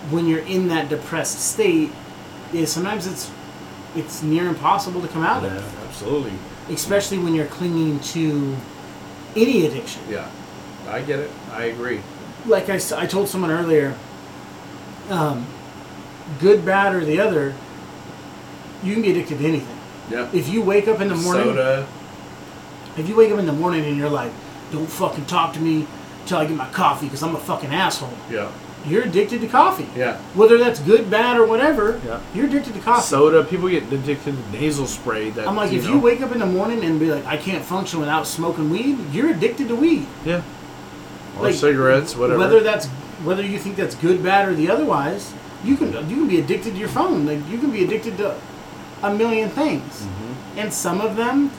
B: when you're in that depressed state, is sometimes it's it's near impossible to come out
A: Yeah,
B: of,
A: absolutely.
B: especially when you're clinging to any addiction.
A: Yeah, I get it. I agree.
B: Like I, s- I told someone earlier, um, good, bad, or the other, you can be addicted to anything.
A: Yeah.
B: If you wake up in the morning,
A: Soda.
B: If you wake up in the morning and you're like, don't fucking talk to me till I get my coffee because I'm a fucking asshole,
A: Yeah.
B: you're addicted to coffee.
A: Yeah.
B: Whether that's good, bad, or whatever,
A: Yeah.
B: you're addicted to coffee.
A: Soda. People get addicted to nasal spray. That
B: Ah. I'm like, if
A: know-
B: you wake up in the morning and be like, I can't function without smoking weed, you're addicted to weed.
A: Yeah. Or
B: Like,
A: cigarettes, whatever.
B: Whether that's whether you think that's good, bad, or the otherwise, you can you can be addicted to your phone. Like you can be addicted to a million things,
A: Mm-hmm.
B: and some of them,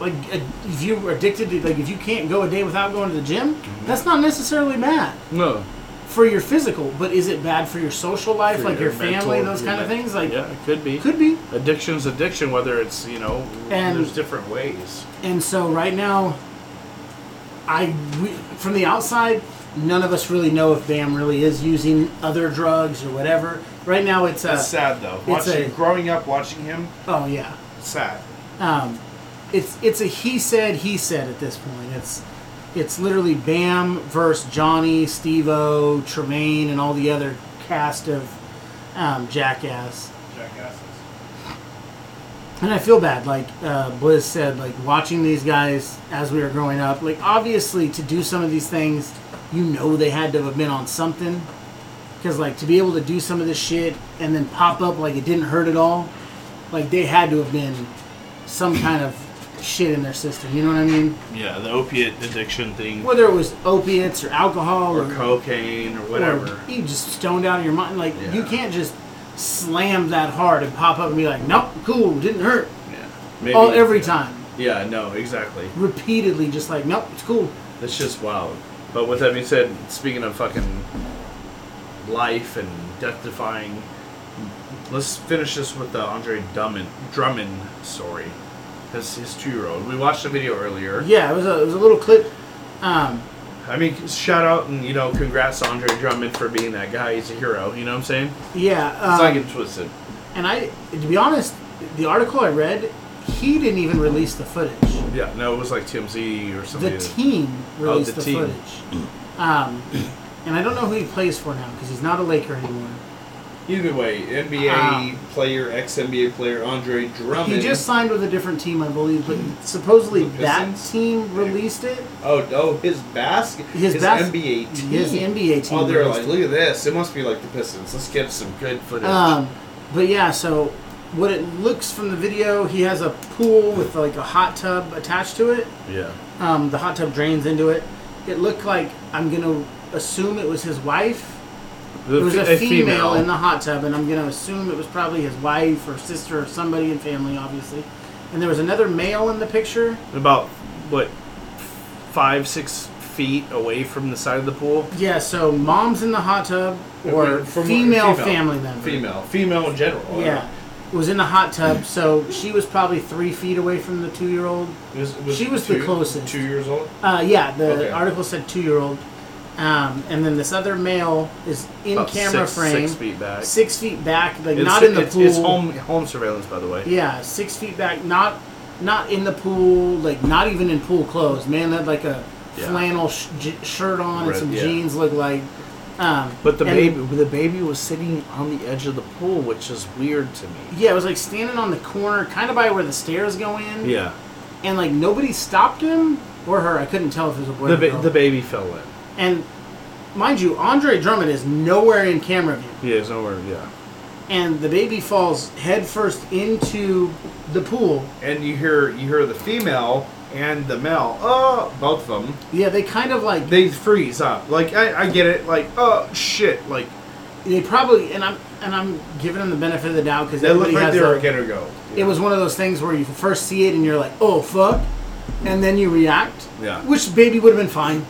B: like uh, if you're addicted to like if you can't go a day without going to the gym,
A: Mm-hmm.
B: that's not necessarily bad
A: No.
B: for your physical, but is it bad for your social life,
A: For
B: like your,
A: mental-
B: family, those
A: your
B: kind of
A: men-
B: things? Like
A: yeah, it could be.
B: could be.
A: Addiction's addiction, whether it's you know,
B: And-
A: there's different ways.
B: And so right now, I we, from the outside, none of us really know if Bam really is using other drugs or whatever. Right now, it's a
C: It's sad though. Watching
B: a-
C: growing up, watching him,
B: oh yeah,
C: sad.
B: um, it's it's a he said he said at this point. It's it's literally Bam versus Johnny, Steve-O, Tremaine, and all the other cast of um, Jackass.
C: Jackasses.
B: And I feel bad, like uh, Blizz said, like watching these guys as we were growing up. Like obviously, to do some of these things, you know they had to have been on something, because like to be able to do some of this shit and then pop up like it didn't hurt at all, like they had to have been some kind of shit in their system. You know what I mean?
A: Yeah, the opiate addiction thing,
B: Whether it was opiates or alcohol
A: or cocaine, or whatever.
B: you just stoned out of your mind. Like you
A: Yeah.
B: can't just slam that hard and pop up and be like, nope, cool, didn't hurt.
A: Yeah. Maybe,
B: all every time.
A: Yeah. No. Exactly.
B: repeatedly just like, nope, it's cool.
A: That's just wild. But with that being said, speaking of fucking life and death defying, let's finish this with the Andre Drummond, Drummond story. His, his two year old. We watched the video earlier.
B: Yeah, it was a, it was a little clip. Um,
A: I mean, shout out and, you know, congrats to Andre Drummond for being that guy. He's a hero. You know what I'm saying?
B: yeah,
A: It's
B: um,
A: not getting twisted.
B: and I, to be honest, the article I read, he didn't even release the footage.
C: Oh,
A: Yeah, no, it was like TMZ or something.
B: The team released
A: the
B: the,
A: team.
B: footage. Um, and I don't know who he plays for now because he's not a Laker anymore.
C: Either way, NBA
B: Um,
C: player, ex NBA player Andre Drummond.
B: He just signed with a different team, I believe, but supposedly
C: Oh, The
B: that
C: Pistons?
B: team released it.
C: oh oh his basket
B: His
C: his,
B: bas-
C: NBA team.
B: His NBA team.
C: Oh, they're
B: released
C: like, look at this. It must be like the Pistons. Let's get some good footage.
B: Um, but yeah, so what it looks from the video, he has a pool with like a hot tub attached to it.
A: Yeah.
B: Um, the hot tub drains into it. It looked like I'm gonna assume it was his wife.
A: The
B: It was
A: fe-
B: a female, in the hot tub, and I'm gonna assume it was probably his wife or sister or somebody in family, obviously. And there was another male in the picture.
A: About, what, five, six feet away from the side of the pool?
B: Yeah, so mom's in the hot tub or
C: From- from-
B: female, family member.
C: Female. Female in general.
B: Yeah, was in the hot tub, so she was probably three feet away from the two-year-old.
C: It was- it was
B: She was
C: two,
B: the closest.
C: Two years old.
B: Uh, yeah, the
C: Okay.
B: article said two year old. Um, and then this other male is in
A: About
B: camera
A: six,
B: frame,
A: Six feet back.
B: six feet back, like
A: It's-
B: not in the
A: it's,
B: pool.
A: It's home home surveillance, by the way.
B: Yeah, six feet back, not not in the pool, like not even in pool clothes. Man had like a
A: Yeah.
B: flannel sh- j- shirt on
A: Red-
B: and some
A: yeah.
B: jeans, look like. Um,
A: But the
B: and-
A: baby, the baby was sitting on the edge of the pool, which is weird to me.
B: Yeah, it was like standing on the corner, kind of by where the stairs go in.
A: Yeah,
B: And like nobody stopped him or her. I couldn't tell if it was a boy
A: the
B: or girl.
A: ba- the baby fell in.
B: and mind you, Andre Drummond is nowhere in camera view.
A: Yeah, it's nowhere. Yeah,
B: and the baby falls headfirst into the pool.
C: And you hear you hear the female and the male. Oh, both of them.
B: Yeah, they kind of like they,
C: They freeze up. Like I, I get it. Like oh shit. Like
B: probably and I'm and I'm giving them the benefit of the doubt because
C: they look
B: everybody
C: like
B: has
C: they were
B: that,
C: gonna go.
B: it was one of those things where you first see it and you're like, oh fuck, and then you react.
C: Yeah.
B: Which baby would have been fine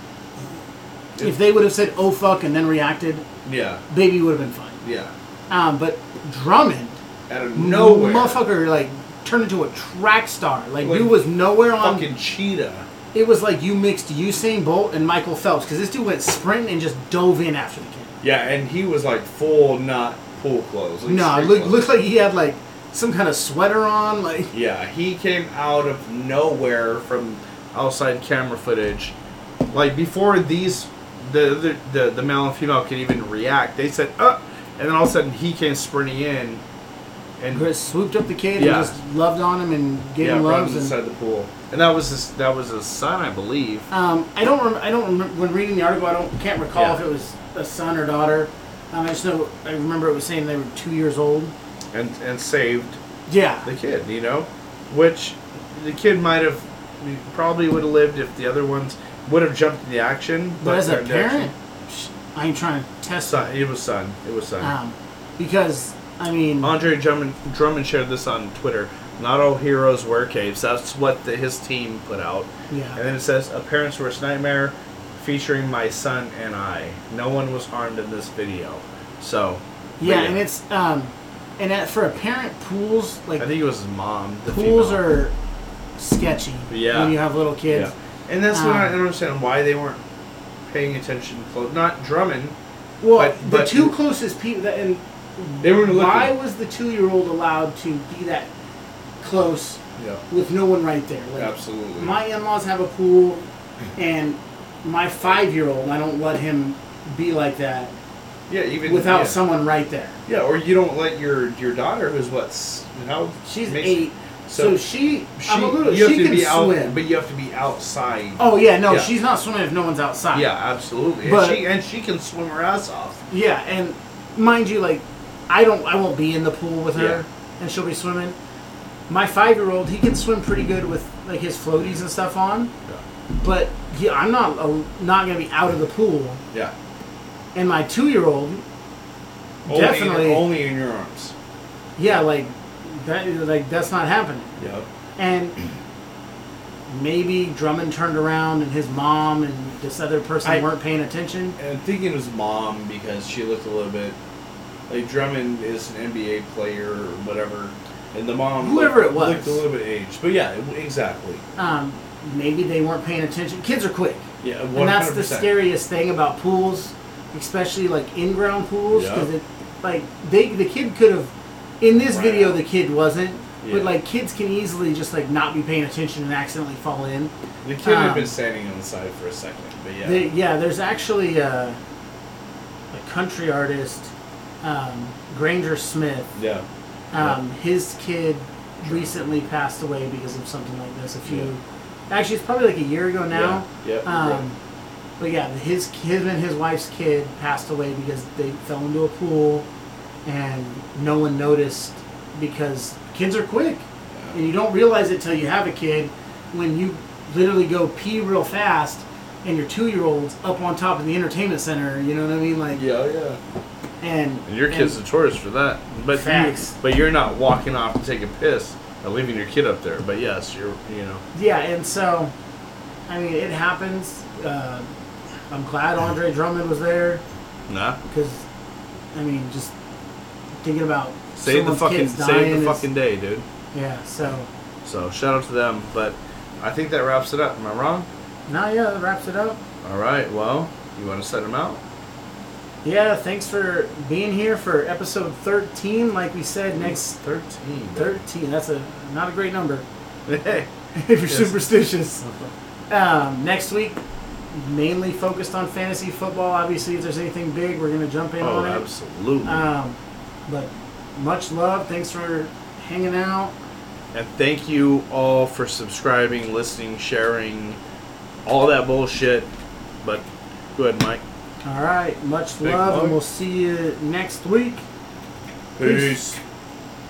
B: if they would have said oh fuck and then reacted.
C: Yeah.
B: Baby would have been fine.
C: Yeah.
B: Um, but Drummond,
C: Out of nowhere.
B: motherfucker, like turned into a track star. Like,
C: Like,
B: you was nowhere on
C: Fucking cheetah.
B: It was like you mixed Usain Bolt and Michael Phelps because this dude went sprinting and just dove in after the kid.
C: Yeah, and he was like full not pool clothes. Like
B: No,
C: street
B: it looked,
C: clothes.
B: looked like he had like some kind of sweater on. Like
C: Yeah, he came out of nowhere from outside camera footage. Like before these, the the the, the male and female could even react. They said uh, and then all of a sudden he came sprinting in, and
B: Chris swooped up the kid
C: Yeah.
B: and just loved on him and gave
C: yeah,
B: him
C: runs
B: loves.
C: inside
B: And,
C: the pool. And that was his that was his son, I believe.
B: um, I don't. Rem- I don't remember when reading the article. I don't. Can't recall
A: Yeah.
B: if it was a son or daughter. Um, I just know. I remember it was saying they were two years old.
C: and and saved
B: Yeah.
C: the kid, you know, which the kid might have probably would have lived if the other ones would have jumped in the action.
B: But as a
C: their- their-
B: parent, psh, I ain't trying. Tesla.
A: Sun, it was Sun. It was Sun.
B: Um, because I mean,
A: Andre Drummond, Drummond shared this on Twitter. Not all heroes wear capes. That's what the, his team put out. And
B: yeah,
A: then it says, A Parent's Worst Nightmare featuring my son and I. No one was harmed in this video. So,
B: yeah, and it's um, and at, for apparent pools like
A: I think it was his mom. The
B: pools
A: female.
B: are sketchy
A: Yeah.
B: when you have little kids.
A: Yeah.
C: And that's what I
B: Um,
C: don't understand why they weren't paying attention. Close, not Drummond.
B: Well,
C: But-
B: the
C: but
B: two
C: you-
B: closest people, that, and
C: They were looking.
B: why was the two-year-old allowed to be that close
C: Yeah,
B: with no one right there? Like,
C: absolutely.
B: My in-laws have a pool, and my five-year-old, I don't let him be like that
C: yeah, even
B: without
C: yeah.
B: someone right there.
C: Yeah, or you don't let your your daughter, who's what's how
B: She's
C: makes-
B: eight, so,
C: so
B: she,
C: She,
B: I'm a little,
C: you have
B: she
C: to
B: can
C: be out,
B: swim.
C: but you have to be outside.
B: oh yeah, no,
C: Yeah.
B: she's not swimming if no one's outside.
C: Yeah, absolutely.
B: But-
C: and she and she can swim her ass off.
B: Yeah, and mind you, like I don't, I won't be in the pool with her,
C: Yeah.
B: and she'll be swimming. My five-year-old, he can swim pretty good with like his floaties and stuff on, but yeah, I'm not uh, not gonna be out of the pool.
C: Yeah,
B: And my two-year-old,
C: only
B: Definitely.
C: in, only in your arms.
B: yeah, like that, like that's not happening.
C: Yeah,
B: And maybe Drummond turned around, and his mom and this other person
C: I-
B: weren't paying attention.
C: and I'm thinking it was mom because she looked a little bit like Drummond is an NBA player or whatever, and the mom looked,
B: Whoever it was.
C: looked a little bit aged. But yeah, it- exactly.
B: Um, maybe they weren't paying attention. Kids are quick.
C: Yeah, 100%.
B: And that's the scariest thing about pools, especially like in-ground pools,
C: Yeah.
B: because it, like they the kid could have. In this
C: Right.
B: video, the kid wasn't,
C: Yeah.
B: but like kids can easily just like not be paying attention and accidentally fall in.
C: The kid had
B: um,
C: been standing on the side for a second, but yeah,
B: They, yeah, there's actually a, a country artist, um, Granger Smith.
C: yeah,
B: Um, His kid recently passed away because of something like this. A few, actually, it's probably like a year ago now.
C: yeah, yep,
B: Um, but yeah, his his and his wife's kid passed away because they fell into a pool, and no one noticed because kids are quick, and you don't realize it till you have a kid. When you literally go pee real fast, and your two year old's up on top of the entertainment center, you know what I mean? Like,
C: yeah, oh, yeah.
B: and
A: And your kid's a tourist for that. But
B: Facts.
A: You, but you're not walking off to take a piss and leaving your kid up there. But yes, you're, you know.
B: Yeah, and so, I mean, it happens. Uh, I'm glad Andre Drummond was there
A: Nah.
B: because, I mean, just thinking about
A: Save the
B: someone's
A: fucking,
B: kids
A: save
B: dying
A: the
B: is-
A: fucking day, dude.
B: Yeah, so
A: So shout out to them. But I think that wraps it up. Am I wrong?
B: now yeah, that wraps it up.
A: All right. Well, you want to set them out?
B: Yeah, thanks for being here for episode 13. Like we said, next
A: 13.
B: 13. That's a not a great number
A: Hey.
B: if you're superstitious. Um, next week, mainly focused on fantasy football. Obviously, if there's anything big, we're gonna jump in
A: Oh,
B: on it.
A: absolutely.
B: Um, but much love. Thanks for hanging out.
A: and thank you all for subscribing, listening, sharing, all that bullshit. But go ahead, Mike.
B: All right, much
C: Big
B: love,
C: hug.
B: and we'll see you next week.
A: Peace.